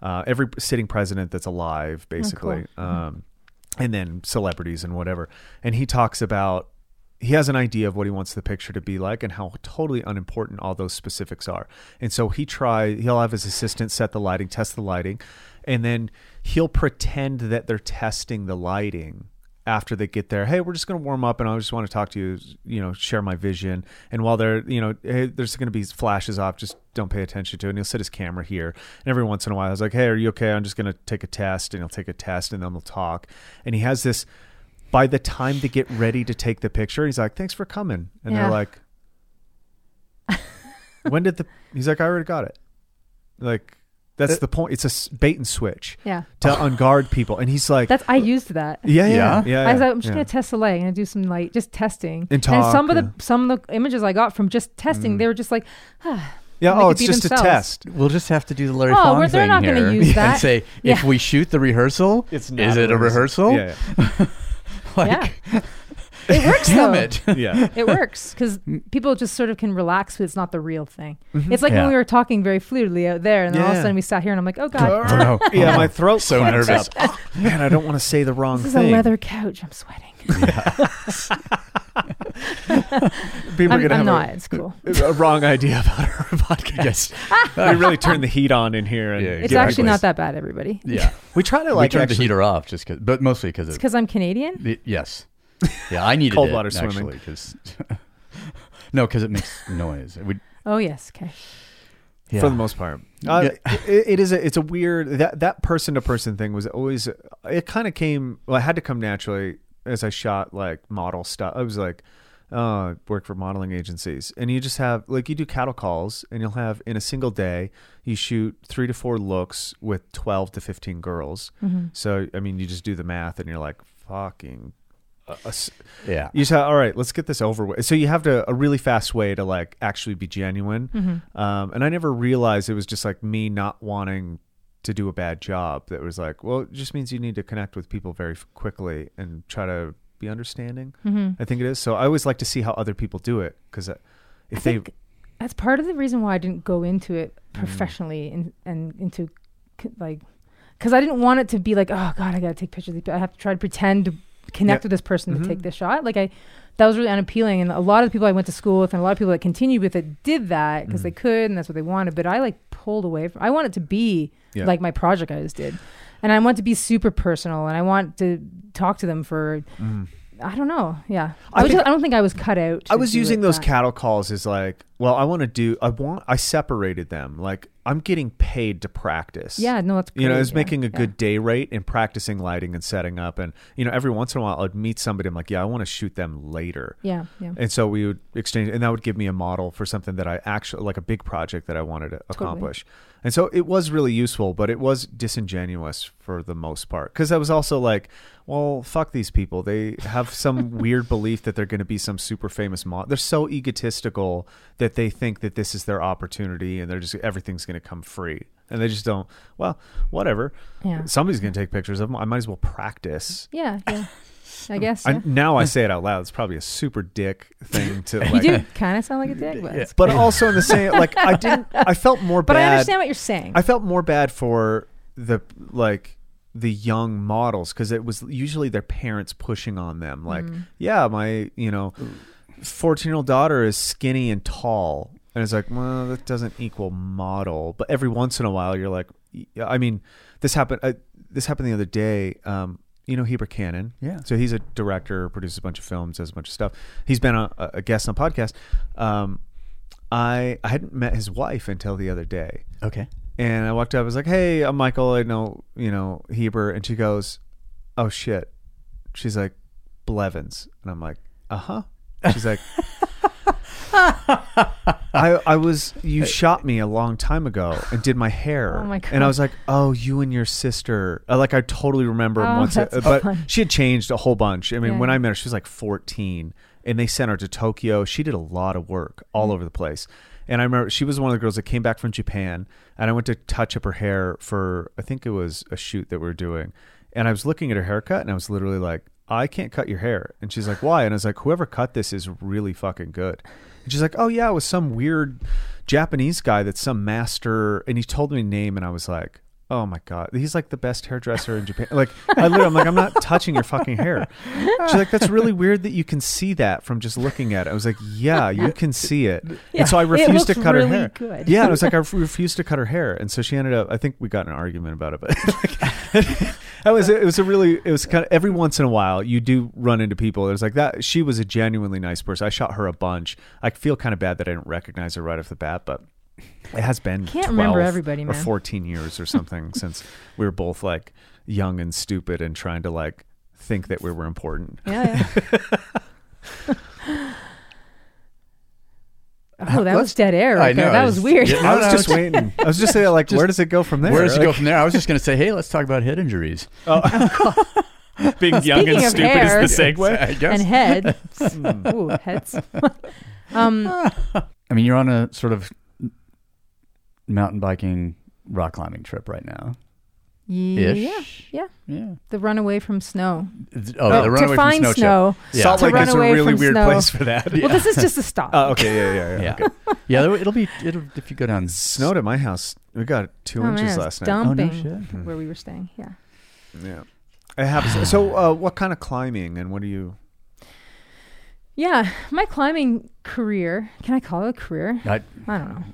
Speaker 6: Uh, every sitting president that's
Speaker 5: Oh,
Speaker 6: alive, basically. Um, and then celebrities and whatever. And he talks about, he has an idea of what he wants the picture to be like and how totally unimportant all those specifics are. And so he try he'll have his assistant set the lighting, test the lighting, and then he'll pretend that they're testing the lighting after they get there. Hey, we're just going to warm up and I just want to talk to you, you know, share my vision. And while they're, you know, hey, there's going to be flashes off, just don't pay attention to it. And he'll set his camera here. And every once in a while, I was like, "Hey, are you okay? I'm just going to take a test." And he'll take a test and then we'll talk. And he has this by the time they get ready to take the picture, he's like, "Thanks for coming," and
Speaker 5: Yeah.
Speaker 6: they're like, "When did the?" He's like, "I already got it." Like that's the point. It's a s- bait and switch
Speaker 5: Yeah.
Speaker 6: to unguard people, and he's like,
Speaker 5: That's I used that.
Speaker 6: "Yeah, yeah, yeah."
Speaker 4: Oh. Yeah?
Speaker 6: yeah,
Speaker 5: I was like, I'm just
Speaker 6: yeah.
Speaker 5: gonna test the light. I'm gonna do some like just testing.
Speaker 6: And talk,
Speaker 5: some of
Speaker 6: yeah. Mm.
Speaker 5: the some of the images I got from just testing, they were just like, ah,
Speaker 6: Yeah,
Speaker 5: They
Speaker 6: oh,
Speaker 5: could
Speaker 6: it's
Speaker 5: be
Speaker 6: just
Speaker 5: themselves.
Speaker 6: a test.
Speaker 4: We'll just have to do the Larry
Speaker 5: Oh,
Speaker 4: Fong
Speaker 5: we're- they're
Speaker 4: thing
Speaker 5: not gonna
Speaker 4: here
Speaker 5: use that.
Speaker 4: and say if
Speaker 5: Yeah.
Speaker 4: we shoot the rehearsal, is it a rehearsal?
Speaker 6: Yeah,
Speaker 4: Like,
Speaker 5: yeah. it works
Speaker 4: damn
Speaker 5: though.
Speaker 4: it.
Speaker 6: yeah. yeah.
Speaker 5: It works because
Speaker 6: Mm.
Speaker 5: people just sort of can relax. But it's not the real thing. It's like
Speaker 4: Yeah.
Speaker 5: when we were talking very fluidly out there, and then all of a
Speaker 6: Mm-hmm. Yeah.
Speaker 5: sudden we sat here, and I'm like, oh god,
Speaker 4: Oh, no.
Speaker 6: yeah, my throat's
Speaker 4: So nervous.
Speaker 6: Oh, Man, I don't want to say the wrong
Speaker 5: this is a
Speaker 6: thing.
Speaker 5: leather couch. I'm sweating.
Speaker 6: People
Speaker 5: I'm,
Speaker 6: are gonna
Speaker 5: I'm
Speaker 6: have
Speaker 5: not.
Speaker 6: a-
Speaker 5: it's cool.
Speaker 6: a, wrong idea about our podcast.
Speaker 4: yes.
Speaker 6: we really turn the heat on in here. And
Speaker 4: Yeah,
Speaker 5: It's
Speaker 4: Yeah,
Speaker 5: actually
Speaker 4: likewise.
Speaker 5: not that bad, everybody.
Speaker 4: Yeah.
Speaker 6: We try to
Speaker 4: we
Speaker 6: like
Speaker 4: turned the
Speaker 6: actually-
Speaker 4: heater off just cause, but mostly because
Speaker 5: It's
Speaker 4: of
Speaker 5: because I'm Canadian.
Speaker 4: the- yes. Yeah, I needed
Speaker 6: Cold
Speaker 4: it,
Speaker 6: water swimming.
Speaker 4: actually, 'cause- no, because it makes noise. It would,
Speaker 5: Oh yes. Okay.
Speaker 4: yeah.
Speaker 6: for the most part. Uh,
Speaker 4: Yeah.
Speaker 6: it, it is a it's a weird that that person to person thing was always it kind of came well it had to come naturally as I shot like model stuff. I was like uh I work for modeling agencies and you just have like you do cattle calls and you'll have in a single day you shoot 3 to 4 looks with 12 to 15 girls. So I mean you just do the math and you're like fucking uh, a s-
Speaker 4: yeah.
Speaker 6: you say, all right, let's get this over with. So you have to a really fast way to like actually be genuine.
Speaker 5: Mm-hmm.
Speaker 6: Um, and I never realized it was just like me not wanting to do a bad job. That was like, well, it just means you need to connect with people very f- quickly and try to be understanding.
Speaker 5: Mm-hmm.
Speaker 6: I think it is. So I always like to see how other people do it because if they, Mm-hmm.
Speaker 5: think that's part of the reason why I didn't go into it professionally and and into c- like because I didn't want it to be like oh god I gotta take pictures of these people. I have to try to pretend to connect
Speaker 6: Yeah. Mm-hmm.
Speaker 5: with this person to take this shot like I that was really unappealing and a lot of the people I went to school with and a lot of people that continued with it did that because they
Speaker 6: Mm-hmm.
Speaker 5: could and that's what they wanted but I like pulled away from I want it to be
Speaker 6: Yeah.
Speaker 5: like my project I just did and I want to be super personal and I want to talk to them for I don't know yeah I,
Speaker 6: Mm-hmm.
Speaker 5: was
Speaker 6: I think-
Speaker 5: just, I don't think I was cut out
Speaker 6: I
Speaker 5: to
Speaker 6: was
Speaker 5: do
Speaker 6: using
Speaker 5: it
Speaker 6: those
Speaker 5: that-
Speaker 6: cattle calls as like, well, I want to do, I want, I separated them. Like I'm getting paid to practice.
Speaker 5: yeah no that's
Speaker 6: you know,
Speaker 5: great,
Speaker 6: I was
Speaker 5: yeah,
Speaker 6: making a
Speaker 5: yeah.
Speaker 6: good day rate and practicing lighting and setting up. And, you know, every once in a while I'd meet somebody. I'm like, yeah, I want to shoot them later.
Speaker 5: Yeah, yeah.
Speaker 4: Eh.
Speaker 6: And so we would exchange, and that would give me a model for something that I actually, like a big project that I wanted to accomplish. And so it was really useful, but it was disingenuous for the most part. Cause I was also like, well, fuck these people. They have some weird belief that they're going to be some super famous model. They're so egotistical that they think that this is their opportunity and they're just, everything's going to come free. And they just don't, well, whatever.
Speaker 5: Yeah.
Speaker 6: Somebody's going to take pictures of them. I might as well practice.
Speaker 5: yeah, yeah. I guess. Yeah.
Speaker 6: I, now I say it out loud. It's probably a super dick thing to like.
Speaker 5: you do kind of sound like a dick, but, it's-
Speaker 6: But also in the same, like I didn't. I felt more
Speaker 5: but
Speaker 6: bad.
Speaker 5: I understand what you're saying.
Speaker 6: I felt more bad for the like the young models because it was usually their parents pushing on them. Like, yeah, my you know, fourteen year old daughter is skinny and tall, and it's like, well, that doesn't equal model. But every once in a while, you're like, yeah, I mean, this happened. Uh, this happened the other day. Um, you know Heber Cannon,
Speaker 4: Yeah.
Speaker 6: So he's a director, produces a bunch of films, does a bunch of stuff. He's been a, a guest on podcast. Um, I I hadn't met his wife until the other day.
Speaker 4: Okay.
Speaker 6: And I walked up. I was like, "Hey, I'm Michael. I know you know Heber." And she goes, "Oh shit." She's like, "Blevins," and I'm like, "Uh huh." She's like, "I I was you shot me a long time ago and did my hair."
Speaker 5: Oh my God.
Speaker 6: And I was like, "Oh, you and your sister." Uh, Like I totally remember
Speaker 5: Oh,
Speaker 6: once,
Speaker 5: that's
Speaker 6: uh, but
Speaker 5: fun.
Speaker 6: she had changed a whole bunch. I mean,
Speaker 5: Yeah.
Speaker 6: when I met her, she was like 14, and they sent her to Tokyo. She did a lot of work all over the place. And I remember she was one of the girls that came back from Japan, and I went to touch up her hair for I think it was a shoot that we were doing. And I was looking at her haircut, and I was literally like, I can't cut your hair. And she's like, why? And I was like, whoever cut this is really fucking good. And she's like, oh yeah, it was some weird Japanese guy that's some master. And he told me a name and I was like, oh my God, he's like the best hairdresser in Japan. Like I literally, I'm like, I'm not touching your fucking hair. She's like, that's really weird that you can see that from just looking at it. I was like, yeah, you can see it.
Speaker 5: Yeah,
Speaker 6: and so I
Speaker 5: it
Speaker 6: refused to
Speaker 5: looks
Speaker 6: cut
Speaker 5: really
Speaker 6: her hair.
Speaker 5: good.
Speaker 6: Yeah. And I was like, I refused to cut her hair. And so she ended up, I think we got in an argument about it, but That was Oh, it. Was a really it was kind of every once in a while you do run into people. It was like that. She was a genuinely nice person. I shot her a bunch. I feel kind of bad that I didn't recognize her right off the bat, but it has been
Speaker 5: Can't
Speaker 6: 12
Speaker 5: remember everybody,
Speaker 6: or
Speaker 5: man.
Speaker 6: fourteen years or something since we were both like young and stupid and trying to like think that we were important.
Speaker 5: Yeah. yeah. oh, that was dead air.
Speaker 4: I
Speaker 5: Right there.
Speaker 4: know,
Speaker 5: That
Speaker 4: I
Speaker 5: was
Speaker 4: just-
Speaker 5: weird.
Speaker 4: yeah.
Speaker 6: I
Speaker 4: No,
Speaker 6: was
Speaker 4: no,
Speaker 6: just
Speaker 4: it's-
Speaker 6: waiting. I was just saying like, where does it go from there?
Speaker 4: Where does it
Speaker 6: Like,
Speaker 4: go from there? I was just going to say, hey, let's talk about head injuries.
Speaker 7: Being young
Speaker 5: Speaking
Speaker 7: and
Speaker 5: of
Speaker 7: stupid
Speaker 5: hair-
Speaker 7: is the segue.
Speaker 4: I guess.
Speaker 5: And heads. Ooh, heads. um,
Speaker 4: I mean, you're on a sort of mountain biking, rock climbing trip right now.
Speaker 5: yeah.
Speaker 4: Ish.
Speaker 5: yeah.
Speaker 4: Yeah.
Speaker 5: The runaway from snow.
Speaker 4: It's-
Speaker 5: Oh,
Speaker 4: Oh, the
Speaker 5: to
Speaker 4: runaway from
Speaker 5: find
Speaker 4: snow.
Speaker 5: snow.
Speaker 4: trip. Yeah.
Speaker 6: Salt
Speaker 5: To
Speaker 6: Lake
Speaker 5: run
Speaker 6: is a
Speaker 5: away
Speaker 6: really
Speaker 5: from
Speaker 6: weird
Speaker 5: snow.
Speaker 6: place for that.
Speaker 5: Well, this is just a stop.
Speaker 6: Oh, okay, yeah, yeah, yeah.
Speaker 4: Yeah.
Speaker 6: Okay.
Speaker 4: yeah. there- It'll be. It'll if you go down.
Speaker 6: Snowed at my house. We got two
Speaker 5: Oh, man,
Speaker 6: inches
Speaker 5: it's
Speaker 6: last night.
Speaker 4: Oh
Speaker 5: Dumping
Speaker 4: no shit.
Speaker 5: where we were staying. Yeah.
Speaker 6: Yeah. It happens. so, uh, what kind of climbing and what do you?
Speaker 5: Yeah. My climbing career. Can I call it a career?
Speaker 4: I,
Speaker 5: I don't know.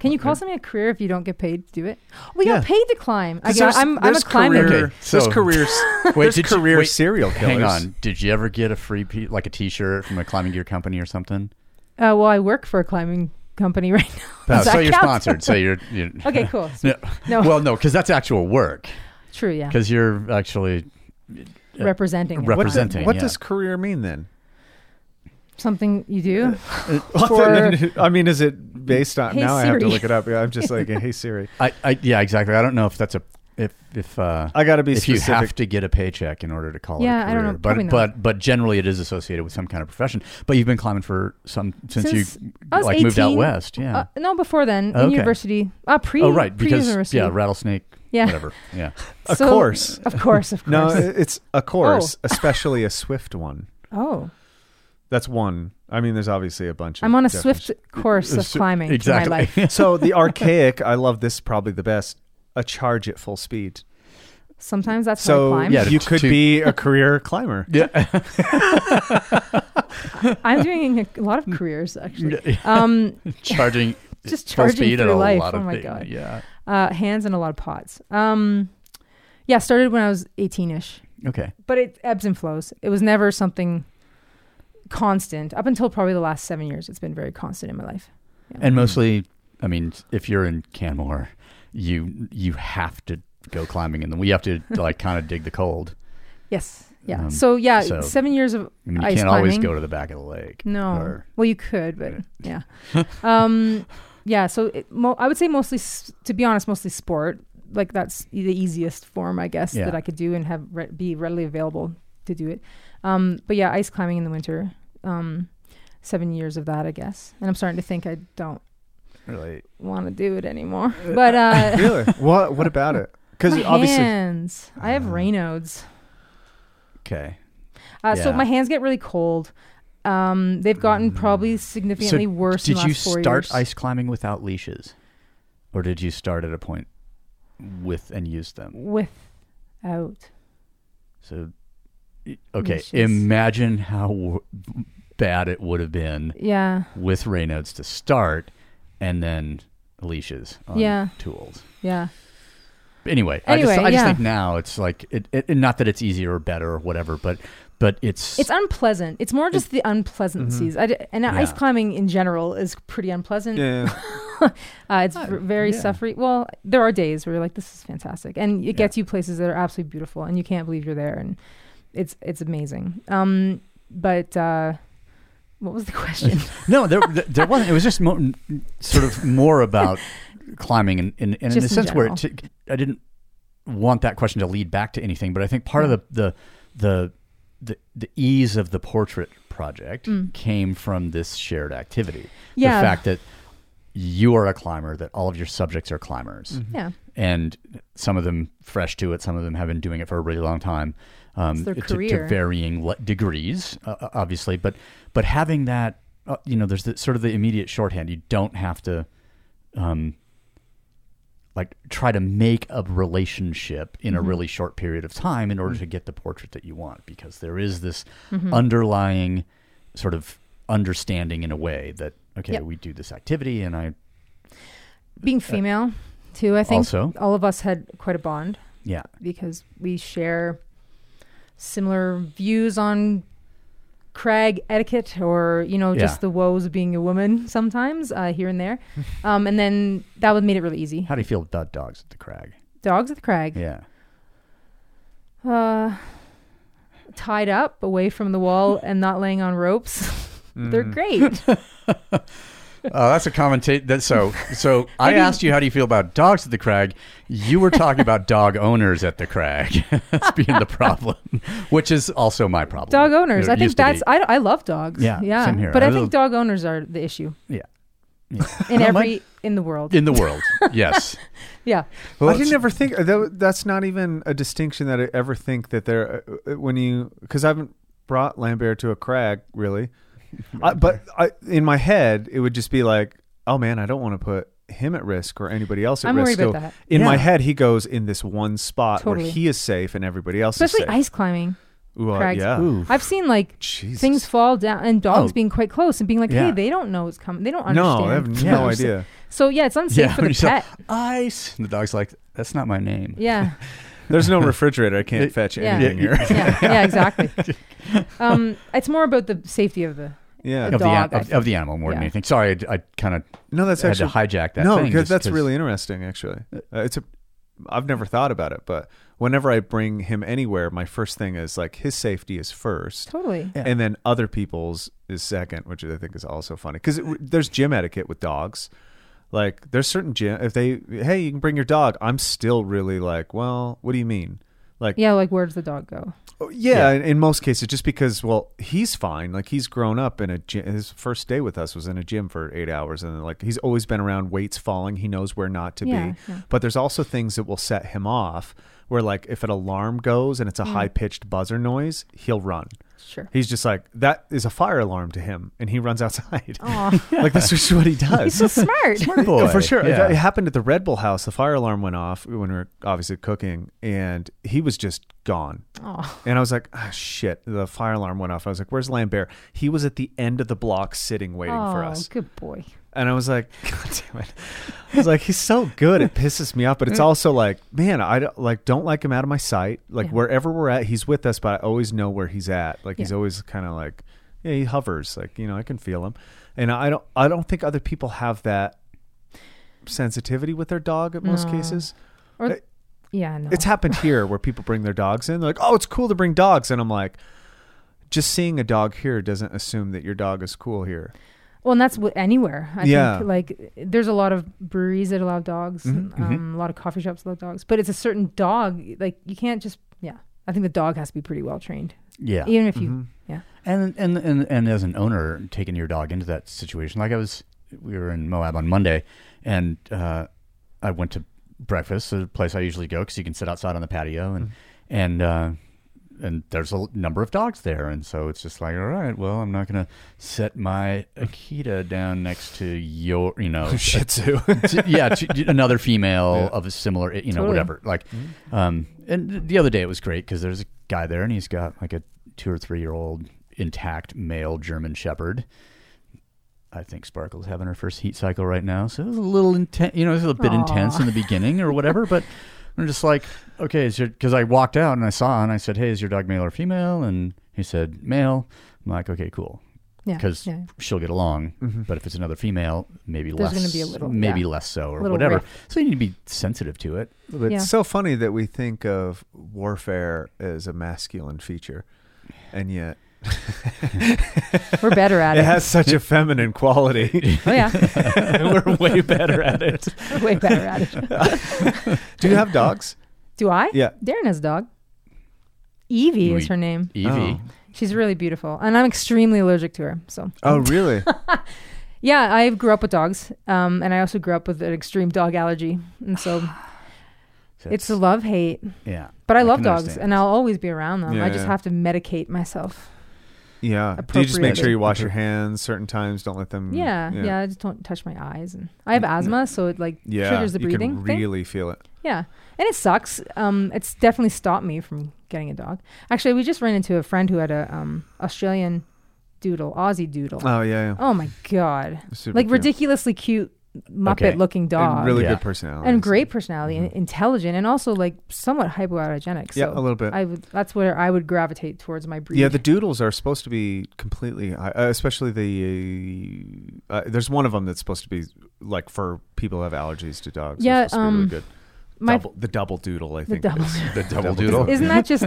Speaker 5: Can you call something a career if you don't get paid to do it? We got
Speaker 6: Yeah.
Speaker 5: paid to climb. I
Speaker 6: 'Cause
Speaker 5: guess
Speaker 6: there's-
Speaker 5: Uh, I'm, I'm a
Speaker 6: there's
Speaker 5: climber.
Speaker 6: Career,
Speaker 4: Okay, so-
Speaker 6: there's career, there's
Speaker 4: did you-
Speaker 6: career
Speaker 4: wait,
Speaker 6: serial killers.
Speaker 4: hang on. Did you ever get a free pe- like a T-shirt from a climbing gear company or something?
Speaker 5: Uh, well, I work for a climbing company right now.
Speaker 4: No,
Speaker 5: Does
Speaker 4: Oh, so
Speaker 5: that
Speaker 4: you're
Speaker 5: count?
Speaker 4: sponsored. So you're. you're
Speaker 5: Okay, cool.
Speaker 4: No.
Speaker 5: No.
Speaker 4: Well, no, because that's actual work.
Speaker 5: True, yeah.
Speaker 4: Because you're actually
Speaker 5: Representing it.
Speaker 4: Rep-
Speaker 6: What, do-
Speaker 4: Representing,
Speaker 6: what
Speaker 4: yeah.
Speaker 6: does career mean then?
Speaker 5: something you
Speaker 4: Uh,
Speaker 5: do.
Speaker 6: I
Speaker 5: For-
Speaker 6: mean, I mean, is it based on?
Speaker 5: Hey,
Speaker 6: now I have to
Speaker 5: Siri.
Speaker 6: look it up. Yeah, I'm just like, hey Siri,
Speaker 4: I, I. Yeah. Exactly. I don't know if that's a if if uh,
Speaker 6: I got to be
Speaker 4: if you
Speaker 6: specific.
Speaker 4: have to get a paycheck in order to call it a
Speaker 5: Yeah, I
Speaker 4: career.
Speaker 5: don't know,
Speaker 4: But
Speaker 5: probably not.
Speaker 4: but but generally it is associated with some kind of profession. But you've been climbing for some since,
Speaker 5: Since
Speaker 4: you
Speaker 5: I was
Speaker 4: like moved out
Speaker 5: 18,
Speaker 4: west. Yeah.
Speaker 5: Uh, no, before then, in
Speaker 4: Okay.
Speaker 5: university. Uh, pre,
Speaker 4: oh right, because
Speaker 5: pre-university.
Speaker 4: yeah, rattlesnake.
Speaker 5: Yeah.
Speaker 4: Whatever. Yeah.
Speaker 6: Of
Speaker 5: So-
Speaker 6: course.
Speaker 5: Of course, of course.
Speaker 6: No, it- it's a course, especially a swift one.
Speaker 5: oh,
Speaker 6: That's one. I mean, there's obviously a bunch. of
Speaker 5: I'm on a
Speaker 6: definitions.
Speaker 5: swift course of
Speaker 4: So-
Speaker 5: climbing in
Speaker 4: Exactly.
Speaker 5: my life.
Speaker 6: So the archaic, I love this probably the best. A charge at full speed.
Speaker 5: Sometimes that's
Speaker 6: So
Speaker 5: how I climb.
Speaker 4: yeah.
Speaker 6: you could
Speaker 4: to-
Speaker 6: be a career climber.
Speaker 4: yeah.
Speaker 5: I'm doing a lot of careers, actually.
Speaker 4: Yeah.
Speaker 5: Um,
Speaker 4: charging.
Speaker 5: Just
Speaker 4: full
Speaker 5: charging
Speaker 4: speed at
Speaker 5: through
Speaker 4: a
Speaker 5: life.
Speaker 4: lot
Speaker 5: Oh
Speaker 4: of
Speaker 5: my
Speaker 4: things.
Speaker 5: God.
Speaker 4: Yeah.
Speaker 5: uh, hands and a lot of pots. Um, yeah, started when I was 18 ish,
Speaker 4: Okay.
Speaker 5: but it ebbs and flows. It was never something constant. Up until probably the last seven years, it's been very constant in my life.
Speaker 4: And mostly, I mean, if you're in Canmore, you you have to go climbing, and then we have to like kind of dig the cold.
Speaker 5: Yes. Yeah.
Speaker 4: Um,
Speaker 5: so yeah,
Speaker 4: so-
Speaker 5: seven years of
Speaker 4: I mean, you
Speaker 5: ice
Speaker 4: can't
Speaker 5: climbing.
Speaker 4: always go to the back of the lake.
Speaker 5: No.
Speaker 4: or-
Speaker 5: Well, you could, but yeah. um, yeah. So it, mo- I would say mostly, s- to be honest, mostly sport. Like that's e- the easiest form, I guess,
Speaker 4: Yeah.
Speaker 5: that I could do and have re- be readily available to do it. Um, but yeah, ice climbing in the winter. Um, seven years of that, I guess. And I'm starting to think I don't
Speaker 4: really.
Speaker 5: want to do it anymore. But uh,
Speaker 6: Really? What? What about it? Because
Speaker 5: my
Speaker 6: obviously,
Speaker 5: hands. I
Speaker 4: Uh,
Speaker 5: have Raynaud's.
Speaker 4: Okay.
Speaker 5: Uh, So
Speaker 4: Yeah.
Speaker 5: my hands get really cold. Um, they've gotten probably significantly worse.
Speaker 4: Mm. Did
Speaker 5: in the
Speaker 4: you
Speaker 5: last four
Speaker 4: start
Speaker 5: years.
Speaker 4: ice climbing without leashes, or did you start at a point with and use them?
Speaker 5: without?
Speaker 4: So, y- okay,
Speaker 5: Leashes.
Speaker 4: imagine how w- bad it would have been
Speaker 5: Yeah,
Speaker 4: with Raynaud's to start, and then leashes on
Speaker 5: Yeah.
Speaker 4: tools.
Speaker 5: yeah,
Speaker 4: Anyway, I just,
Speaker 5: Anyway,
Speaker 4: I just
Speaker 5: yeah.
Speaker 4: think now it's like it, it, and not that it's easier or better or whatever, but but it's
Speaker 5: it's unpleasant. It's more just the unpleasantcies. I d and ice
Speaker 4: Mm-hmm. Yeah.
Speaker 5: climbing in general is pretty unpleasant.
Speaker 6: yeah,
Speaker 5: Uh, it's v- very
Speaker 4: Oh, yeah.
Speaker 5: suffering. Well, there are days where you're like, "This is fantastic," and it
Speaker 4: Yeah.
Speaker 5: gets you places that are absolutely beautiful, and you can't believe you're there, and it's it's amazing. Um, but uh, what was the question?
Speaker 4: no, there there- there wasn't. It was just mo- sort of more about climbing and, and, and in the
Speaker 5: Just in
Speaker 4: sense where it t- I didn't want that question to lead back to anything, but I think part of the the the the, the ease of the portrait project came from this shared activity.
Speaker 5: Mm. Yeah.
Speaker 4: The fact that you are a climber, that all of your subjects are climbers
Speaker 5: yeah,
Speaker 4: and some of them fresh to it, some of them have been doing it for a really long time. um,
Speaker 5: their
Speaker 4: to, to
Speaker 5: career.
Speaker 4: varying le- degrees, uh, uh, obviously. But but having that, uh, you know, there's the, sort of the immediate shorthand. You don't have to, um, like try to make a relationship in a
Speaker 5: Mm-hmm.
Speaker 4: really short period of time in order to get the portrait that you want, because there is this
Speaker 5: Mm-hmm.
Speaker 4: underlying sort of understanding in a way that okay,
Speaker 5: Yep.
Speaker 4: we do this activity, and I
Speaker 5: Being female, too, I think
Speaker 4: Uh, Also.
Speaker 5: all of us had quite a bond
Speaker 4: yeah
Speaker 5: because we share similar views on crag etiquette or you know
Speaker 4: Yeah.
Speaker 5: just the woes of being a woman sometimes uh, here and there um, and then that would made it really easy
Speaker 4: How do you feel about dogs at the crag?
Speaker 5: dogs at the crag
Speaker 4: Yeah.
Speaker 5: uh, tied up away from the wall and not laying on ropes they're
Speaker 4: Mm.
Speaker 5: great
Speaker 4: Oh, that's a commentate. That so so. I asked you how do you feel about dogs at the crag. You were talking about dog owners at the crag as being the problem, which is also my problem.
Speaker 5: dog owners
Speaker 4: Or
Speaker 5: i think
Speaker 4: used to
Speaker 5: that's
Speaker 4: be.
Speaker 5: I, I love dogs
Speaker 4: Yeah,
Speaker 5: yeah
Speaker 4: same here.
Speaker 5: but
Speaker 4: I
Speaker 5: i,
Speaker 4: love-
Speaker 5: think dog owners are the issue
Speaker 4: yeah
Speaker 5: in
Speaker 4: No,
Speaker 5: every in the world
Speaker 4: in the world. yes.
Speaker 5: yeah
Speaker 6: I didn't ever think that, that's not even a distinction that I ever think that there uh, when you because I haven't brought Lambert to a crag really, I, but I, in my head it would just be like, oh man, I don't want to put him at risk or anybody else at
Speaker 5: I'm
Speaker 6: risk.
Speaker 5: worried about
Speaker 6: So
Speaker 5: that.
Speaker 6: In my
Speaker 4: Yeah.
Speaker 6: head, he goes in this one spot
Speaker 5: Totally.
Speaker 6: where he is safe and everybody else
Speaker 5: especially
Speaker 6: is safe.
Speaker 5: ice climbing
Speaker 6: Ooh, uh,
Speaker 5: crags.
Speaker 6: yeah.
Speaker 4: Ooh.
Speaker 5: I've seen like
Speaker 6: Jesus.
Speaker 5: things fall down and dogs
Speaker 4: Oh.
Speaker 5: being quite close and being like,
Speaker 4: Yeah.
Speaker 5: hey, they don't know it's coming. They don't understand.
Speaker 6: No, I have
Speaker 4: Yeah.
Speaker 6: no idea.
Speaker 5: So yeah, it's unsafe for
Speaker 4: when
Speaker 5: the
Speaker 4: you say,
Speaker 5: pet.
Speaker 4: Ice. And the dog's like, that's not my name.
Speaker 5: Yeah,
Speaker 6: There's no refrigerator. I can't fetch
Speaker 5: Yeah.
Speaker 6: anything here.
Speaker 5: yeah, yeah, exactly. Um, it's more about the safety of the.
Speaker 6: yeah.
Speaker 4: Of the,
Speaker 5: Dog,
Speaker 4: an-
Speaker 5: I
Speaker 4: of, of the animal more than
Speaker 5: Yeah.
Speaker 4: anything. Sorry, I d- I, kind of
Speaker 6: No, that's
Speaker 4: had
Speaker 6: actually
Speaker 4: to hijack that.
Speaker 6: no,
Speaker 4: thing
Speaker 6: because
Speaker 4: just
Speaker 6: that's really interesting. Actually, uh, it's a. I've never thought about it, but whenever I bring him anywhere, my first thing is like his safety is first,
Speaker 5: Totally.
Speaker 4: Yeah.
Speaker 6: and then other people's is second, which I think is also funny because there's gym etiquette with dogs. Like there's certain gym if they hey you can bring your dog, I'm still really like well what do you mean like
Speaker 5: Yeah, like where does the dog go?
Speaker 6: Oh, Yeah, in- in most cases, just because well, he's fine. Like he's grown up in a gym. His first day with us was in a gym for eight hours, and like he's always been around weights falling. He knows where not to
Speaker 5: Yeah,
Speaker 6: be.
Speaker 5: yeah.
Speaker 6: But there's also things that will set him off. Where like if an alarm goes and it's a high pitched buzzer noise, he'll run.
Speaker 5: Sure.
Speaker 6: He's just like that is a fire alarm to him, and he runs outside.
Speaker 5: Aw.
Speaker 6: like that's just what he does. Oh,
Speaker 5: He's so smart.
Speaker 4: boy.
Speaker 6: For sure. It-
Speaker 4: Yeah.
Speaker 6: It happened at the Red Bull house. The fire alarm went off when we were obviously cooking, and he was just gone.
Speaker 5: Aw.
Speaker 6: And I was like, ah, shit. The fire alarm went off. I was like, where's Lambert? He was at the end of the block sitting waiting
Speaker 5: oh,
Speaker 6: for us.
Speaker 5: good boy.
Speaker 6: And I was like, God damn it. I was like, he's so good. It pisses me off. But it's also like, man, I don't, like, don't like him out of my sight. Like,
Speaker 5: Yeah.
Speaker 6: wherever we're at, he's with us, but I always know where he's at. Like, he's
Speaker 5: Yeah.
Speaker 6: always kind of like, yeah, he hovers. Like, you know, I can feel him. And I don't, I don't think other people have that sensitivity with their dog at most
Speaker 5: No.
Speaker 6: cases.
Speaker 5: Or yeah, no.
Speaker 6: It's happened here where people bring their dogs in. They're like, oh, it's cool to bring dogs. And I'm like, just seeing a dog here doesn't assume that your dog is cool here.
Speaker 5: well, and that's what anywhere. I
Speaker 6: Yeah. Mm-hmm,
Speaker 5: think like there's a lot of breweries that allow dogs, and, um, a lot of coffee shops allow dogs, but it's a certain dog. Like you can't just yeah. I think the dog has to be pretty well trained,
Speaker 6: Ah,
Speaker 4: Yeah.
Speaker 5: even if you
Speaker 6: mm-hmm.
Speaker 5: yeah.
Speaker 4: And and and and as an owner, taking your dog into that situation, like I was, we were in Moab on Monday, and uh, I went to breakfast, a place I usually go because you can sit outside on the patio, and and uh, and there's a l- number of dogs there, and so it's just like, all right, well, I'm not gonna set my Akita down next to your, you know,
Speaker 6: Shih Tzu.
Speaker 4: to- yeah, to, to another female of a similar, you know,
Speaker 5: Totally.
Speaker 4: whatever. Like, um, and the other day it was great because there's a guy there and he's got like a two or three year old intact male German Shepherd. I think Sparkle's having her first heat cycle right now, so it was a little intense. You know, it was a bit intense in the beginning or whatever, but. I'm just like, okay, is your because I walked out and I saw and I said, hey, is your dog male or female? And he said, male. I'm like, okay, cool
Speaker 5: Yeah.
Speaker 4: because
Speaker 5: yeah.
Speaker 4: she'll get along.
Speaker 6: Mm-hmm.
Speaker 4: But if it's another female, maybe
Speaker 5: There's
Speaker 4: less,
Speaker 5: gonna be a little-
Speaker 4: maybe
Speaker 5: yeah.
Speaker 4: less so or
Speaker 5: Little
Speaker 4: whatever.
Speaker 5: rift.
Speaker 4: So you need to be sensitive to it.
Speaker 6: But
Speaker 5: Yeah.
Speaker 6: It's so funny that we think of warfare as a masculine feature, and yet
Speaker 5: We're better at it.
Speaker 6: it has such a feminine quality.
Speaker 5: oh yeah,
Speaker 7: We're way better at it.
Speaker 5: way better at it.
Speaker 6: Do you have dogs?
Speaker 5: Do I?
Speaker 6: Yeah.
Speaker 5: Darren has a dog. Evie
Speaker 4: We-
Speaker 5: is her name.
Speaker 4: Evie,
Speaker 6: Oh.
Speaker 5: She's really beautiful, and I'm extremely allergic to her. So
Speaker 6: Oh, really?
Speaker 5: yeah, I grew up with dogs, um, and I also grew up with an extreme dog allergy, and so It's a love hate,
Speaker 4: yeah.
Speaker 5: but I,
Speaker 6: I
Speaker 5: love
Speaker 6: can
Speaker 5: dogs
Speaker 6: understand.
Speaker 5: and I'll always be around them. I
Speaker 6: Yeah,
Speaker 5: just
Speaker 6: yeah.
Speaker 5: have to medicate myself.
Speaker 6: Yeah. Do you just make sure
Speaker 5: appropriately.
Speaker 6: you wash your hands certain times? Don't let them.
Speaker 5: Yeah, yeah, I just don't touch my eyes, and I have asthma, so it like
Speaker 6: Yeah,
Speaker 5: triggers the breathing.
Speaker 6: You can
Speaker 5: thing.
Speaker 6: really feel it.
Speaker 5: Yeah, and it sucks. Um, it's definitely stopped me from getting a dog. Actually, we just ran into a friend who had a um Australian doodle, Aussie doodle.
Speaker 6: Oh yeah, yeah.
Speaker 5: oh my god,
Speaker 6: Super
Speaker 5: like
Speaker 6: cute.
Speaker 5: ridiculously cute Muppet-looking dog,
Speaker 6: And really
Speaker 4: Yeah.
Speaker 6: good personality.
Speaker 5: and great personality, and intelligent, and also like somewhat hypoallergenic.
Speaker 6: Yeah,
Speaker 5: So
Speaker 6: a little bit.
Speaker 5: I would. That's where I would gravitate towards my breed.
Speaker 6: Yeah, the doodles are supposed to be completely, uh, especially the. Uh, there's one of them that's supposed to be like for people who have allergies to dogs. they're
Speaker 5: Yeah,
Speaker 6: supposed to be really
Speaker 5: um,
Speaker 6: good.
Speaker 5: my
Speaker 6: double, the double doodle, I
Speaker 5: the
Speaker 6: think.
Speaker 5: double.
Speaker 6: the
Speaker 8: double doodle.
Speaker 5: Isn't that just?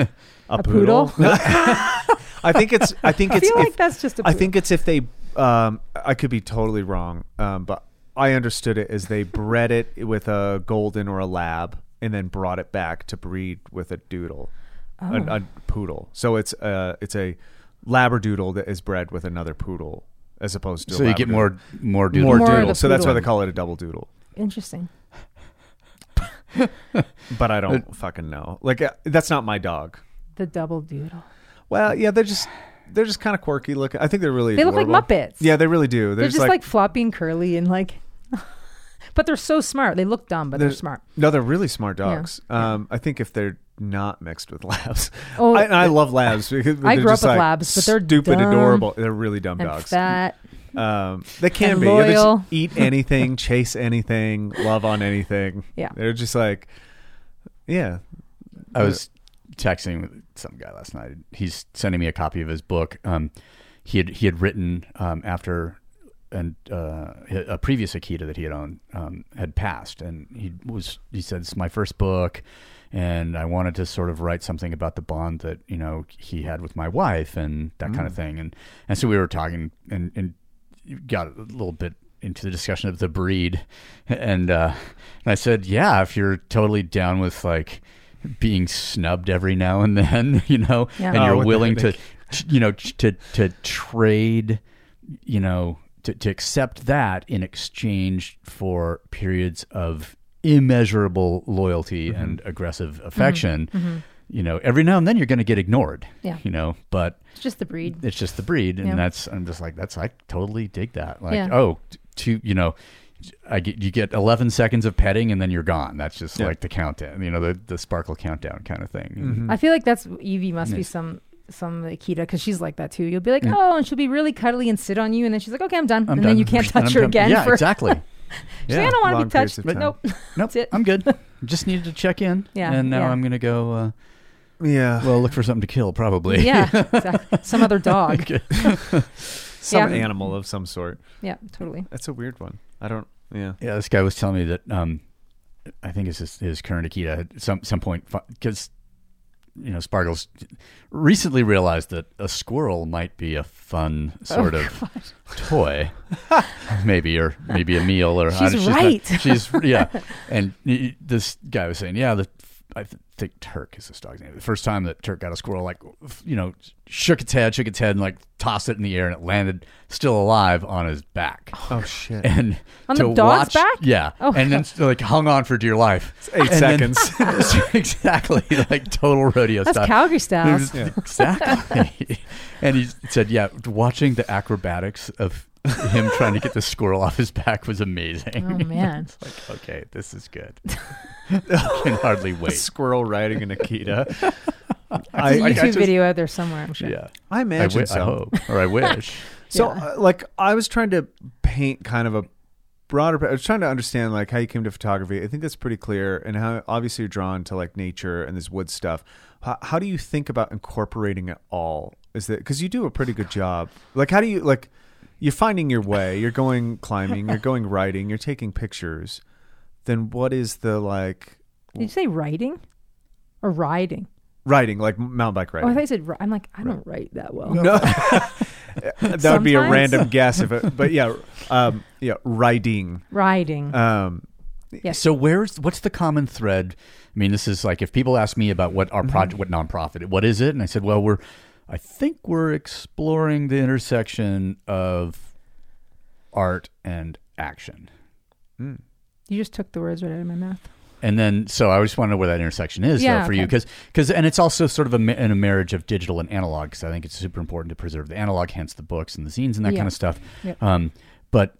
Speaker 6: a
Speaker 5: poodle?
Speaker 6: I think it's. I think
Speaker 5: I
Speaker 6: it's.
Speaker 5: feel
Speaker 6: if-
Speaker 5: like that's just. A
Speaker 6: I think it's if they. Um, I could be totally wrong, um, but I understood it as they bred it with a golden or a lab, and then brought it back to breed with a doodle, an- a,
Speaker 5: Oh.
Speaker 6: poodle. So it's a it's a labradoodle that is bred with another poodle, as opposed to
Speaker 4: So
Speaker 6: a
Speaker 4: you get
Speaker 6: Labradoodle.
Speaker 4: more more doodle.
Speaker 6: more
Speaker 5: More of
Speaker 6: doodle.
Speaker 5: the
Speaker 6: So that's why
Speaker 5: poodle.
Speaker 6: they call it a double doodle.
Speaker 5: interesting.
Speaker 6: But I don't fucking know. Like uh, that's not my dog.
Speaker 5: The double doodle.
Speaker 6: Well, yeah, they're just they're just kind of quirky looking. I think they're really
Speaker 5: They look like
Speaker 6: adorable.
Speaker 5: Muppets.
Speaker 6: Yeah, they really do. They're,
Speaker 5: They're just like, floppy and curly and like, but they're so smart. They look dumb, but they're,
Speaker 6: There's-
Speaker 5: smart.
Speaker 6: No, they're really smart
Speaker 5: Yeah.
Speaker 6: dogs. Um, I think if they're not mixed with labs,
Speaker 5: Oh,
Speaker 6: I, and I love labs because
Speaker 5: I
Speaker 6: they're
Speaker 5: grew up
Speaker 6: just
Speaker 5: with
Speaker 6: like
Speaker 5: labs, but they're
Speaker 6: stupid,
Speaker 5: dumb
Speaker 6: adorable. They're really dumb
Speaker 5: And
Speaker 6: dogs.
Speaker 5: fat.
Speaker 6: Um, they can
Speaker 5: and
Speaker 6: be. Yeah, they just
Speaker 5: loyal.
Speaker 6: eat anything, chase anything, love on anything.
Speaker 5: Yeah.
Speaker 6: they're just like, yeah,
Speaker 4: I was texting with some guy last night. He's sending me a copy of his book. Um, he had he had written um, after and uh, a previous Akita that he had owned um, had passed, and he was he said it's my first book, and I wanted to sort of write something about the bond that you know he had with my wife and that
Speaker 6: Mm.
Speaker 4: kind of thing, and and so we were talking and and got a little bit into the discussion of the breed, and uh, and I said yeah if you're totally down with like being snubbed every now and then, you know,
Speaker 5: Yeah.
Speaker 4: and
Speaker 5: Oh,
Speaker 4: you're
Speaker 6: with the
Speaker 4: willing to
Speaker 6: headache.
Speaker 4: t- you know t- to to trade you know to, to accept that in exchange for periods of immeasurable loyalty
Speaker 5: Mm-hmm.
Speaker 4: and aggressive affection you know every now and then you're going to get ignored
Speaker 5: Yeah.
Speaker 4: you know but
Speaker 5: It's just the breed.
Speaker 4: it's just the breed and
Speaker 5: Yeah.
Speaker 4: that's i'm just like that's i totally dig that like
Speaker 5: Yeah.
Speaker 4: oh t- two you know I get, you get 11 seconds of petting and then you're gone. That's just
Speaker 6: Yeah.
Speaker 4: like the countdown, you know, the, the sparkle countdown kind of thing.
Speaker 5: I feel like that's Evie must be
Speaker 4: Yes.
Speaker 5: some some Akita because she's like that too. You'll be like, oh, and she'll be really cuddly and sit on you, and then she's like, okay, I'm done,
Speaker 4: I'm
Speaker 5: and
Speaker 4: done.
Speaker 5: then you can't
Speaker 4: I'm
Speaker 5: touch her
Speaker 4: done.
Speaker 5: again.
Speaker 4: Yeah,
Speaker 5: for,
Speaker 4: exactly.
Speaker 5: She's like, I don't want to
Speaker 6: Long
Speaker 5: be
Speaker 6: periods
Speaker 5: touched.
Speaker 6: of time.
Speaker 5: Nope.
Speaker 4: Nope,
Speaker 5: it.
Speaker 4: I'm good. Just needed to check in.
Speaker 5: Yeah,
Speaker 4: And now
Speaker 5: yeah.
Speaker 4: I'm going to go, uh,
Speaker 6: yeah.
Speaker 4: well, look for something to kill, probably.
Speaker 5: yeah, exactly. some other dog.
Speaker 6: some
Speaker 5: yeah.
Speaker 6: animal of some sort.
Speaker 5: Yeah, totally.
Speaker 6: That's a weird one. I don't. Yeah,
Speaker 4: Yeah, this guy was telling me that um, I think it's his, his current Akita at some some point because you know Sparkles recently realized that a squirrel might be a fun sort
Speaker 5: Oh,
Speaker 4: of toy, maybe or maybe a meal or
Speaker 5: She's
Speaker 4: not-
Speaker 5: right.
Speaker 4: she's yeah, and he- this guy was saying yeah the. I th- think Turk is this dog's name. The first time that Turk got a squirrel, like f- you know, shook its head, shook its head, and like tossed it in the air, and it landed still alive on his back
Speaker 6: Oh shit!
Speaker 4: and
Speaker 5: On
Speaker 4: to
Speaker 5: the dog's
Speaker 4: watch,
Speaker 5: back?
Speaker 4: Yeah,
Speaker 5: Oh.
Speaker 4: and then like hung on for dear life.
Speaker 6: Eight
Speaker 4: And then-
Speaker 6: seconds.
Speaker 4: exactly, like total rodeo
Speaker 5: That's
Speaker 4: style.
Speaker 5: Calgary style.
Speaker 4: Exactly. and he said, "Yeah, watching the acrobatics of him trying to get the squirrel off his back was amazing."
Speaker 5: Oh man,
Speaker 4: It's like, okay, this is good. I can hardly
Speaker 6: a
Speaker 4: wait.
Speaker 6: squirrel riding an Akita.
Speaker 5: There's
Speaker 6: I,
Speaker 5: a
Speaker 6: I
Speaker 5: YouTube
Speaker 6: just-
Speaker 5: video out there somewhere. I'm sure.
Speaker 4: Yeah,
Speaker 6: I
Speaker 4: I, wi-
Speaker 6: imagine so.
Speaker 4: I hope or I wish.
Speaker 6: So,
Speaker 5: Yeah.
Speaker 6: uh, like, I was trying to paint kind of a broader. I was trying to understand like how you came to photography. I think that's pretty clear, and how obviously you're drawn to like nature and this wood stuff. How, how do you think about incorporating it all? Is that because you do a pretty good job? Like, how do you like? You're finding your way. You're going climbing. You're going riding. You're taking pictures. Then what is the like
Speaker 5: Did you say writing or riding?
Speaker 6: riding? Like mountain bike
Speaker 5: Oh, I thought
Speaker 6: riding.
Speaker 5: you said. ri- I'm like, I don't write that well.
Speaker 6: no. that would be a
Speaker 5: Sometimes.
Speaker 6: random guess if it, but yeah, um, yeah, riding.
Speaker 5: Riding.
Speaker 6: Um,
Speaker 4: So where's what's the common thread? I mean, this is like if people ask me about what our
Speaker 6: Mm-hmm.
Speaker 4: project, what nonprofit, what is it, and I said, well, we're, I think we're exploring the intersection of art and action.
Speaker 5: you just took the words right out of my mouth.
Speaker 4: And then, so I just want to know where that intersection is
Speaker 5: Yeah,
Speaker 4: though, for you,
Speaker 5: okay.
Speaker 4: because because and it's also sort of a, ma- in a marriage of digital and analog. Because I think it's super important to preserve the analog, hence the books and the zines and that
Speaker 5: Yeah.
Speaker 4: kind of stuff.
Speaker 5: Yep.
Speaker 4: Um, but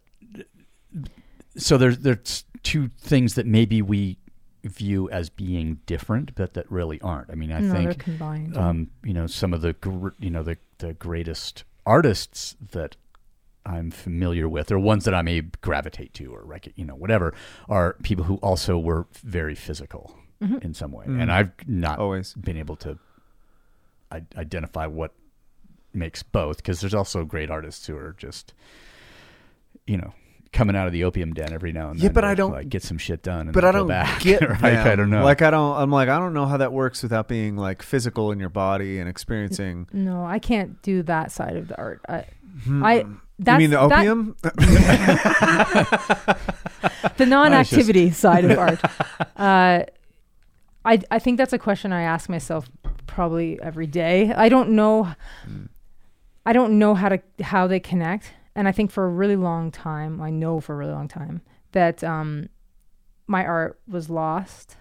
Speaker 4: so there's there's two things that maybe we view as being different, but that really aren't. I mean, I
Speaker 5: no, they're
Speaker 4: think
Speaker 5: combined.
Speaker 6: Uh,
Speaker 4: um, you know some of the gr- you know the the greatest artists that I'm familiar with, or ones that I may gravitate to, or rec- you know whatever, are people who also were very physical
Speaker 5: Mm-hmm.
Speaker 4: in some way,
Speaker 6: Mm.
Speaker 4: and I've not
Speaker 6: Always.
Speaker 4: been able to I- identify what makes both because there's also great artists who are just you know coming out of the opium den every now and
Speaker 6: Yeah,
Speaker 4: then
Speaker 6: but I
Speaker 4: to,
Speaker 6: don't-
Speaker 4: like get some shit done and
Speaker 6: but
Speaker 4: then
Speaker 6: I
Speaker 4: go
Speaker 6: don't
Speaker 4: back,
Speaker 6: get
Speaker 4: right?
Speaker 6: them.
Speaker 4: I don't know
Speaker 6: Like I don't. I'm like I don't know how that works without being like physical in your body and experiencing.
Speaker 5: no, I can't do that side of the art. I, I that's
Speaker 6: hmm. you mean the
Speaker 5: that-
Speaker 6: opium? Uh,
Speaker 5: the
Speaker 4: it's just-
Speaker 5: non-activity side of art. Uh, I I think that's a question I ask myself probably every day. I don't know. I don't know how to how they connect, and I think for a really long time, I know for a really long time that um, my art was lost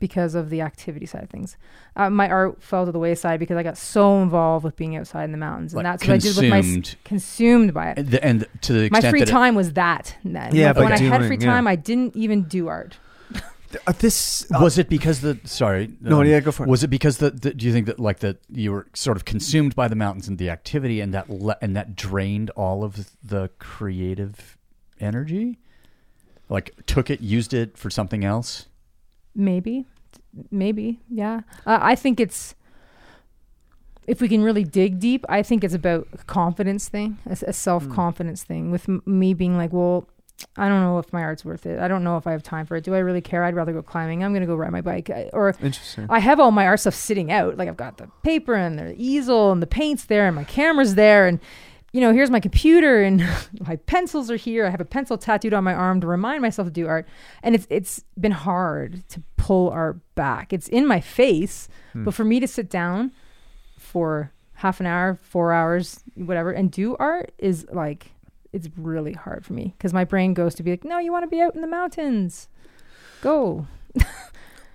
Speaker 5: because of the activity side of things. Uh, my art fell to the wayside because I got so involved with being outside in the mountains,
Speaker 4: Like
Speaker 5: and that's what I did with my s-
Speaker 4: consumed.
Speaker 5: consumed by it
Speaker 4: and, the, and to the
Speaker 5: my
Speaker 4: extent
Speaker 5: free
Speaker 4: that it-
Speaker 5: time was that. Then.
Speaker 6: Yeah,
Speaker 5: Like,
Speaker 6: but
Speaker 5: when I had
Speaker 6: doing,
Speaker 5: free
Speaker 6: yeah.
Speaker 5: time, I didn't even do art.
Speaker 6: Uh, this uh,
Speaker 4: was it because the sorry um,
Speaker 6: No, yeah, go for it.
Speaker 4: was it because the, the do you think that like that you were sort of consumed by the mountains and the activity and that le- and that drained all of the creative energy like took it used it for something else
Speaker 5: Maybe, maybe, yeah. Uh, I think it's if we can really dig deep. I think it's about a confidence thing, a,
Speaker 6: Hmm.
Speaker 5: self confidence thing. With m- me being like, well, I don't know if my art's worth it. I don't know if I have time for it. Do I really care? I'd rather go climbing. I'm gonna go ride my bike I, or.
Speaker 6: interesting.
Speaker 5: I have all my art stuff sitting out. Like I've got the paper and the easel and the paints there and my camera's there and you know, here's my computer and my pencils are here. I have a pencil tattooed on my arm to remind myself to do art. And it's it's been hard to pull art back. It's in my face,
Speaker 6: Hmm.
Speaker 5: but for me to sit down for half an hour, 4 hours, whatever and do art is like it's really hard for me because my brain goes to be like, "No, you want to be out in the mountains. Go."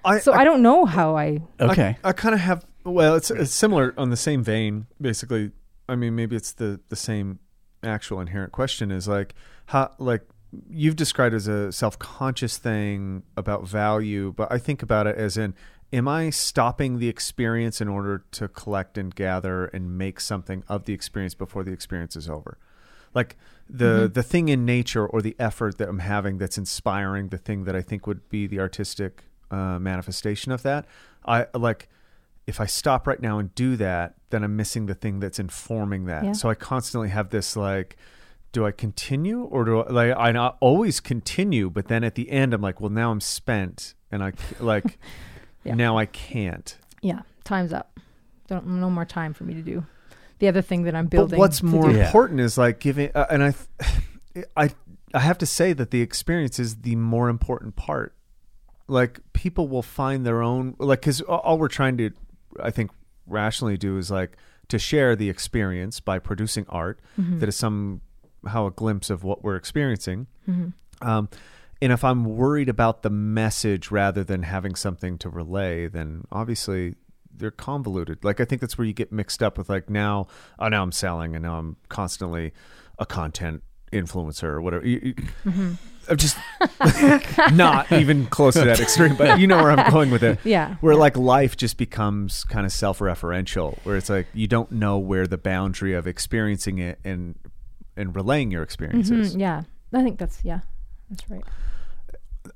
Speaker 6: I,
Speaker 5: So I don't know how I
Speaker 4: okay
Speaker 6: I, kind of have. Well, it's, it's similar on the same vein, basically. I mean, maybe it's the the same actual inherent question is like how like you've described as a self conscious thing about value, but I think about it as in. Am I stopping the experience in order to collect and gather and make something of the experience before the experience is over? like the
Speaker 5: Mm-hmm.
Speaker 6: the thing in nature or the effort that I'm having that's inspiring the thing that I think would be the artistic uh, manifestation of that. I like if I stop right now and do that, then I'm missing the thing that's informing that.
Speaker 5: Yeah.
Speaker 6: So I constantly have this like. Do I continue or do I like I not always continue, but then at the end I'm like, well, now I'm spent and I c- like
Speaker 5: Yeah.
Speaker 6: now I can't.
Speaker 5: yeah, time's up. Don't no more time for me to do the other thing that I'm
Speaker 6: But
Speaker 5: building.
Speaker 6: what's
Speaker 5: to
Speaker 6: more
Speaker 5: do.
Speaker 4: Yeah.
Speaker 6: important is like giving, uh, and I, th- I, I have to say that the experience is the more important part. Like people will find their own, like because all we're trying to, I think, rationally do is like to share the experience by producing art
Speaker 5: Mm-hmm.
Speaker 6: that is somehow a glimpse of what we're experiencing. Um, and if I'm worried about the message rather than having something to relay, then obviously they're convoluted. Like I think that's where you get mixed up with like now, oh now I'm selling and now I'm constantly a content influencer or whatever. You- you- I'm just not even close to that extreme, but you know where I'm going with it.
Speaker 5: Yeah.
Speaker 6: Where like life just becomes kind of self referential, where it's like you don't know where the boundary of experiencing it and and relaying your experiences.
Speaker 5: Mm, yeah, I think that's yeah, that's right.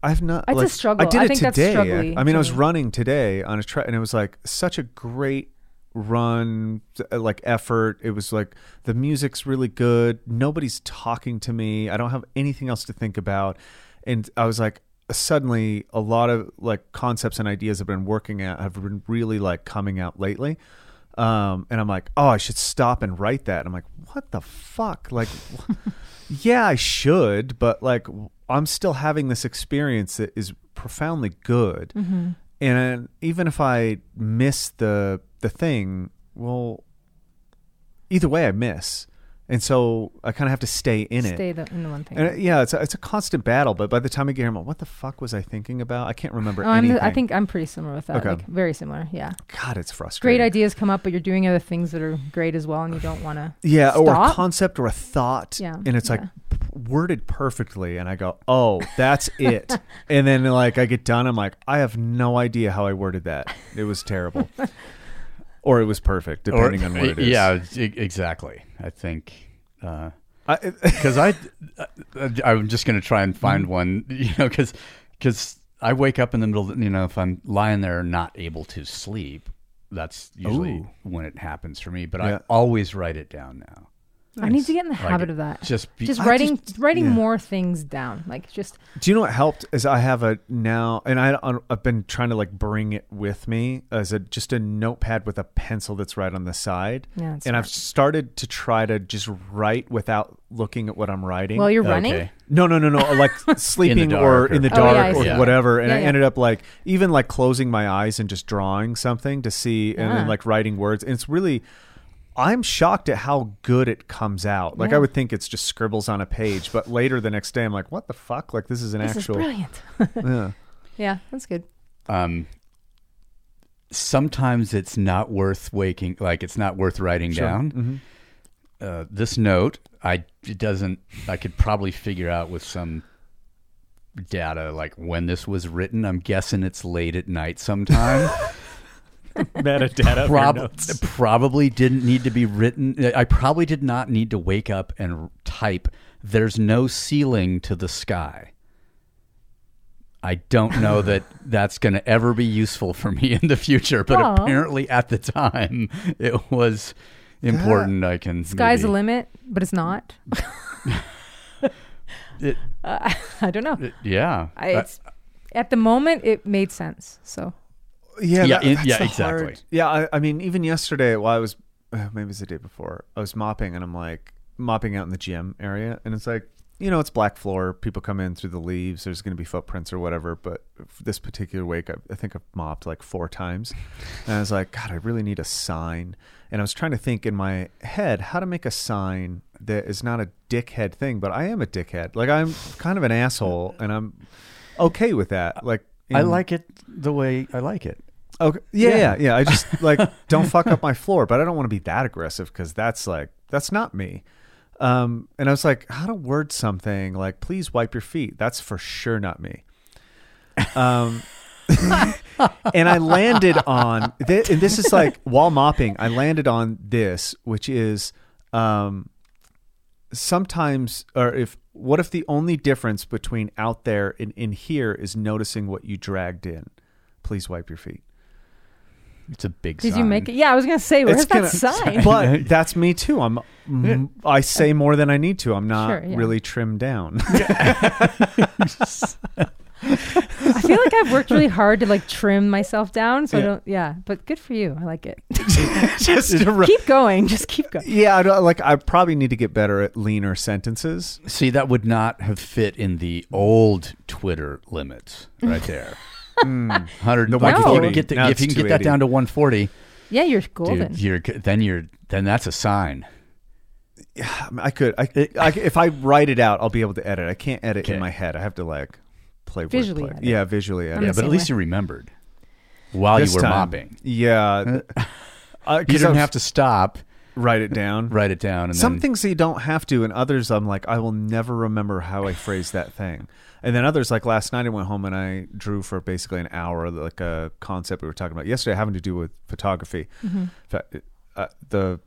Speaker 6: I've not.
Speaker 5: It's a
Speaker 6: like,
Speaker 5: struggle.
Speaker 6: I did
Speaker 5: I
Speaker 6: it
Speaker 5: think that's
Speaker 6: today.
Speaker 5: struggly
Speaker 6: I
Speaker 5: to
Speaker 6: mean, I was
Speaker 5: me.
Speaker 6: running today on a track, and it was like such a great run, uh, like effort. It was like the music's really good. Nobody's talking to me. I don't have anything else to think about, and I was like, suddenly, a lot of like concepts and ideas I've been working at have been really like coming out lately. Um, and I'm like, oh, I should stop and write that. I'm like, what the fuck? Like, yeah, I should, but like w- I'm still having this experience that is profoundly good.
Speaker 5: Mm-hmm.
Speaker 6: And even if I miss the the thing, well either way I miss. and so I kind of have to stay in it.
Speaker 5: Stay the, in the one thing.
Speaker 6: And uh, yeah, it's a, it's a constant battle. But by the time I get here, I'm like, what the fuck was I thinking about? I can't remember
Speaker 5: Oh, I'm
Speaker 6: anything.
Speaker 5: the, I think I'm pretty similar with that.
Speaker 6: Okay.
Speaker 5: Like very similar. Yeah.
Speaker 6: God, it's frustrating.
Speaker 5: Great ideas come up, but you're doing other things that are great as well, and you don't want to.
Speaker 6: Yeah, or a
Speaker 5: Stop.
Speaker 6: concept or a thought,
Speaker 5: Yeah,
Speaker 6: and it's like
Speaker 5: yeah.
Speaker 6: p- worded perfectly, and I go, "Oh, that's it," and then like I get done, I'm like, "I have no idea how I worded that. It was terrible, or it was perfect, depending on what it is."
Speaker 4: Yeah, e- exactly. I think. Uh,
Speaker 6: I,
Speaker 4: because I, I I'm just gonna try and
Speaker 6: Mm-hmm.
Speaker 4: find one, you know, because I wake up in the middle, of, the- you know, if I'm lying there not able to sleep, that's usually
Speaker 6: Ooh.
Speaker 4: when it happens for me. But
Speaker 6: Yeah.
Speaker 4: I always write it down now.
Speaker 5: I need to get in the
Speaker 4: Like,
Speaker 5: habit of that.
Speaker 4: Just be,
Speaker 5: just
Speaker 6: I
Speaker 5: writing writing
Speaker 6: yeah.
Speaker 5: more things down. Like just
Speaker 6: Do you know what helped? Is I have a now, and I I've been trying to like bring it with me as a just a notepad with a pencil that's right on the side.
Speaker 5: Yeah,
Speaker 6: and
Speaker 5: that's smart.
Speaker 6: I've started to try to just write without looking at what I'm writing.
Speaker 5: while you're running.
Speaker 4: Okay.
Speaker 6: No, no, no, no. Like sleeping
Speaker 4: dark
Speaker 6: or,
Speaker 4: or-
Speaker 6: in the
Speaker 5: Oh, yeah,
Speaker 6: dark
Speaker 5: I
Speaker 6: or
Speaker 5: see.
Speaker 6: whatever. And
Speaker 5: Yeah,
Speaker 6: I
Speaker 5: yeah.
Speaker 6: ended up like even like closing my eyes and just drawing something to see and then
Speaker 5: Yeah.
Speaker 6: like writing words. And it's really I'm shocked at how good it comes out. Like I
Speaker 5: Yeah.
Speaker 6: would think it's just scribbles on a page, but later the next day I'm like, what the fuck? Like this is an
Speaker 5: This is
Speaker 6: actual
Speaker 5: brilliant.
Speaker 6: yeah.
Speaker 5: yeah, that's good.
Speaker 4: um, sometimes it's not worth waking, like it's not worth writing down.
Speaker 6: Mm-hmm.
Speaker 4: Uh, this note, I it doesn't. I could probably figure out with some data like when this was written. I'm guessing it's late at night sometime.
Speaker 7: Metadata. for
Speaker 4: Prob-
Speaker 7: notes.
Speaker 4: probably didn't need to be written. I probably did not need to wake up and r- type. There's no ceiling to the sky. I don't know that that's going to ever be useful for me in the future, but
Speaker 5: Aw.
Speaker 4: apparently at the time it was important. I can
Speaker 5: Sky's the
Speaker 4: maybe-
Speaker 5: limit, but it's not.
Speaker 4: It-
Speaker 5: Uh, I don't know.
Speaker 4: it- yeah,
Speaker 5: I, it's at the moment it made sense. So
Speaker 6: Yeah,
Speaker 4: Yeah, in-
Speaker 6: that's
Speaker 4: yeah,
Speaker 6: the
Speaker 4: exactly.
Speaker 6: yeah, I, I mean, even yesterday, while I was uh, maybe it was the day before, I was mopping and I'm like mopping out in the gym area, and it's like you know, it's black floor. People come in through the leaves. There's going to be footprints or whatever. But f- this particular wake, I, I think I've mopped like four times, and I was like, God, I really need a sign. And I was trying to think in my head how to make a sign that is not a dickhead thing, but I am a dickhead. Like I'm kind of an asshole, and I'm okay with that. Like
Speaker 4: I
Speaker 6: in-
Speaker 4: like it the way I like it.
Speaker 6: Okay. Yeah, yeah,
Speaker 4: Yeah.
Speaker 6: yeah. I just like don't fuck up my floor, but I don't want to be that aggressive because that's like that's not me. Um, and I was like, how to word something like please wipe your feet. That's for sure not me. Um, and I landed on this, and this is like while mopping, I landed on this, which is um, sometimes or if what if the only difference between out there and in here is noticing what you dragged in. Please wipe your feet.
Speaker 4: It's a big.
Speaker 5: did you make it? Yeah, I was gonna say where's that sign?
Speaker 6: But that's me too. I'm mm, I say more than I need to. I'm not
Speaker 5: Sure, yeah.
Speaker 6: really trimmed down.
Speaker 5: I feel like I've worked really hard to like trim myself down, so I don't. Yeah, but good for you. I like it.
Speaker 6: Just to re-
Speaker 5: keep going. Just keep going.
Speaker 6: yeah, I don't, like I probably need to get better at leaner sentences.
Speaker 4: See, that would not have fit in the old Twitter limits right there. Hundred
Speaker 6: Hmm. The
Speaker 4: like, if you
Speaker 5: 140.
Speaker 4: get the-
Speaker 6: Now
Speaker 4: if you
Speaker 6: it's
Speaker 4: can get that
Speaker 6: 280.
Speaker 4: down to one forty,
Speaker 5: Yeah, you're golden.
Speaker 4: you're g- then you're then that's a sign.
Speaker 6: I mean, I could I, I if I write it out, I'll be able to edit. I can't edit
Speaker 4: Okay.
Speaker 6: in my head. I have to like play word
Speaker 5: Visually
Speaker 6: play.
Speaker 5: edit.
Speaker 6: Yeah, visually edit.
Speaker 5: the
Speaker 4: Yeah, but
Speaker 5: same
Speaker 4: at least
Speaker 5: way.
Speaker 4: you remembered while
Speaker 6: This
Speaker 4: you were
Speaker 6: time-
Speaker 4: mopping.
Speaker 6: Yeah. Uh, I,
Speaker 4: You don't have to stop,
Speaker 6: write it down.
Speaker 4: write it down, and
Speaker 6: Some
Speaker 4: then
Speaker 6: things that you don't have to, and others I'm like, I will never remember how I phrased that thing. And then others, like last night, I went home and I drew for basically an hour, like a concept we were talking about yesterday, having to do with photography.
Speaker 5: Mm-hmm.
Speaker 6: In fact, uh, the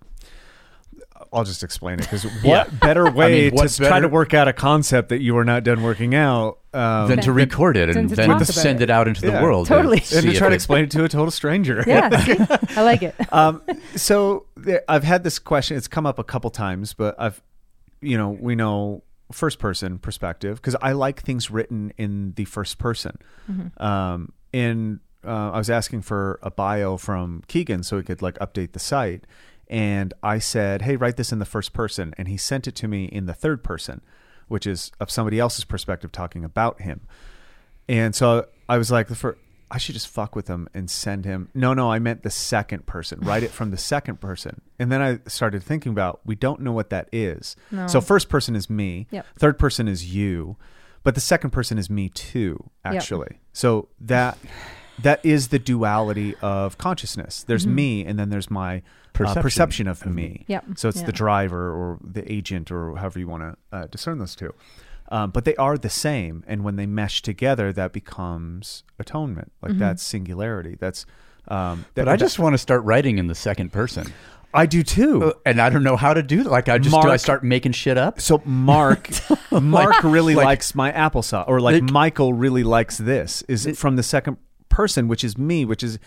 Speaker 6: I'll just explain it because what better way
Speaker 4: what
Speaker 6: to try
Speaker 4: better-
Speaker 6: to work out a concept that you are not done working out um,
Speaker 4: then to record it
Speaker 5: then
Speaker 4: and
Speaker 5: to
Speaker 4: then
Speaker 5: talk
Speaker 4: to
Speaker 5: about
Speaker 4: send
Speaker 5: it.
Speaker 4: it out into
Speaker 6: Yeah.
Speaker 4: the world.
Speaker 5: Totally.
Speaker 4: and
Speaker 6: and
Speaker 4: see
Speaker 6: to try
Speaker 4: if it-
Speaker 6: to explain it to a total stranger?
Speaker 5: Yeah, see? I like it.
Speaker 6: um, so there, I've had this question. It's come up a couple times, but I've, you know, we know first person perspective because I like things written in the first person. Um, and uh, I was asking for a bio from Keegan so he could like update the site. And I said, hey, write this in the first person. And he sent it to me in the third person, which is of somebody else's perspective talking about him. And so I was like, the fir- I should just fuck with him and send him. No, no, I meant the second person. Write it from the second person. And then I started thinking about we don't know what that is.
Speaker 5: No.
Speaker 6: So first person is me.
Speaker 5: Yep.
Speaker 6: Third person is you, but the second person is me too. Actually, so that that is the duality of consciousness. There's me, and then there's my perception,
Speaker 4: Perception
Speaker 6: uh, perception of me.
Speaker 5: Mm-hmm. Yep.
Speaker 6: So it's
Speaker 5: Yeah.
Speaker 6: the driver or the agent or however you want to uh, discern those two. Um, but they are the same, and when they mesh together, that becomes atonement. Like that's singularity. That's. Um, that,
Speaker 4: But I just want to start writing in the second person,
Speaker 6: I do too.
Speaker 4: and I don't know how to do that. Like I just do I
Speaker 6: Mark-
Speaker 4: start making shit up?
Speaker 6: So Mark, Mark really
Speaker 4: Oh like-
Speaker 6: likes my applesauce, or like,
Speaker 4: Like-
Speaker 6: Michael really likes this. Is from the second person, which is me, which is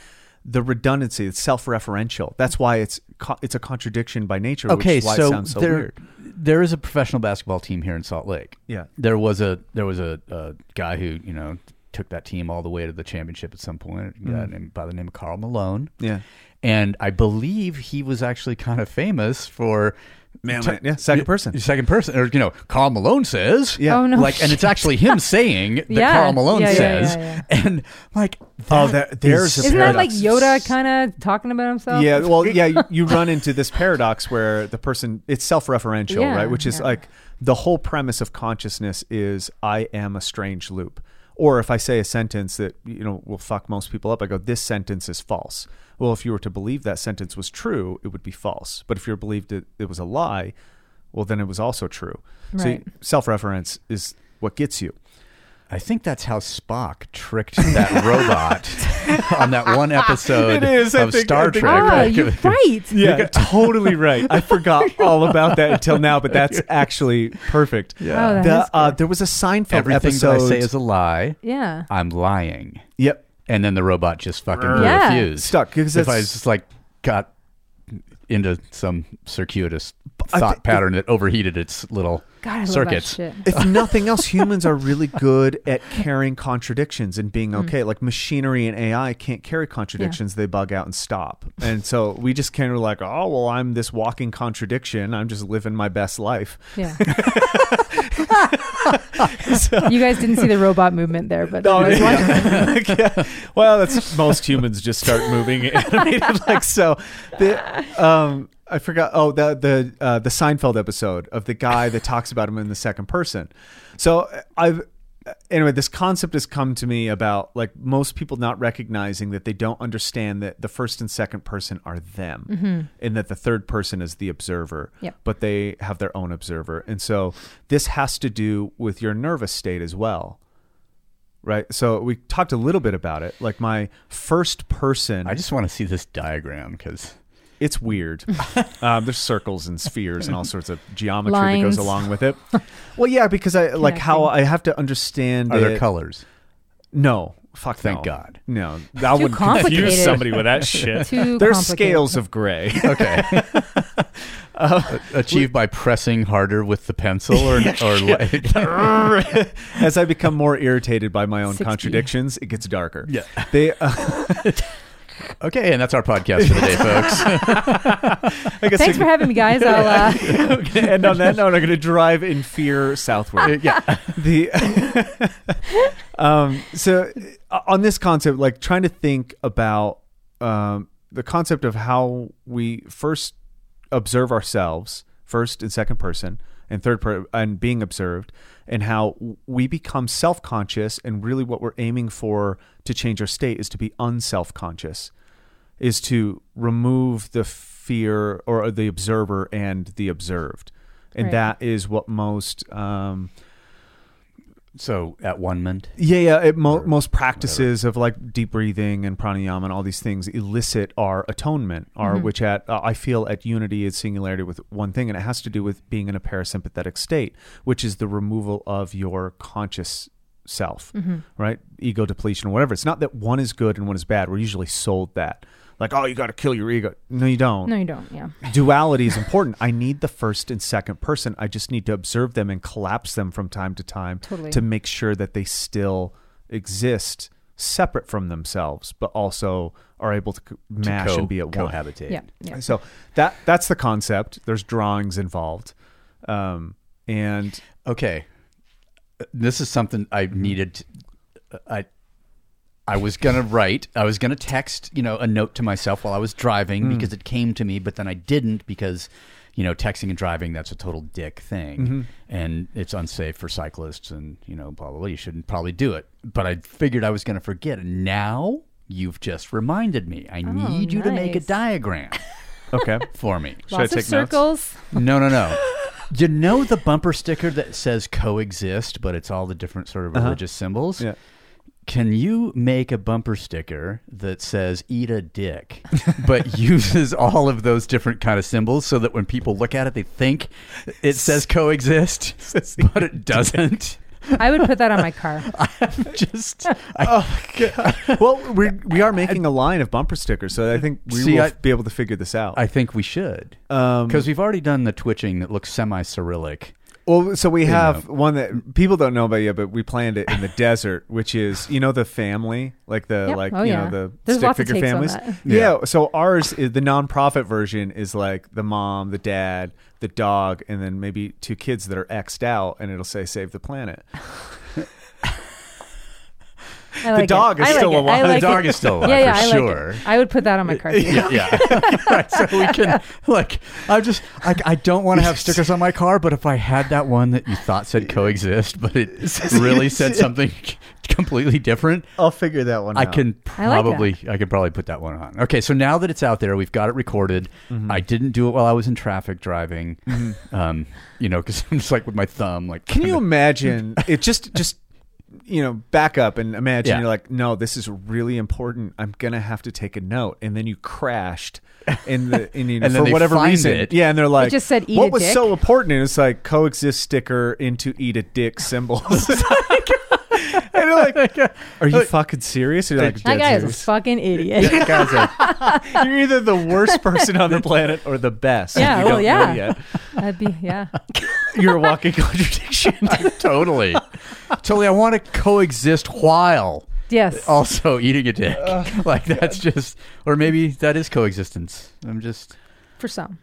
Speaker 6: the redundancy. It's self-referential. That's why it's co- it's a contradiction by nature.
Speaker 4: Okay,
Speaker 6: which is why it
Speaker 4: so,
Speaker 6: sounds so
Speaker 4: there
Speaker 6: weird.
Speaker 4: there is a professional basketball team here in Salt Lake.
Speaker 6: Yeah.
Speaker 4: there was a there was a, a guy who you know took that team all the way to the championship at some point. A guy named, by the name of Carl Malone.
Speaker 6: Mm. Yeah.
Speaker 4: and I believe he was actually kind of famous for
Speaker 6: Man, like- yeah, second person.
Speaker 4: second person, or you know, Carl Malone says,
Speaker 6: Yeah.
Speaker 5: Oh, no.
Speaker 4: like, and it's actually him saying that
Speaker 5: Yeah.
Speaker 4: Carl Malone
Speaker 5: Yeah, yeah,
Speaker 4: says,
Speaker 5: yeah,
Speaker 4: and like,
Speaker 6: Oh,
Speaker 4: that
Speaker 6: there- there's
Speaker 4: is
Speaker 6: a
Speaker 5: Isn't that like
Speaker 6: paradox.
Speaker 5: Yoda kind of talking about himself?
Speaker 6: Yeah, well, yeah, you, you run into this paradox where the person it's self-referential,
Speaker 5: Yeah,
Speaker 6: right? Which is
Speaker 5: yeah.
Speaker 6: like the whole premise of consciousness is I am a strange loop. Or if I say a sentence that you know will fuck most people up, I go, "This sentence is false." Well, if you were to believe that sentence was true, it would be false. But if you believed it, it was a lie, well, then it was also true.
Speaker 5: Right.
Speaker 6: So self-reference is what gets you.
Speaker 4: I think that's how Spock tricked that robot on that one episode
Speaker 6: It is, I
Speaker 4: of
Speaker 6: think- Oh,
Speaker 4: Star
Speaker 6: I think-
Speaker 4: Trek.
Speaker 5: Ah,
Speaker 4: Like,
Speaker 5: you're right.
Speaker 6: Yeah, totally right. I forgot all about that until now, but that's actually perfect.
Speaker 4: Yeah.
Speaker 5: Oh, that
Speaker 6: The,
Speaker 5: is
Speaker 6: uh, there was a Seinfeld
Speaker 4: Everything
Speaker 6: episode.
Speaker 4: that I say is a lie.
Speaker 5: Yeah.
Speaker 4: I'm lying,
Speaker 6: yep,
Speaker 4: and then the robot just fucking
Speaker 5: Yeah.
Speaker 4: refused.
Speaker 6: stuck because
Speaker 4: if I
Speaker 6: it's-
Speaker 4: just like got into some circuitous
Speaker 6: I
Speaker 4: thought
Speaker 6: thi-
Speaker 4: pattern that overheated its little
Speaker 5: God, I love
Speaker 4: circuits.
Speaker 5: that shit.
Speaker 6: if nothing else, humans are really good at carrying contradictions and
Speaker 4: Hmm.
Speaker 6: being okay. Like machinery and AI can't carry contradictions; they bug out and stop. And so we just kind of like, oh well, I'm this walking contradiction. I'm just living my best life.
Speaker 5: Yeah. you guys didn't see the robot movement there, but
Speaker 6: No,
Speaker 5: there was one-
Speaker 6: Yeah. Well, that's most humans just start moving animated like so. The, um, I forgot. Oh, the the uh, the Seinfeld episode of the guy that talks about him in the second person. So uh, I've anyway, this concept has come to me about like most people not recognizing that they don't understand that the first and second person are them, and that the third person is the observer.
Speaker 5: Yep.
Speaker 6: But they have their own observer, and so this has to do with your nervous state as well right? So we talked a little bit about it. Like my first person,
Speaker 4: I just want to see this diagram because
Speaker 6: it's weird. um, there's circles and spheres and all sorts of geometry that
Speaker 5: Lines.
Speaker 6: goes along with it. Well, yeah, because I like how I
Speaker 5: Connecting.
Speaker 6: have to understand.
Speaker 4: are there
Speaker 6: it-
Speaker 4: colors?
Speaker 6: No, fuck.
Speaker 4: Thank
Speaker 6: no.
Speaker 4: God.
Speaker 6: No, that
Speaker 5: Too
Speaker 6: would
Speaker 5: complicated.
Speaker 7: Confuse somebody with that shit.
Speaker 5: Too
Speaker 6: There's
Speaker 5: complicated.
Speaker 6: scales of gray.
Speaker 4: Okay. Achieved by pressing harder with the pencil or, or like,
Speaker 6: As I become more irritated by my own
Speaker 5: 60.
Speaker 6: contradictions, it gets darker.
Speaker 4: Yeah.
Speaker 6: They. Uh,
Speaker 4: okay, and that's our podcast for the day, folks.
Speaker 6: I guess
Speaker 5: Thanks for having me, guys. I'll, uh,
Speaker 6: and on that note, I'm going to drive in fear southward.
Speaker 4: yeah,
Speaker 6: the um so uh, on this concept like trying to think about um the concept of how we first observe ourselves first and second person and third per- and being observed and how w- we become self-conscious and really what we're aiming for to change our state is to be unself-conscious is to remove the fear or the observer and the observed and
Speaker 5: Right.
Speaker 6: that is what most um,
Speaker 4: So at one moment,
Speaker 6: yeah, yeah. It, mo- most practices of like deep breathing and pranayama and all these things elicit our atonement, our which at uh, I feel at unity is singularity with one thing, and it has to do with being in a parasympathetic state, which is the removal of your conscious self, right? Ego depletion or whatever. It's not that one is good and one is bad. We're usually sold that. Like, oh, you got to kill your ego. No, you don't
Speaker 5: no, you don't. Yeah.
Speaker 6: duality is important. I need the first and second person. I just need to observe them and collapse them from time to time
Speaker 5: Totally.
Speaker 6: to make sure that they still exist separate from themselves, but also are able to c- mash
Speaker 4: co-
Speaker 6: and be at one.
Speaker 4: cohabitate.
Speaker 5: Yeah. Yeah.
Speaker 6: So that that's the concept. There's drawings involved, um, and
Speaker 4: okay this is something i needed to- i I was gonna write, I was gonna text, you know, a note to myself while I was driving because it came to me, but then I didn't because, you know, texting and driving that's a total dick thing, and it's unsafe for cyclists, and you know, blah blah blah. You shouldn't probably do it, but I figured I was gonna forget, and now you've just reminded me. I need you to make a
Speaker 5: Oh, nice.
Speaker 4: diagram
Speaker 6: Okay.
Speaker 4: for me.
Speaker 6: Should I
Speaker 5: Lots of
Speaker 6: take notes?
Speaker 5: circles.
Speaker 4: No, no, no. You know the bumper sticker that says coexist, but it's all the different sort of religious symbols?
Speaker 6: Yeah.
Speaker 4: Can you make a bumper sticker that says eat a dick, but uses all of those different kind of symbols so that when people look at it, they think it says coexist, but it doesn't?
Speaker 5: I would put that on my car.
Speaker 4: Just,
Speaker 6: well, we we are making a line of bumper stickers, so I think we
Speaker 4: See,
Speaker 6: will
Speaker 4: I-
Speaker 6: be able to figure this out.
Speaker 4: I think we should.
Speaker 6: Um,
Speaker 4: Because we've already done the twitching that looks semi Cyrillic.
Speaker 6: well, so we have one that people don't know about yet, but we planned it in the desert, which is you know the family, like the
Speaker 5: Yep.
Speaker 6: like
Speaker 5: Oh,
Speaker 6: you
Speaker 5: yeah.
Speaker 6: know the
Speaker 5: There's
Speaker 6: stick
Speaker 5: lots of
Speaker 6: figure
Speaker 5: takes on
Speaker 6: families.
Speaker 5: that.
Speaker 6: Yeah. So ours is the nonprofit version is like the mom, the dad, the dog, and then maybe two kids that are xed out, and it'll say "Save the Planet."
Speaker 5: I like it.
Speaker 6: dog is
Speaker 5: I like
Speaker 6: still
Speaker 5: it. I
Speaker 6: alive. The
Speaker 5: like
Speaker 4: dog
Speaker 5: it.
Speaker 4: is still alive,
Speaker 5: yeah, yeah,
Speaker 4: for
Speaker 5: I
Speaker 4: sure.
Speaker 5: Like it. I would put that on my car. too.
Speaker 4: yeah. right. So we can like I just like I don't want to have stickers on my car, but if I had that one that you thought said coexist, but it really said something completely different,
Speaker 6: I'll figure that one.
Speaker 4: I can
Speaker 5: I like that.
Speaker 4: probably I, could probably put that one on. Okay, so now that it's out there, we've got it recorded. I didn't do it while I was in traffic driving. Um, you know, because I'm just like with my thumb, like
Speaker 6: Can you imagine it just just you know, back up and imagine
Speaker 4: Yeah.
Speaker 6: you're like, no, this is really important. I'm gonna have to take a note, and then you crashed, in the in, you know,
Speaker 4: And then
Speaker 6: for
Speaker 4: they
Speaker 6: whatever
Speaker 4: find
Speaker 6: reason,
Speaker 4: it.
Speaker 6: yeah. And they're like,
Speaker 5: just said, "Eat
Speaker 6: what
Speaker 5: a
Speaker 6: was
Speaker 5: dick."
Speaker 6: so important? And it's like coexist sticker into eat a dick symbols. and you're like, are you fucking serious? You're like,
Speaker 5: That
Speaker 6: "Dead
Speaker 5: guy is a
Speaker 6: serious."
Speaker 5: fucking idiot. Yeah,
Speaker 4: guys are
Speaker 6: you're either the worst person on the planet or the best.
Speaker 5: Yeah,
Speaker 6: You
Speaker 5: well,
Speaker 6: don't know
Speaker 5: yeah.
Speaker 6: yet.
Speaker 5: I'd be yeah.
Speaker 6: You're a walking contradiction.
Speaker 4: totally, totally. I want to coexist while.
Speaker 5: Yes.
Speaker 4: also eating a dick. like that's just, or maybe that is coexistence. I'm just,
Speaker 5: For some.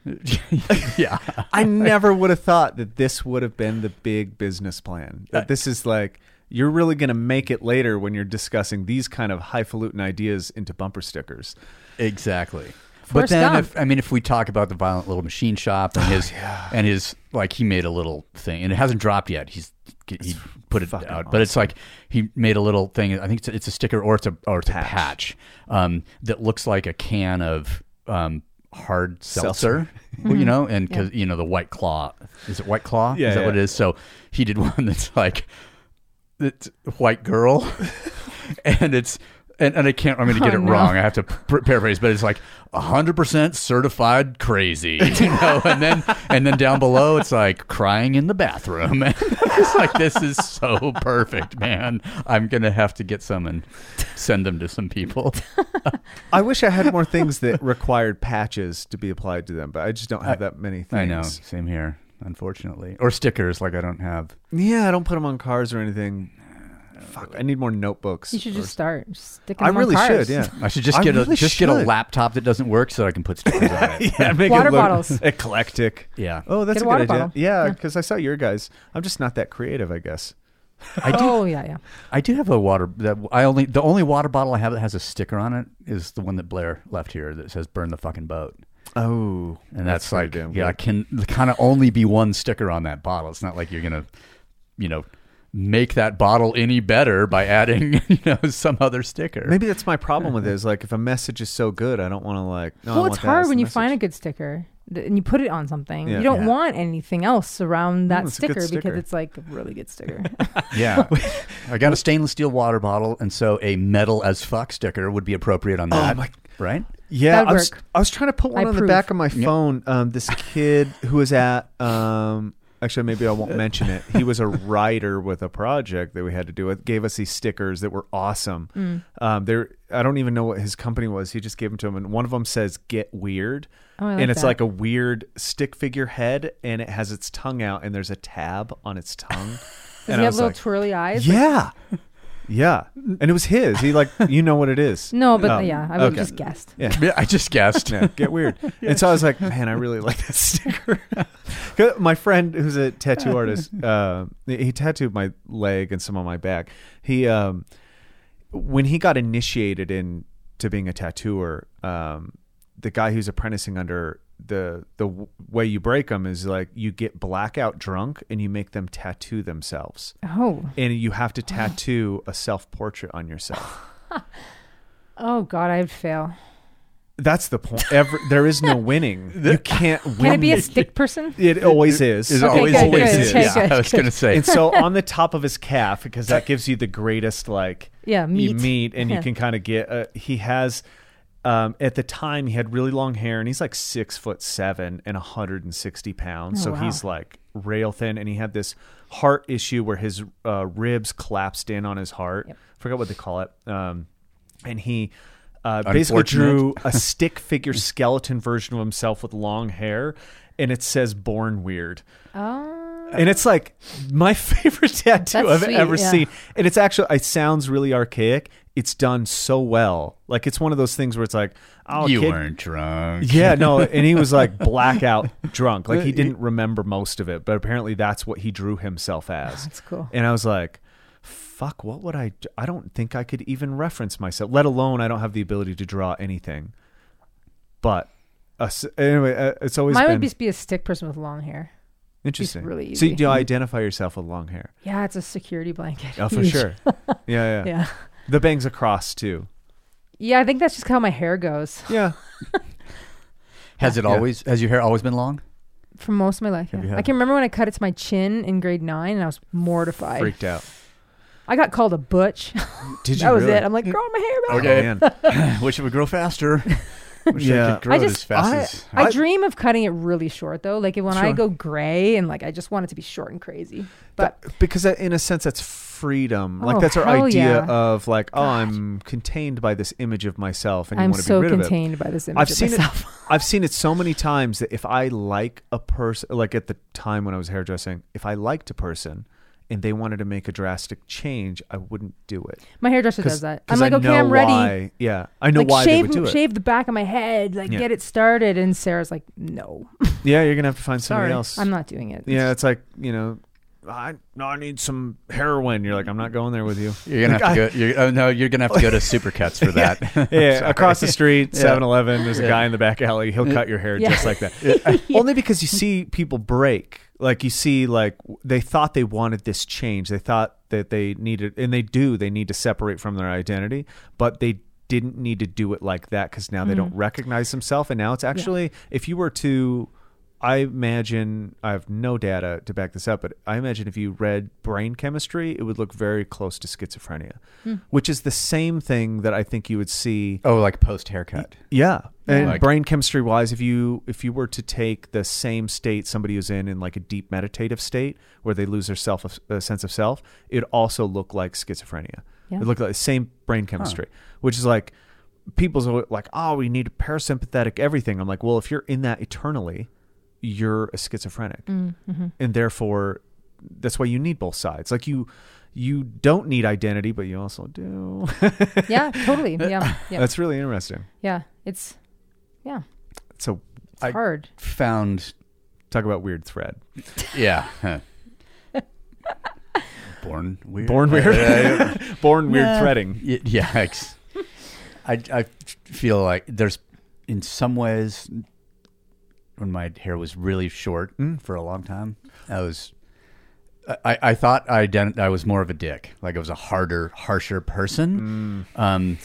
Speaker 4: yeah.
Speaker 6: I never would have thought that this would have been the big business plan. That this is like you're really going to make it later when you're discussing these kind of highfalutin ideas into bumper stickers.
Speaker 4: Exactly. but
Speaker 5: Forrest
Speaker 4: then,
Speaker 5: Gump.
Speaker 4: if, I mean, if we talk about the violent little machine shop
Speaker 6: Oh,
Speaker 4: and his and his like, he made a little thing, and it hasn't dropped yet. He's he put it out,
Speaker 6: fucking
Speaker 4: but it's like he made a little thing. I think it's a, it's a sticker or it's a or it's a patch um, that looks like a can of um, hard seltzer, well, you know, and because you know the White Claw is it White Claw?
Speaker 6: Mm-hmm. Yeah,
Speaker 4: is that
Speaker 6: yeah.
Speaker 4: what it is? So he did one that's like it's white girl and it's and, and I can't I'm gonna get
Speaker 5: Oh,
Speaker 4: it
Speaker 5: no.
Speaker 4: wrong I have to par- paraphrase but it's like 100% certified crazy you know and then and then down below it's like crying in the bathroom it's like this is so perfect man I'm gonna have to get some and send them to some people
Speaker 6: I wish I had more things that required patches to be applied to them, but I just don't have that many things.
Speaker 4: I know same here unfortunately or stickers like I don't have
Speaker 6: Yeah, I don't put them on cars or anything. Fuck, I need more notebooks.
Speaker 5: You should just start. Just stick
Speaker 6: I
Speaker 5: them on
Speaker 6: really
Speaker 5: cars.
Speaker 6: should. Yeah,
Speaker 4: I should just
Speaker 6: I
Speaker 4: get
Speaker 6: really
Speaker 4: a just get a
Speaker 6: should.
Speaker 4: laptop that doesn't work so I can put stickers on it
Speaker 6: Yeah, make
Speaker 5: Water
Speaker 6: it look
Speaker 5: bottles.
Speaker 6: Eclectic.
Speaker 4: yeah
Speaker 6: Oh, that's
Speaker 5: Get a
Speaker 6: a,
Speaker 5: water
Speaker 6: good idea.
Speaker 5: bottle.
Speaker 6: Yeah, because I saw your guys. I'm just not that creative, I guess.
Speaker 4: I do
Speaker 5: Oh yeah, yeah.
Speaker 4: I do have a water that I only the only water bottle I have that has a sticker on it is the one that Blair left here that says "Burn the fucking boat,"
Speaker 6: Oh,
Speaker 4: and that's,
Speaker 6: pretty
Speaker 4: like
Speaker 6: damn
Speaker 4: yeah,
Speaker 6: good.
Speaker 4: it can kind of only be one sticker on that bottle. It's not like you're gonna, you know, make that bottle any better by adding you know some other sticker.
Speaker 6: Maybe that's my problem with it. Is like if a message is so good, I don't want to like. No,
Speaker 5: well, it's hard when you find a good sticker th- and you put it on something.
Speaker 6: Yeah.
Speaker 5: You don't
Speaker 4: Yeah.
Speaker 5: want anything else around that
Speaker 6: it's a good
Speaker 5: sticker,
Speaker 6: sticker.
Speaker 5: because it's like a really good sticker.
Speaker 4: yeah, I got a stainless steel water bottle, and so a metal as fuck sticker would be appropriate on that.
Speaker 6: my-
Speaker 4: Right?
Speaker 6: Yeah,
Speaker 5: That'd
Speaker 6: I was,
Speaker 5: work.
Speaker 6: I was trying to put one
Speaker 5: I
Speaker 6: on
Speaker 5: approve.
Speaker 6: the back of my phone. Um, this kid who was at. Um, actually, maybe I won't mention it. He was a writer with a project that we had to do. It gave us these stickers that were awesome.
Speaker 5: Mm.
Speaker 6: Um, there, I don't even know what his company was. He just gave them to him, and one of them says "Get Weird,"
Speaker 5: Oh, I like
Speaker 6: and it's
Speaker 5: that.
Speaker 6: like a weird stick figure head, and it has its tongue out, and there's a tab on its tongue.
Speaker 5: Does
Speaker 6: And
Speaker 5: he
Speaker 6: I
Speaker 5: have
Speaker 6: was
Speaker 5: little
Speaker 6: like,
Speaker 5: twirly eyes? Like-
Speaker 6: Yeah. Yeah. And it was his. He like you know what it is.
Speaker 5: no, but
Speaker 6: Um,
Speaker 5: yeah, I would have
Speaker 6: okay.
Speaker 5: just guessed.
Speaker 4: Yeah, I just guessed.
Speaker 6: Yeah, get weird. And so I was like, man, I really like that sticker. 'Cause my friend who's a tattoo artist, uh, he tattooed my leg and some on my back. He um when he got initiated into being a tattooer, um, the guy who's apprenticing under the the w- way you break them is like you get blackout drunk and you make them tattoo themselves,
Speaker 5: Oh,
Speaker 6: and you have to tattoo a self portrait on yourself.
Speaker 5: oh God, I'd fail.
Speaker 6: That's the point. Every, there is no winning. You can't win.
Speaker 5: Can it be a stick person?
Speaker 6: It Oh, always is.
Speaker 5: Okay, always good, always good, is. okay,
Speaker 4: yeah,
Speaker 5: good,
Speaker 4: I was
Speaker 5: good.
Speaker 4: going to say.
Speaker 6: and so on the top of his calf because that gives you the greatest like
Speaker 5: Yeah,
Speaker 6: you
Speaker 5: meat.
Speaker 6: meet and you
Speaker 5: Yeah.
Speaker 6: can kind of get uh, he has um, at the time he had really long hair and he's like six foot seven and 160 pounds
Speaker 5: Oh,
Speaker 6: so
Speaker 5: wow.
Speaker 6: he's like rail thin and he had this heart issue where his uh, ribs collapsed in on his heart forgot what they call it um, and he uh, basically
Speaker 4: Unfortunate.
Speaker 6: drew a stick figure skeleton version of himself with long hair and it says born weird
Speaker 5: Oh,
Speaker 6: and it's like my favorite tattoo
Speaker 5: That's
Speaker 6: I've
Speaker 5: sweet,
Speaker 6: ever
Speaker 5: yeah.
Speaker 6: seen. And it's actually, it sounds really archaic. It's done so well. Like it's one of those things where it's like, oh,
Speaker 4: you
Speaker 6: kid-
Speaker 4: weren't drunk.
Speaker 6: Yeah, no. And he was like blackout drunk. Like
Speaker 4: Uh,
Speaker 6: he didn't remember most of it, but apparently that's what he drew himself as.
Speaker 5: that's cool.
Speaker 6: And I was like, fuck, what would I do? I don't think I could even reference myself, let alone I don't have the ability to draw anything. But uh, s- anyway, uh, it's always
Speaker 5: Mine
Speaker 6: been
Speaker 5: would just be a stick person with long hair.
Speaker 6: interesting.
Speaker 5: really
Speaker 6: so
Speaker 5: easy.
Speaker 6: do you identify yourself with long hair?
Speaker 5: Yeah, it's a security blanket.
Speaker 6: Oh, for
Speaker 5: Huge.
Speaker 6: sure. Yeah, yeah,
Speaker 5: Yeah.
Speaker 6: The bangs across too.
Speaker 5: Yeah, I think that's just how my hair goes
Speaker 6: Yeah.
Speaker 4: Has it always? Has your hair always been long?
Speaker 5: for most of my life.
Speaker 4: Have
Speaker 5: yeah.
Speaker 4: you had-
Speaker 5: I can remember when I cut it to my chin in grade nine, and I was mortified.
Speaker 6: Freaked out.
Speaker 5: I got called a butch.
Speaker 6: Did you
Speaker 5: that was
Speaker 6: really?
Speaker 5: it. I'm like, growing my hair back.
Speaker 6: Oh, man.
Speaker 4: Wish it would grow faster. Wish I
Speaker 6: Yeah.
Speaker 4: could grow
Speaker 5: I
Speaker 4: it
Speaker 5: just-
Speaker 4: as fast
Speaker 6: I-
Speaker 4: as.
Speaker 5: I, dream of cutting it really short though. Like when I
Speaker 6: Sure.
Speaker 5: go gray and like I just want it to be short and crazy. But
Speaker 6: because that, in a sense that's freedom.
Speaker 5: Oh,
Speaker 6: like that's our
Speaker 5: hell
Speaker 6: idea
Speaker 5: yeah.
Speaker 6: of like, oh, I'm contained by this image of myself and you
Speaker 5: I'm
Speaker 6: want to
Speaker 5: so
Speaker 6: be rid
Speaker 5: contained by this
Speaker 6: of
Speaker 5: image
Speaker 6: it. I've
Speaker 5: of
Speaker 6: seen
Speaker 5: myself.
Speaker 6: it I've seen it so many times that if I like a person like at the time when I was hairdressing, if I liked a person and they wanted to make a drastic change, I wouldn't do it.
Speaker 5: My hairdresser
Speaker 6: 'Cause-
Speaker 5: does that. I'm
Speaker 6: 'cause
Speaker 5: like,
Speaker 6: I
Speaker 5: okay,
Speaker 6: know
Speaker 5: I'm ready.
Speaker 6: why- Yeah. I know
Speaker 5: like
Speaker 6: why
Speaker 5: shave,
Speaker 6: they would do
Speaker 5: shave the back of my head, like
Speaker 6: Yeah.
Speaker 5: get it started. And Sarah's like, no,
Speaker 6: it. Yeah, you're gonna have to find somebody else.
Speaker 5: I'm not doing it.
Speaker 6: Yeah, it's like you know, I no, I need some heroin. You're like, I'm not going there with you.
Speaker 4: You're gonna have
Speaker 6: Like,
Speaker 4: to go. You're, oh no, you're gonna have to go to Supercuts for that.
Speaker 6: I- yeah, across the street,
Speaker 4: Yeah.
Speaker 6: 7-Eleven. There's a guy in the back alley. He'll cut your hair
Speaker 5: Yeah.
Speaker 6: just like that. Only because you see people break. Like you see, like w- they thought they wanted this change. They thought that they needed, and they do. They need to separate from their identity, but they didn't need to do it like that because now they don't
Speaker 5: Mm-hmm.
Speaker 6: recognize themselves. And now it's actually, if you were to I imagine I have no data to back this up, but I imagine if you read brain chemistry, it would look very close to schizophrenia,
Speaker 5: Hmm.
Speaker 6: which is the same thing that I think you would see.
Speaker 4: Oh, like post haircut.
Speaker 6: Yeah, and
Speaker 4: Like-
Speaker 6: brain chemistry wise, if you if you were to take the same state somebody was in in like a deep meditative state where they lose their self uh, sense of self, it also look like schizophrenia.
Speaker 5: Yeah.
Speaker 6: It looked like the same brain chemistry, which is like people's al- like, oh, we need parasympathetic everything. I'm like, well, if you're in that eternally, you're a schizophrenic, and therefore that's why you need both sides. Like you you don't need identity, but you also do.
Speaker 5: yeah, totally. Yeah, yeah,
Speaker 6: that's really interesting.
Speaker 5: yeah. It's yeah,
Speaker 6: It's a
Speaker 5: it's hard.
Speaker 4: Found.
Speaker 6: talk about weird thread.
Speaker 4: Yeah. huh. Born weird.
Speaker 6: Born weird. Born weird
Speaker 4: Nah.
Speaker 6: threading.
Speaker 4: Y- yeah. ex- I, I feel like there's, in some ways, when my hair was really short
Speaker 6: Mm.
Speaker 4: for a long time, I was, I, I thought I, ident- I was more of a dick. Like I was a harder, harsher person.
Speaker 6: Mm.
Speaker 4: Um,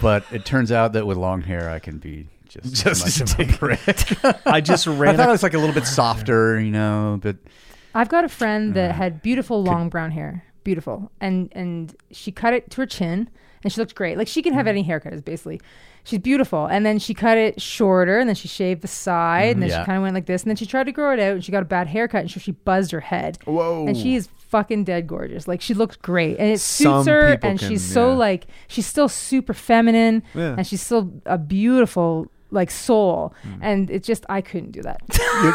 Speaker 4: but it turns out that with long hair, I can be just, as much
Speaker 6: Just
Speaker 4: of a prick.
Speaker 6: I just
Speaker 4: I
Speaker 6: ran.
Speaker 4: thought I was like a little bit softer, you know, but
Speaker 5: I've got a friend
Speaker 6: Uh,
Speaker 5: that had beautiful long brown hair, beautiful, and and she cut it to her chin, and she looked great. Like she can
Speaker 6: Mm-hmm.
Speaker 5: have any haircut, is basically. She's beautiful, and then she cut it shorter, and then she shaved the
Speaker 6: Mm-hmm.
Speaker 5: side, and then
Speaker 4: Yeah.
Speaker 5: she kind of went like this, and then she tried to grow it out, and she got a bad haircut, and so she buzzed her head.
Speaker 6: Whoa.
Speaker 5: And she is fucking dead gorgeous. Like she looked great, and it suits
Speaker 6: Some
Speaker 5: her,
Speaker 6: people
Speaker 5: and
Speaker 6: can-
Speaker 5: she's so
Speaker 6: yeah.
Speaker 5: like she's still super feminine,
Speaker 6: Yeah.
Speaker 5: and she's still a beautiful like soul, and it just I couldn't do that.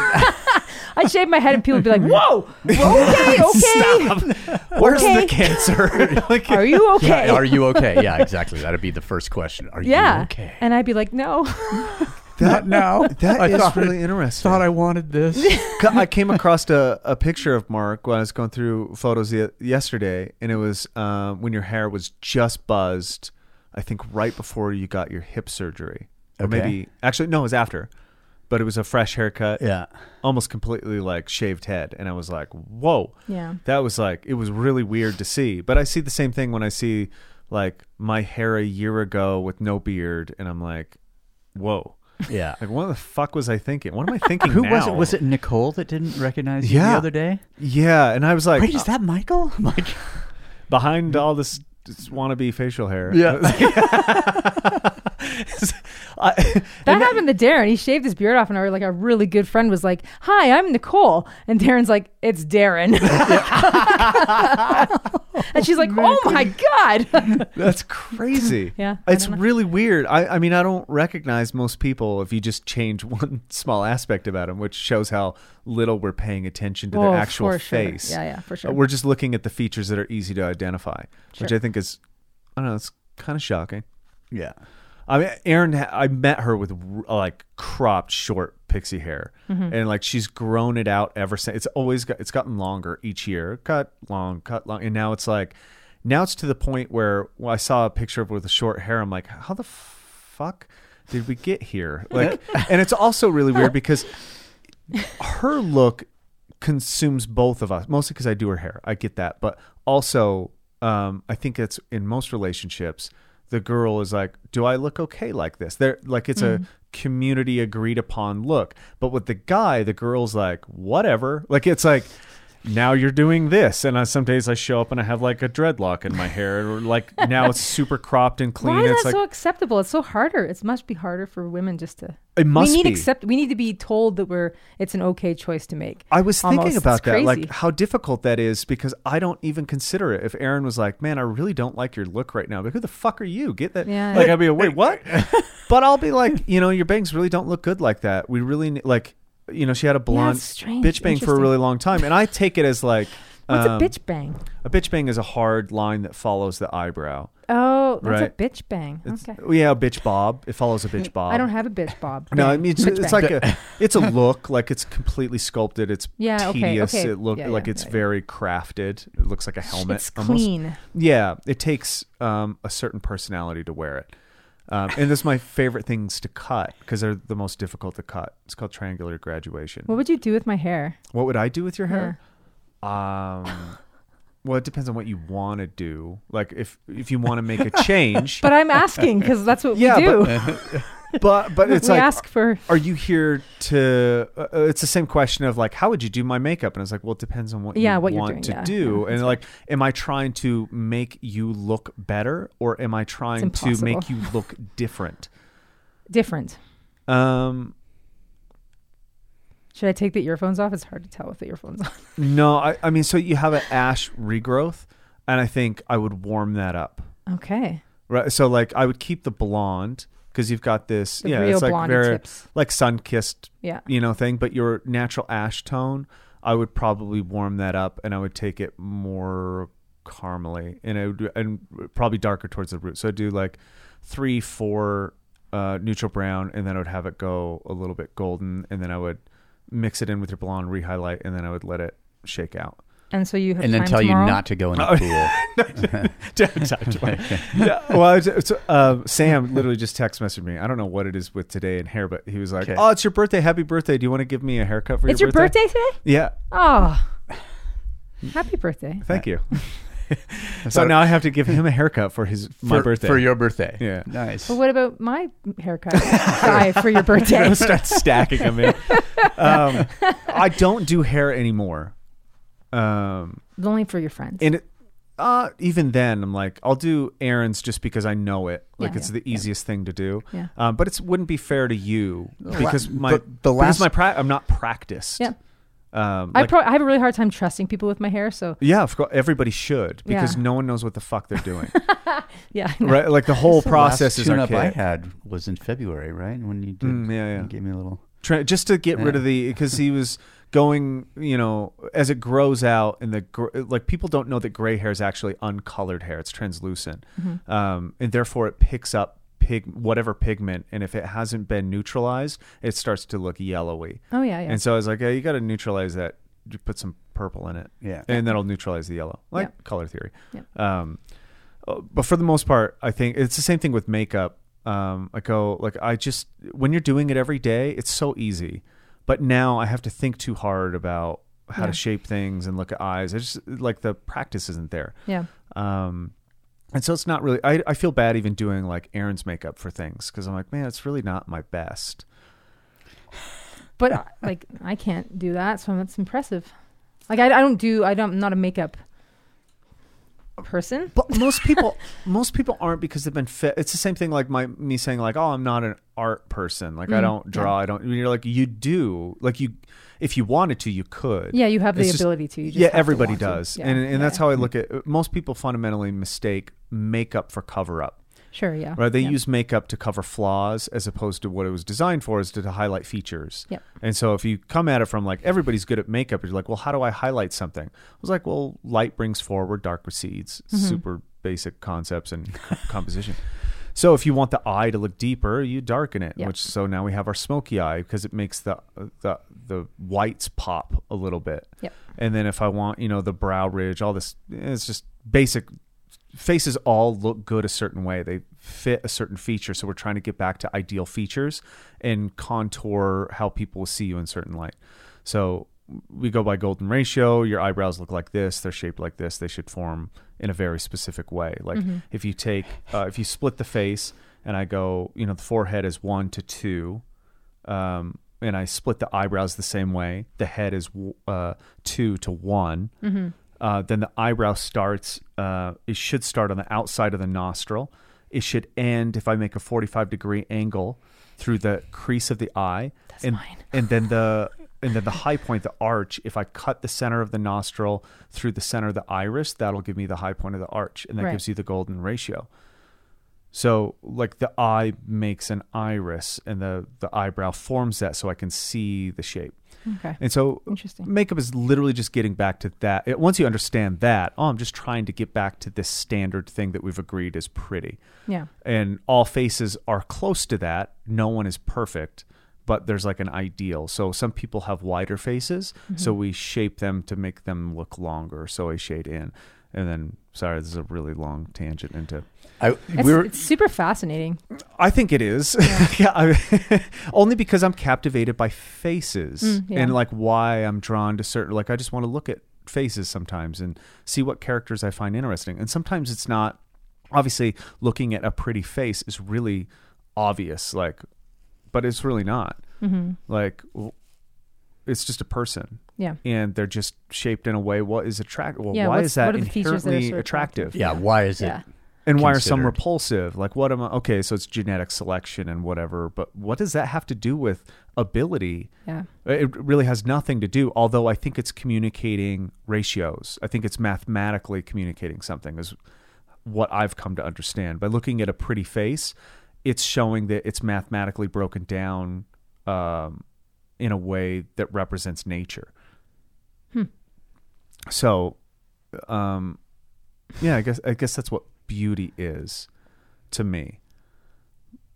Speaker 5: I'd shave my head and people would be like, "Whoa, okay, okay,
Speaker 6: Where's
Speaker 5: Okay.
Speaker 6: the cancer? like,
Speaker 5: are you okay?"
Speaker 4: yeah, are you okay? Yeah, exactly. That'd be the first question. Are
Speaker 5: Yeah.
Speaker 4: you okay?
Speaker 5: and I'd be like, "No,
Speaker 4: Not now.
Speaker 6: That
Speaker 4: I
Speaker 6: is
Speaker 4: thought I-
Speaker 6: really interesting.
Speaker 4: Thought I wanted this.
Speaker 6: Ca- I came across a, a picture of Mark when I was going through photos ye- yesterday, and it was um, when your hair was just buzzed. I think right before you got your hip surgery, or
Speaker 4: Okay.
Speaker 6: maybe actually no, it was after. But it was a fresh haircut,
Speaker 4: yeah.
Speaker 6: almost completely like shaved head, and I was like, "Whoa!"
Speaker 5: Yeah.
Speaker 6: that was like it was really weird to see. But I see the same thing when I see like my hair a year ago with no beard, and I'm like, "Whoa!"
Speaker 4: Yeah.
Speaker 6: Like, what the fuck was I thinking? What am I thinking?
Speaker 4: Who was it?
Speaker 6: now?
Speaker 4: Was it Nicole that didn't recognize you the
Speaker 6: Yeah.
Speaker 4: other day?
Speaker 6: Yeah, and I was like, uh,
Speaker 4: Wait, is that Michael? Mike.
Speaker 6: behind all this, this wannabe facial hair. I,
Speaker 5: That happened to Darren. He shaved his beard off, and our like a really good friend was like, "Hi, I'm Nicole," and Darren's like, "It's Darren," and she's like, "Oh my god!"
Speaker 6: that's crazy.
Speaker 5: Yeah, I
Speaker 6: it's
Speaker 5: don't know.
Speaker 6: really weird. I, I mean, I don't recognize most people if you just change one small aspect about them, which shows how little we're paying attention to
Speaker 5: Oh,
Speaker 6: their actual
Speaker 5: for sure.
Speaker 6: face.
Speaker 5: Yeah, yeah, for
Speaker 6: Uh,
Speaker 5: sure.
Speaker 6: We're just looking at the features that are easy to identify, which
Speaker 5: Sure.
Speaker 6: I think is, I don't know, it's kind of shocking.
Speaker 4: Yeah.
Speaker 6: I mean, Erin, ha- I met her with r- like cropped short pixie hair, and like she's grown it out ever since. It's always got, it's gotten longer each year, cut long, cut long, and now it's like, now it's to the point where when I saw a picture of her with the short hair. I'm like, how the fuck did we get here? Like, and it's also really weird because her look consumes both of us mostly because i do her hair i get that but also um, i think it's in most relationships the girl is like do i look okay like this they're like it's
Speaker 5: Mm-hmm.
Speaker 6: a community agreed upon look but with the guy the girl's like whatever like it's like now you're doing this and I, some days i show up and i have like a dreadlock in my hair or like now it's super cropped and clean
Speaker 5: Why is
Speaker 6: it's
Speaker 5: that
Speaker 6: like
Speaker 5: so acceptable? It's so harder. It must be harder for women just to.
Speaker 6: It must
Speaker 5: we need
Speaker 6: be.
Speaker 5: accept. We need to be told that we're. It's an okay choice to make.
Speaker 6: I was thinking
Speaker 5: Almost.
Speaker 6: about
Speaker 5: It's
Speaker 6: that, like
Speaker 5: crazy.
Speaker 6: how difficult that is, because I don't even consider it. If Aaron was like, "Man, I really don't like your look right now," like, who the fuck are you? Get that?
Speaker 5: Yeah.
Speaker 6: Like, I'd be, wait, what? but I'll be like, you know, your bangs really don't look good like that. We really ne- like, you know, she had a blonde
Speaker 5: it's strange.
Speaker 6: bitch bang for a
Speaker 5: Interesting.
Speaker 6: really long time, and I take it as like,
Speaker 5: What's a
Speaker 6: um,
Speaker 5: bitch bang?
Speaker 6: A bitch bang is a hard line that follows the eyebrow.
Speaker 5: Oh, that's
Speaker 6: right.
Speaker 5: a bitch bang.
Speaker 6: It's,
Speaker 5: okay.
Speaker 6: Yeah, a bitch bob. It follows a bitch bob.
Speaker 5: I don't have a bitch bob.
Speaker 6: No, I
Speaker 5: Bang.
Speaker 6: mean it's,
Speaker 5: Bitch
Speaker 6: it's
Speaker 5: bang.
Speaker 6: like a it's a look like it's completely sculpted. It's
Speaker 5: Yeah, okay,
Speaker 6: tedious.
Speaker 5: okay.
Speaker 6: It look
Speaker 5: Yeah,
Speaker 6: like
Speaker 5: yeah,
Speaker 6: it's
Speaker 5: yeah, yeah.
Speaker 6: very crafted. It looks like a helmet.
Speaker 5: It's
Speaker 6: almost.
Speaker 5: clean.
Speaker 6: Yeah, it takes um, a certain personality to wear it. Um, and that's my favorite things to cut because they're the most difficult to cut. It's called triangular graduation.
Speaker 5: What would you do with my hair?
Speaker 6: What would I do with your hair? Um, well, it depends on what you want to do. Like if if you want to make a change,
Speaker 5: But I'm asking because that's what
Speaker 6: Yeah,
Speaker 5: we do.
Speaker 6: but but it's
Speaker 5: we
Speaker 6: like
Speaker 5: ask for
Speaker 6: are you here to uh, uh, it's the same question of like how would you do my makeup and it's like well it depends on what
Speaker 5: Yeah,
Speaker 6: you
Speaker 5: what you're
Speaker 6: want
Speaker 5: doing,
Speaker 6: to
Speaker 5: yeah,
Speaker 6: do and like am i trying to make you look better or am i trying to make you
Speaker 5: impossible.
Speaker 6: look different
Speaker 5: different.
Speaker 6: um
Speaker 5: Should I take the earphones off? It's hard to tell with the earphones on.
Speaker 6: no i, I mean so you have an ash regrowth and i think i would warm that up
Speaker 5: Okay.
Speaker 6: right so like i would keep the blonde because you've got this
Speaker 5: The
Speaker 6: yeah
Speaker 5: real
Speaker 6: it's like
Speaker 5: blondie
Speaker 6: very
Speaker 5: tips.
Speaker 6: like sun-kissed
Speaker 5: Yeah.
Speaker 6: you know thing but your natural ash tone i would probably warm that up and i would take it more caramely and it would and probably darker towards the root so i'd do like three four uh, neutral brown and then i would have it go a little bit golden and then i would mix it in with your blonde rehighlight and then i would let it shake out
Speaker 5: And so you have
Speaker 4: And then
Speaker 5: time
Speaker 4: tell
Speaker 5: tomorrow?
Speaker 4: you not to go in the pool.
Speaker 6: yeah, well, it's, it's, um, Sam literally just text messaged me. I don't know what it is with today and hair, but he was like,
Speaker 4: Okay.
Speaker 6: "Oh, it's your birthday! Happy birthday! Do you want to give me a haircut for
Speaker 5: It's
Speaker 6: your
Speaker 5: your
Speaker 6: birthday?"
Speaker 5: birthday today?
Speaker 6: Yeah,
Speaker 5: Oh. Happy birthday.
Speaker 6: thank you. so now I have to give him a haircut for his my
Speaker 4: for,
Speaker 6: birthday
Speaker 4: for your birthday.
Speaker 6: Yeah.
Speaker 4: nice.
Speaker 5: But what about my haircut? Guy for your birthday.
Speaker 6: Start stacking them in. Um, I don't do hair anymore. Um,
Speaker 5: Only for your friends.
Speaker 6: and it, uh, even then, I'm like, I'll do errands just because I know it. Like
Speaker 5: Yeah.
Speaker 6: it's the easiest thing to do.
Speaker 5: Yeah.
Speaker 6: Um, but it wouldn't be fair to you because my
Speaker 4: the- the last-
Speaker 6: because my pra- I'm not practiced.
Speaker 5: Yeah.
Speaker 6: Um,
Speaker 5: I,
Speaker 6: like-
Speaker 5: pro- I have a really hard time trusting people with my hair, so
Speaker 6: yeah, of course, everybody should because
Speaker 5: Yeah.
Speaker 6: no one knows what the fuck they're doing,
Speaker 5: yeah.
Speaker 6: right? Like the whole
Speaker 4: Last
Speaker 6: process is
Speaker 4: tune-up I
Speaker 6: archaic.
Speaker 4: had was in February, right? When you did,
Speaker 6: Mm, yeah, yeah.
Speaker 4: you gave me a little.
Speaker 6: Try, just to get rid of the because he was going, you know, as it grows out and the gr- like people don't know that gray hair is actually uncolored hair; it's translucent, um, and therefore it picks up pig whatever pigment, and if it hasn't been neutralized, it starts to look yellowy.
Speaker 5: Oh yeah, yeah.
Speaker 6: And so I was like, hey, you got to neutralize that. You put some purple in it.
Speaker 4: Yeah.
Speaker 6: And that'll neutralize the yellow, like
Speaker 5: Yeah.
Speaker 6: color theory.
Speaker 5: Yeah.
Speaker 6: Um, uh, but for the most part, I think it's the same thing with makeup. Um, I go like I just when you're doing it every day, it's so easy. But now I have to think too hard about how
Speaker 5: Yeah.
Speaker 6: to shape things and look at eyes. I just like the practice isn't there.
Speaker 5: yeah.
Speaker 6: Um, and so it's not really, I, I feel bad even doing like Aaron's makeup for things because I'm like, man, it's really not my best.
Speaker 5: But uh, like I can't do that, so that's impressive. Like I, I don't do I don't I'm not a makeup person.
Speaker 6: But most people, most people aren't because they've been fit. It's the same thing like my me saying like, oh, I'm not an art person.
Speaker 5: Mm,
Speaker 6: Like I don't draw. I don't. You're like you do. Like you, if you wanted to, you could.
Speaker 5: Yeah, you have the
Speaker 6: It's just-
Speaker 5: ability to. You just
Speaker 6: yeah,
Speaker 5: have to
Speaker 6: everybody
Speaker 5: want to.
Speaker 6: does,
Speaker 5: Yeah,
Speaker 6: and and
Speaker 5: yeah,
Speaker 6: that's
Speaker 5: yeah.
Speaker 6: how I look at. Most people fundamentally mistake makeup for cover up.
Speaker 5: Sure. Yeah.
Speaker 6: Right. They
Speaker 5: yeah.
Speaker 6: use makeup to cover flaws as opposed to what it was designed for is to, to highlight features.
Speaker 5: Yep.
Speaker 6: And so if you come at it from like everybody's good at makeup, you're like, well, how do I highlight something? I was like, well, light brings forward, dark recedes.
Speaker 5: Mm-hmm.
Speaker 6: Super basic concepts and composition. So if you want the eye to look deeper, you darken it.
Speaker 5: Yep.
Speaker 6: Which so now we have our smoky eye because it makes the uh, the the whites pop a little bit.
Speaker 5: Yep.
Speaker 6: And then if I want, you know, the brow ridge, all this, it's just basic faces all look good a certain way. They fit a certain feature. So we're trying to get back to ideal features and contour how people will see you in certain light. So we go by golden ratio. Your eyebrows look like this. They're shaped like this. They should form in a very specific way. Like if you take, uh, if you split the face and I go, you know, the forehead is one to two um, and I split the eyebrows the same way. The head is uh, two to one. Uh, then the eyebrow starts. Uh, it should start on the outside of the nostril. It should end if I make a forty-five degree angle through the crease of the eye, That's and
Speaker 5: mine.
Speaker 6: and then the and then the high point, the arch. If I cut the center of the nostril through the center of the iris, that'll give me the high point of the arch, and that
Speaker 5: Right.
Speaker 6: gives you the golden ratio. So like the eye makes an iris and the, the eyebrow forms that so I can see the shape.
Speaker 5: Okay.
Speaker 6: And so
Speaker 5: Interesting.
Speaker 6: makeup is literally just getting back to that. It- once you understand that, oh, I'm just trying to get back to this standard thing that we've agreed is pretty.
Speaker 5: Yeah.
Speaker 6: And all faces are close to that. No one is perfect, but there's like an ideal. So some people have wider faces, so we shape them to make them look longer. So I shade in. And then, sorry, this is a really long tangent into
Speaker 4: I,
Speaker 5: It's,
Speaker 4: we were,
Speaker 5: it's super fascinating.
Speaker 6: I think it is. Yeah. I- only because I'm captivated by faces
Speaker 5: Mm, yeah.
Speaker 6: and like why I'm drawn to certain like I just want to look at faces sometimes and see what characters I find interesting. And sometimes it's not obviously looking at a pretty face is really obvious like but it's really not.
Speaker 5: Mm-hmm.
Speaker 6: Like w- it's just a person
Speaker 5: Yeah.
Speaker 6: and they're just shaped in a way what is attractive well,
Speaker 5: Yeah,
Speaker 6: why
Speaker 5: what's-
Speaker 6: is that
Speaker 5: what are the features that are
Speaker 6: inherently
Speaker 5: so attractive?
Speaker 6: attractive?
Speaker 4: yeah, why is
Speaker 5: Yeah.
Speaker 4: it?
Speaker 6: and why are some
Speaker 4: considered.
Speaker 6: repulsive like what am i okay so it's genetic selection and whatever but what does that have to do with ability
Speaker 5: Yeah.
Speaker 6: it really has nothing to do although i think it's communicating ratios i think it's mathematically communicating something is what i've come to understand by looking at a pretty face it's showing that it's mathematically broken down um, in a way that represents nature
Speaker 5: Hmm.
Speaker 6: so um yeah i guess i guess that's what beauty is to me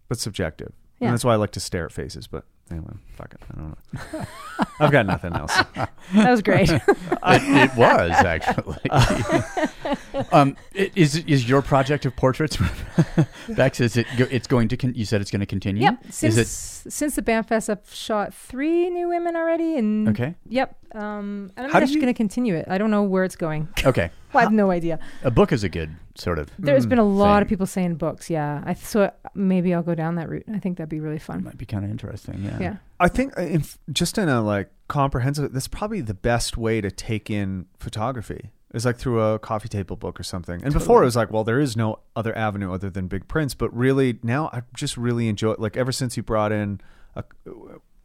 Speaker 6: but subjective
Speaker 5: Yeah.
Speaker 6: and that's why i like to stare at faces but anyway fuck it i don't know i've got nothing else
Speaker 5: That was great.
Speaker 4: it, it was actually. um, i- is is your project of portraits, Bex? Is it? go- It's going to. Con- you said it's going to continue.
Speaker 5: yep.
Speaker 4: Mm-hmm. Is
Speaker 5: Since
Speaker 4: it?
Speaker 5: since the Banfest, I've shot three new women already, and
Speaker 4: Okay.
Speaker 5: Yep. Um, and I'm
Speaker 6: How do
Speaker 5: just
Speaker 6: you-
Speaker 5: going to continue it. I don't know where it's going.
Speaker 4: Okay.
Speaker 5: I have no idea.
Speaker 4: A book is a good sort of.
Speaker 5: There's been a lot
Speaker 4: Same.
Speaker 5: of people saying books. Yeah. I, so maybe I'll go down that route. I think that'd be really fun.
Speaker 4: Might be kind of interesting. Yeah.
Speaker 5: Yeah.
Speaker 6: i think uh, in, just in a like comprehensive that's probably the best way to take in photography is like through a coffee table book or something. And before it was like, well, there is no other avenue other than big prints. But really, now I just really enjoy. Like ever since you brought in a,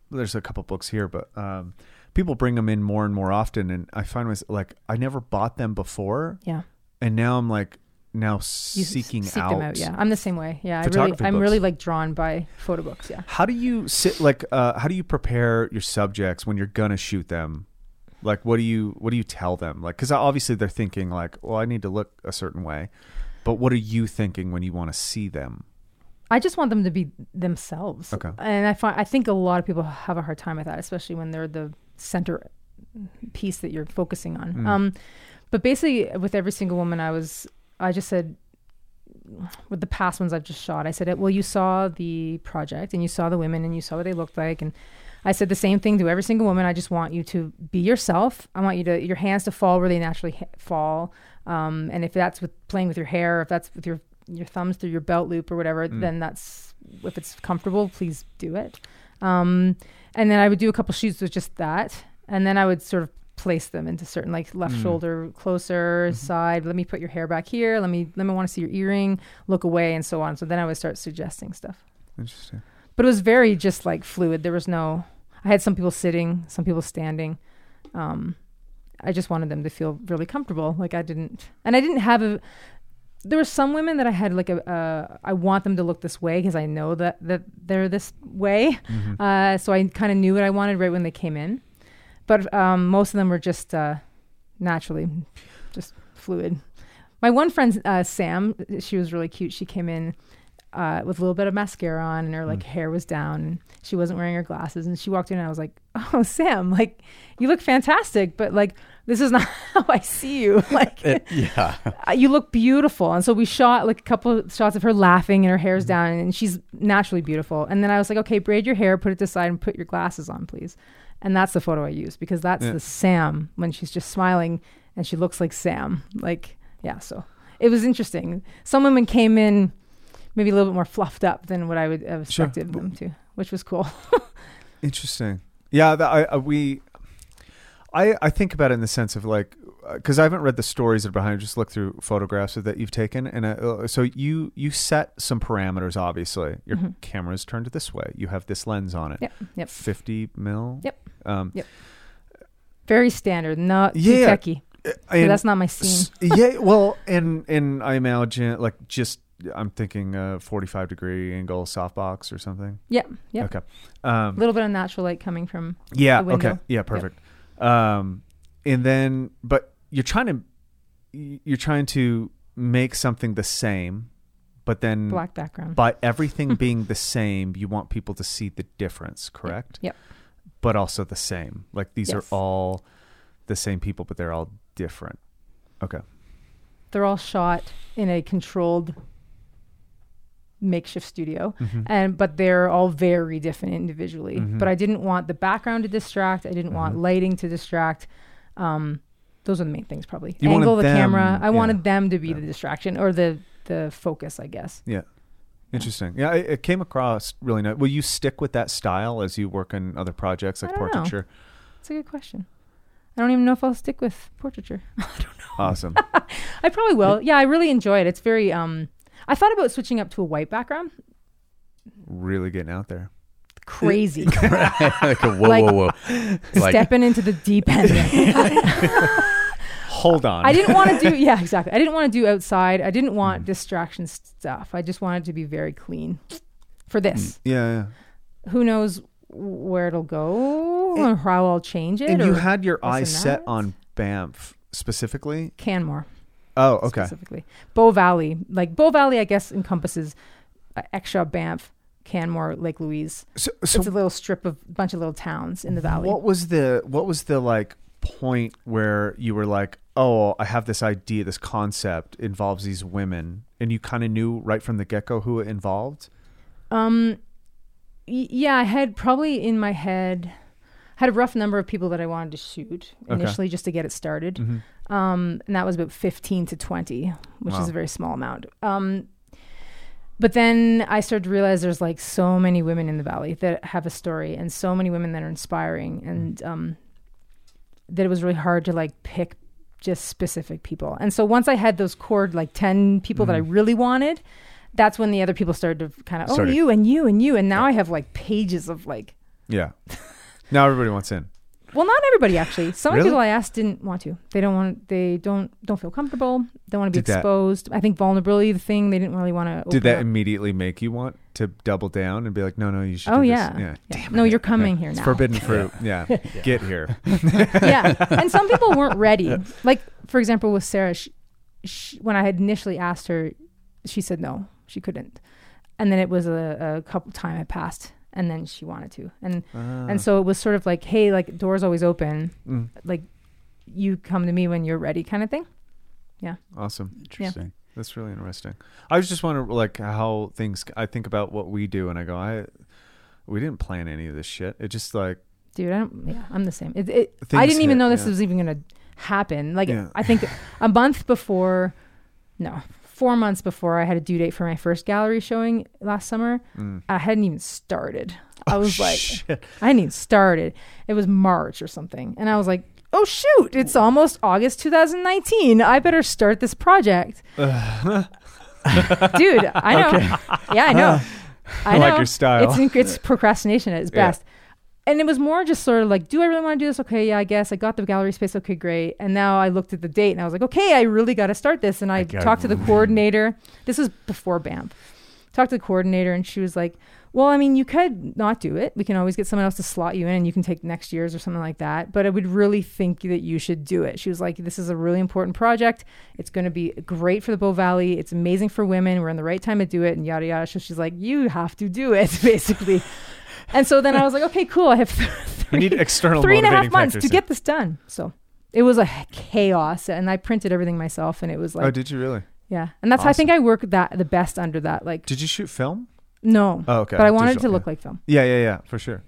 Speaker 6: there's a couple books here, but um, people bring them in more and more often, and I find myself like I never bought them before,
Speaker 5: Yeah.
Speaker 6: and now I'm like now
Speaker 5: You s-
Speaker 6: seeking
Speaker 5: seek them out. Yeah. I'm the same way. Yeah. I really,
Speaker 6: Photography
Speaker 5: I'm
Speaker 6: books.
Speaker 5: really like drawn by photo books. Yeah.
Speaker 6: How do you sit like uh, how do you prepare your subjects when you're gonna shoot them? Like what do you what do you tell them? Like cuz obviously they're thinking like, well, I need to look a certain way. But what are you thinking when you want to see them?
Speaker 5: I just want them to be themselves.
Speaker 6: Okay.
Speaker 5: And I find I think a lot of people have a hard time with that, especially when they're the center piece that you're focusing on. Um, but basically, with every single woman, I was I just said with the past ones I've just shot, I said it. Well, you saw the project and you saw the women and you saw what they looked like, and I said the same thing to every single woman. I just want you to be yourself. I want you to your hands to fall where they naturally ha- fall. Um, and if that's with playing with your hair, if that's with your your thumbs through your belt loop or whatever, then that's if it's comfortable, please do it. Um, and then I would do a couple shoots with just that, and then I would sort of place them into certain like left shoulder closer side. Let me put your hair back here. Let me let me want to see your earring. Look away and so on. So then I would start suggesting stuff
Speaker 6: Interesting.
Speaker 5: but it was very just like fluid. There was no. I had some people sitting, some people standing. Um, I just wanted them to feel really comfortable. Like I didn't, and I didn't have a. There were some women that I had like a. Uh, I want them to look this way because I know that that they're this way. Uh, so I kind of knew what I wanted right when they came in, but um, most of them were just uh, naturally, just fluid. My one friend uh, Sam, she was really cute. She came in uh, with a little bit of mascara on and her like hair was down and she wasn't wearing her glasses and she walked in and I was like, "Oh, Sam, like you look fantastic, but like this is not how I see you. Like
Speaker 4: yeah.
Speaker 5: uh, you look beautiful. And so we shot like a couple of shots of her laughing and her
Speaker 6: Mm-hmm.
Speaker 5: hair's down and she's naturally beautiful. And then I was like, okay, braid your hair, put it to the side and put your glasses on, please. And that's the photo I use because that's the Sam when she's just smiling and she looks like Sam. Like, yeah, so it was interesting. Some women came in maybe a little bit more fluffed up than what I would have
Speaker 6: Sure.
Speaker 5: expected them to, which was cool.
Speaker 6: Interesting. Yeah, that, I, I we I I think about it in the sense of like because I haven't read the stories that are behind. it, Just look through photographs of that you've taken, and uh, so you you set some parameters. Obviously, your camera's turned this way. You have this lens on it.
Speaker 5: yep, yep.
Speaker 6: Fifty mil.
Speaker 5: Yep.
Speaker 6: Um,
Speaker 5: Yep. Very standard, not too
Speaker 6: Yeah.
Speaker 5: techy.
Speaker 6: eh, and-
Speaker 5: that's not my scene.
Speaker 6: S- yeah, well, and and I imagine like just I'm thinking uh, 45 degree angle softbox or something.
Speaker 5: Yep, yep.
Speaker 6: Okay. Mm. Um,
Speaker 5: A little bit of natural light coming from
Speaker 6: yeah.
Speaker 5: the
Speaker 6: Okay.
Speaker 5: window.
Speaker 6: Yeah. Perfect. Um, and then, but you're trying to you're trying to make something the same, but then
Speaker 5: black background.
Speaker 6: by everything being the same, you want people to see the difference, correct?
Speaker 5: Yep.
Speaker 6: But also the same. Like these
Speaker 5: Yes.
Speaker 6: are all the same people, but they're all different. Okay.
Speaker 5: They're all shot in a controlled makeshift studio
Speaker 6: Mm-hmm.
Speaker 5: and but they're all very different individually but i didn't want the background to distract i didn't
Speaker 6: Mm-hmm.
Speaker 5: want lighting to distract um those are the main things probably
Speaker 6: You wanted
Speaker 5: angle of the camera
Speaker 6: them-
Speaker 5: i wanted
Speaker 6: yeah.
Speaker 5: them to be the distraction or the the focus i guess
Speaker 6: Yeah. Interesting. Yeah, it, it came across really nice. Will you stick with that style as you work on other projects like
Speaker 5: I don't know.
Speaker 6: portraiture?
Speaker 5: it's a good question i don't even know if i'll stick with portraiture
Speaker 6: Awesome.
Speaker 5: I probably will. Yeah, I really enjoy it. It's very um I thought about switching up to a white background.
Speaker 6: really getting out there.
Speaker 5: Crazy.
Speaker 4: like a whoa,
Speaker 5: Like-
Speaker 4: whoa, whoa. Like,
Speaker 5: Stepping into the deep end.
Speaker 6: Hold on.
Speaker 5: I didn't want to do yeah, exactly. I didn't want to do outside. I didn't want
Speaker 6: Mm.
Speaker 5: distraction stuff. I just wanted to be very clean
Speaker 6: Mm.
Speaker 5: for this.
Speaker 6: Yeah, yeah.
Speaker 5: Who knows where it'll go or how I'll change it
Speaker 6: And you
Speaker 5: or
Speaker 6: had your
Speaker 5: this
Speaker 6: eye
Speaker 5: and
Speaker 6: set
Speaker 5: that.
Speaker 6: on Banff specifically.
Speaker 5: Canmore
Speaker 6: Oh, okay.
Speaker 5: specifically. Bow Valley. Like Bow Valley I guess encompasses uh, Exshaw, Banff, Canmore, Lake Louise.
Speaker 6: So, so
Speaker 5: it's a little strip of bunch of little towns in the valley.
Speaker 6: what was the what was the like point where you were like, oh, I have this idea, this concept involves these women, and you kind of knew right from the get go who it involved.
Speaker 5: Y- yeah, I had probably in my head had a rough number of people that I wanted to shoot initially just to get it started. Um, and that was about 15 to 20, which is a very small amount. Um, but then I started to realize there's like so many women in the valley that have a story and so many women that are inspiring and um, that it was really hard to like pick just specific people. And so once I had those core like 10 people that I
Speaker 6: Mm-hmm.
Speaker 5: really wanted, that's when the other people started to kind of, oh,
Speaker 4: Started-
Speaker 5: you and you and you. And now I have like pages of like,
Speaker 6: Yeah. now everybody wants in.
Speaker 5: well, not everybody actually. Some of the
Speaker 6: Really?
Speaker 5: people I asked didn't want to. They don't want. They don't don't feel comfortable. Don't want to be
Speaker 6: Did that-
Speaker 5: exposed. I think vulnerability the thing they didn't really want to.
Speaker 6: Did that immediately make you want to double down and be like, no, no, you should?
Speaker 5: Oh
Speaker 6: do
Speaker 5: yeah.
Speaker 6: this. yeah.
Speaker 5: Yeah. No, you're coming here
Speaker 6: It's
Speaker 5: now.
Speaker 6: forbidden fruit. Yeah. get here.
Speaker 5: yeah, and some people weren't ready. Like for example, with Sarah, she, she, when I had initially asked her, she said no, she couldn't. and then it was a, a couple time had passed and then she wanted to and
Speaker 6: Uh,
Speaker 5: and so it was sort of like hey like doors always open
Speaker 6: Mm.
Speaker 5: like you come to me when you're ready kind of thing
Speaker 6: Awesome.
Speaker 4: Interesting.
Speaker 6: That's really interesting. I was just wondering, like, how things. I think about what we do, and I go, I, we didn't plan any of this shit. It just like,
Speaker 5: dude i don't yeah i'm the same it, it, i
Speaker 6: Things
Speaker 5: didn't even
Speaker 6: hit,
Speaker 5: know this
Speaker 6: yeah.
Speaker 5: was even gonna happen like
Speaker 6: Yeah.
Speaker 5: i think a month before no four months before i had a due date for my first gallery showing last summer
Speaker 6: Mm.
Speaker 5: i hadn't even started
Speaker 6: Oh,
Speaker 5: i was like i hadn't even started it was march or something and i was like oh shoot it's almost august 2019 i better start this project dude i know yeah i know i know
Speaker 6: like your style.
Speaker 5: it's, it's procrastination at its
Speaker 6: Yeah.
Speaker 5: best and it was more just sort of like, do I really want to do this? Okay, yeah, I guess I got the gallery space. Okay, great. And now I looked at the date and I was like, okay, I really got to start this. And I,
Speaker 4: gotta-
Speaker 5: talked to the coordinator. This was before BAMP. Talked to the coordinator and she was like, well, I mean, you could not do it. We can always get someone else to slot you in and you can take next year's or something like that. But I would really think that you should do it. She was like, this is a really important project. It's going to be great for the Bow Valley. It's amazing for women. We're in the right time to do it and yada, yada. So she's like, you have to do it, basically. And so then I was like, okay, cool. I have th-
Speaker 6: we need external
Speaker 5: three and a half
Speaker 6: motivating
Speaker 5: months
Speaker 6: factors
Speaker 5: to
Speaker 6: here.
Speaker 5: get this done. So it was a chaos, and I printed everything myself, and it was like,
Speaker 6: oh, did you really?
Speaker 5: yeah. And that's how I think I work that the best under that. Like,
Speaker 6: Did you shoot film?
Speaker 5: no,
Speaker 6: Oh, okay.
Speaker 5: but I wanted it
Speaker 6: Digital,
Speaker 5: to look
Speaker 6: yeah.
Speaker 5: like film.
Speaker 6: Yeah, yeah, yeah, for sure.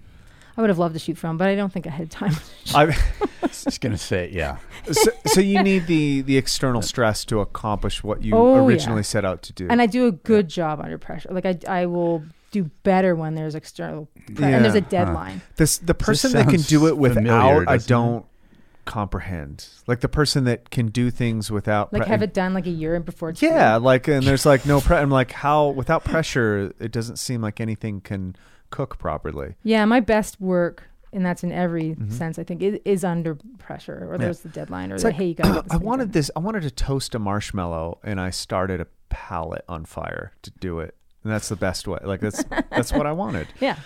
Speaker 5: I would have loved to shoot film, but I don't think I had time.
Speaker 6: I,
Speaker 4: Just gonna say, yeah.
Speaker 6: so, so you need the the external stress to accomplish what you
Speaker 5: Oh, yeah.
Speaker 6: originally set out to do.
Speaker 5: and I do a good job under pressure. Like, I, I will do better when there's external pre-
Speaker 6: Yeah.
Speaker 5: and there's a
Speaker 6: Huh.
Speaker 5: deadline.
Speaker 6: This the person that can
Speaker 4: sounds
Speaker 6: do it
Speaker 4: familiar,
Speaker 6: without, I
Speaker 4: doesn't it?
Speaker 6: don't comprehend. Like the person that can do things without,
Speaker 5: Like,
Speaker 6: pre-
Speaker 5: have it done like a year before. It's due.
Speaker 6: yeah, like and there's like no pre- I'm like how without pressure, it doesn't seem like anything can cook properly.
Speaker 5: Yeah, my best work, and that's in every
Speaker 6: Mm-hmm.
Speaker 5: sense, I think, is, is under pressure, or there's the deadline, or the,
Speaker 6: like,
Speaker 5: hey, you got.
Speaker 6: I wanted this. I wanted to toast a marshmallow, and I started a pallet on fire to do it. And that's the best way. Like that's that's what I wanted.
Speaker 5: Yeah,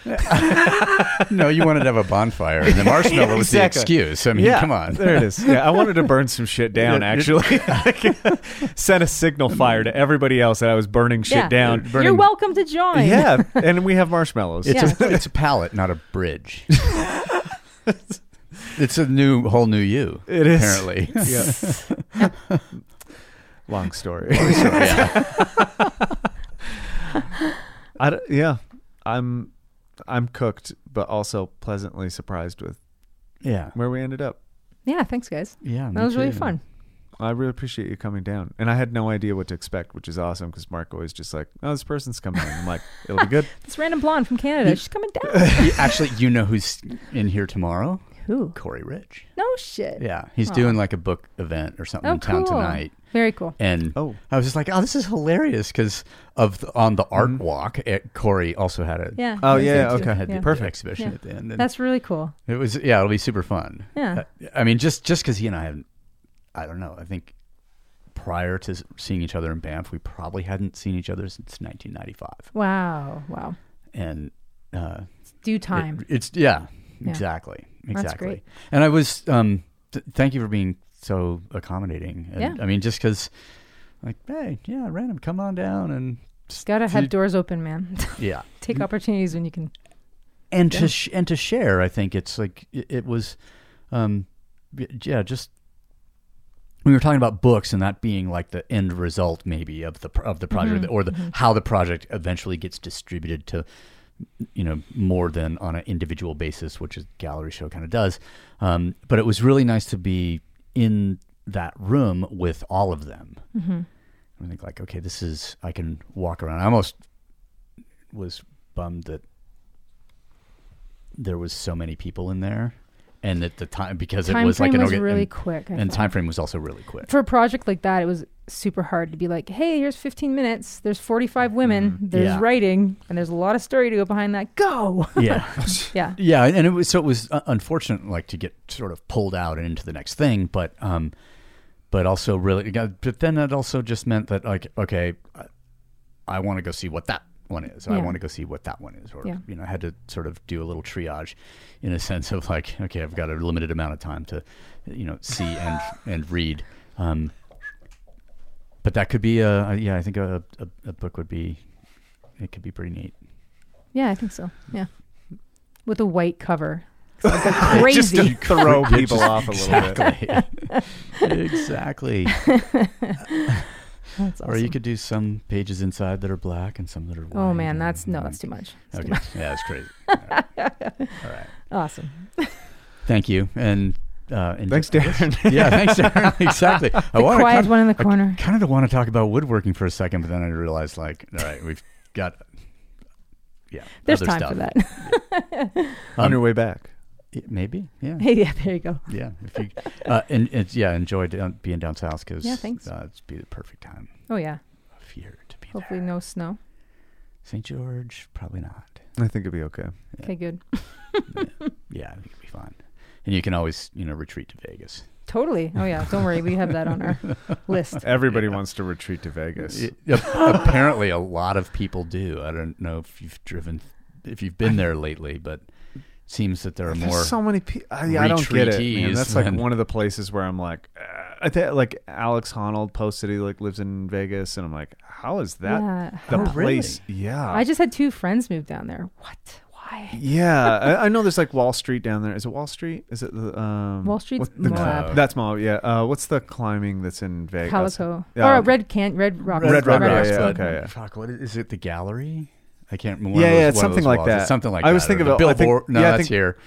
Speaker 4: No, you wanted to have a bonfire, and the marshmallow was the
Speaker 6: Exactly.
Speaker 4: excuse. I mean,
Speaker 6: yeah,
Speaker 4: come on.
Speaker 6: There it is. Yeah, I wanted to burn some shit down.
Speaker 4: Yeah,
Speaker 6: Actually, sent a signal fire to everybody else that I was burning shit
Speaker 5: Yeah.
Speaker 6: down.
Speaker 5: you're
Speaker 4: Burning-
Speaker 5: welcome to join.
Speaker 6: Yeah, and we have marshmallows.
Speaker 4: It's
Speaker 5: Yeah.
Speaker 4: a it's a palette, not a bridge. it's a new whole new you.
Speaker 6: It is.
Speaker 4: apparently.
Speaker 6: Yeah. Long story.
Speaker 4: yeah.
Speaker 6: I d- yeah, I'm I'm cooked, but also pleasantly surprised with
Speaker 4: yeah,
Speaker 6: where we ended up.
Speaker 5: Yeah, thanks, guys.
Speaker 4: yeah.
Speaker 5: That was really fun.
Speaker 6: I really appreciate you coming down, and I had no idea what to expect, which is awesome because Mark always just like, "Oh, this person's coming." I'm like, "It'll be good."
Speaker 5: This random blonde from Canada, she's coming down.
Speaker 4: Actually, you know who's in here tomorrow?
Speaker 5: Who?
Speaker 4: Corey Rich.
Speaker 5: No shit.
Speaker 4: Yeah, he's doing like a book event or something
Speaker 5: Oh,
Speaker 4: in town
Speaker 5: cool.
Speaker 4: tonight.
Speaker 5: Very cool.
Speaker 4: And
Speaker 6: Oh.
Speaker 4: I was just like, oh, this is hilarious because of the, on the art walk, it, Corey also had a
Speaker 5: Yeah.
Speaker 6: Oh
Speaker 5: that's
Speaker 6: Mm-hmm. yeah,
Speaker 5: good, too.
Speaker 6: okay,
Speaker 4: had the
Speaker 6: perfect.
Speaker 4: exhibition
Speaker 5: Yeah.
Speaker 4: at the end. And
Speaker 5: That's really cool.
Speaker 4: it was yeah, it'll be super fun.
Speaker 5: Yeah.
Speaker 4: Uh, I mean, just just because he and I haven't, I don't know. I think prior to s- seeing each other in Banff, we probably hadn't seen each other since 1995,
Speaker 5: Wow. Wow.
Speaker 4: and uh,
Speaker 5: It's due
Speaker 4: it-
Speaker 5: time.
Speaker 4: it's yeah,
Speaker 5: Yeah.
Speaker 4: exactly, exactly.
Speaker 5: great.
Speaker 4: And I was um, th- thank you for being so accommodating. And,
Speaker 5: Yeah.
Speaker 4: I mean, just because, like, hey, yeah, random, come on down, and just-
Speaker 5: Gotta have
Speaker 4: you-
Speaker 5: doors open, man.
Speaker 4: yeah,
Speaker 5: Take opportunities when you can.
Speaker 4: and to sh- and to share. I think it's like it, it was, um, y- yeah, just we were talking about books and that being like the end result maybe of the pro- of the project
Speaker 5: Mm-hmm.
Speaker 4: or the how the project eventually gets distributed to you know more than on an individual basis, which a gallery show kind of does. Um, but it was really nice to be in that room with all of them.
Speaker 5: Mm-hmm.
Speaker 4: I think like, okay, this is I can walk around. I almost was bummed that there was so many people in there, and at the time because
Speaker 5: Time
Speaker 4: it was like
Speaker 5: frame
Speaker 4: an
Speaker 5: was
Speaker 4: orga-
Speaker 5: really
Speaker 4: and,
Speaker 5: quick, I
Speaker 4: and
Speaker 5: thought.
Speaker 4: time frame was also really quick.
Speaker 5: For a project like that, it was super hard to be like, hey, here's 15 minutes. There's 45 women. There's
Speaker 4: Mm-hmm. Yeah.
Speaker 5: writing. And there's a lot of story to go behind that. Go.
Speaker 4: yeah,
Speaker 5: yeah.
Speaker 4: yeah, and it was so it was uh, unfortunate like to get sort of pulled out and into the next thing, but um, but also really, but then that also just meant that like, okay, I, I want to go see what that one is. I
Speaker 5: Yeah.
Speaker 4: want to go see what that one is, or
Speaker 5: Yeah.
Speaker 4: you know, I had to sort of do a little triage, in a sense of like, okay, I've got a limited amount of time to, you know, see and and read. Um, but that could be a, yeah, I think a, a, a book would be it could be pretty neat.
Speaker 5: Yeah, I think so. Yeah, with a white cover. So it's like crazy.
Speaker 6: Just to throw people off a little bit.
Speaker 4: exactly.
Speaker 5: That's
Speaker 4: Or you
Speaker 5: awesome.
Speaker 4: could do some pages inside that are black and some that are white.
Speaker 5: Oh man,
Speaker 4: and-
Speaker 5: that's no, that's too much. That's
Speaker 4: Okay.
Speaker 5: too much.
Speaker 4: yeah, that's crazy. All right. All right.
Speaker 5: Awesome.
Speaker 4: Thank you. And, uh, and
Speaker 6: Thanks, Darren.
Speaker 4: Yeah, thanks, Darren. exactly. I
Speaker 5: The
Speaker 4: wanna
Speaker 5: quiet
Speaker 4: kind of-
Speaker 5: one in the
Speaker 4: I
Speaker 5: corner.
Speaker 4: kind of want to talk about woodworking for a second, but then I realized, like, all right, we've got. Yeah,
Speaker 5: There's
Speaker 4: other
Speaker 5: time
Speaker 4: stuff.
Speaker 5: for that.
Speaker 6: On your way back.
Speaker 4: Yeah, Maybe, yeah,
Speaker 5: hey, yeah, there you go.
Speaker 4: yeah. If you, uh, and, and yeah, enjoy down, being down south because
Speaker 5: Yeah, thanks.
Speaker 4: Uh, it's be the perfect time
Speaker 5: Oh yeah.
Speaker 4: of year to be
Speaker 5: Hopefully
Speaker 4: there.
Speaker 5: no snow.
Speaker 4: St. George, probably not.
Speaker 6: I think it'd be okay.
Speaker 5: Okay, good.
Speaker 4: Yeah, I think it'll be fine. And you can always, you know, retreat to Vegas.
Speaker 5: Totally. Oh yeah. Don't worry. We have that on our list.
Speaker 6: Everybody wants to retreat to Vegas.
Speaker 4: It- ap- apparently, a lot of people do. I don't know if you've driven, if you've been there lately, but it seems that there are more.
Speaker 6: There's so many people. I, I don't get it. Man.
Speaker 4: Retreatees
Speaker 6: That's like
Speaker 4: than-
Speaker 6: one of the places where I'm like, uh, I think like Alex Honnold posted he like lives in Vegas, and I'm like, how is that
Speaker 5: Yeah,
Speaker 6: the
Speaker 5: how-
Speaker 6: place? Yeah,
Speaker 5: I just had two friends move down there. What? Why?
Speaker 6: yeah. I, I know there's like Wall Street down there. Is it Wall Street? Is it the um,
Speaker 5: Wall Street's
Speaker 6: what- the
Speaker 5: Moab.
Speaker 6: cl-
Speaker 4: No.
Speaker 6: That's Moab. Yeah. Uh, what's the climbing that's in Vegas?
Speaker 5: Calico.
Speaker 6: Yeah,
Speaker 5: or
Speaker 6: okay.
Speaker 5: red can red rock.
Speaker 6: Red Rock,
Speaker 5: Rock.
Speaker 6: Rocks, yeah,
Speaker 4: but-
Speaker 6: okay, yeah.
Speaker 4: Fuck, what is, is it? The gallery? I can't remember.
Speaker 6: Yeah,
Speaker 4: one of
Speaker 6: yeah,
Speaker 4: those-
Speaker 6: it's
Speaker 4: one of
Speaker 6: something
Speaker 4: those
Speaker 6: like
Speaker 4: walls. It's
Speaker 6: that.
Speaker 4: something like that.
Speaker 6: I was thinking
Speaker 4: or
Speaker 6: of it- I think-
Speaker 4: Billboard. no,
Speaker 6: yeah, I
Speaker 4: that's
Speaker 6: think-
Speaker 4: here.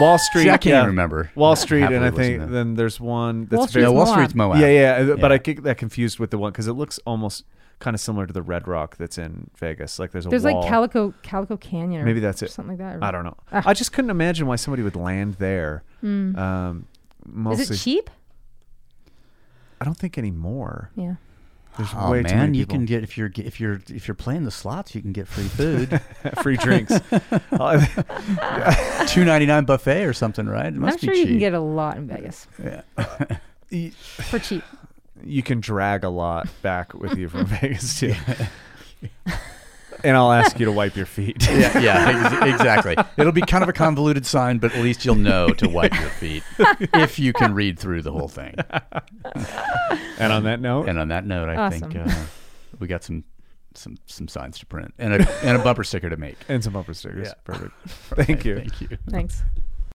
Speaker 6: Wall Street.
Speaker 4: See, I can't
Speaker 6: yeah.
Speaker 4: even remember.
Speaker 6: Wall Street, and I
Speaker 4: Happily
Speaker 6: think
Speaker 4: wasn't there.
Speaker 6: then there's one
Speaker 5: Wall
Speaker 6: that's
Speaker 5: Street's
Speaker 6: very
Speaker 4: no, Wall
Speaker 5: Moab.
Speaker 4: Street's Moab.
Speaker 6: Yeah, yeah, uh, but
Speaker 4: Oh, Yeah.
Speaker 6: I get that confused with the one because it looks almost kind of similar to the Red Rock that's in Vegas. Like there's a
Speaker 5: There's
Speaker 6: wall.
Speaker 5: like Calico Calico Canyon. Or
Speaker 6: Maybe that's it.
Speaker 5: Something like that.
Speaker 6: I don't know.
Speaker 5: Ah.
Speaker 6: I just couldn't imagine why somebody would land there. Um, mostly,
Speaker 5: Is it cheap?
Speaker 6: I don't think anymore.
Speaker 5: Yeah.
Speaker 6: There's
Speaker 4: Oh
Speaker 6: way too
Speaker 4: man,
Speaker 6: many
Speaker 4: you
Speaker 6: people.
Speaker 4: can get if you're if you're if you're playing the slots, you can get free food,
Speaker 6: free drinks. Uh,
Speaker 4: two ninety nine buffet or something, right? It must
Speaker 5: I'm
Speaker 4: be
Speaker 5: sure
Speaker 4: cheap.
Speaker 5: you can get a lot in Vegas
Speaker 6: y-
Speaker 5: for cheap.
Speaker 6: you can drag a lot back with you from Vegas too. and I'll ask you to wipe your feet.
Speaker 4: yeah, yeah, ex- exactly. It'll be kind of a convoluted sign, but at least you'll know to wipe your feet if you can read through the whole thing.
Speaker 6: and on that note,
Speaker 4: And on that note, I think
Speaker 5: Awesome.
Speaker 4: uh, we got some some some signs to print and a and a bumper sticker to make.
Speaker 6: and some bumper stickers.
Speaker 4: Yeah.
Speaker 6: Perfect. Thank you.
Speaker 4: Thank you.
Speaker 5: Thanks.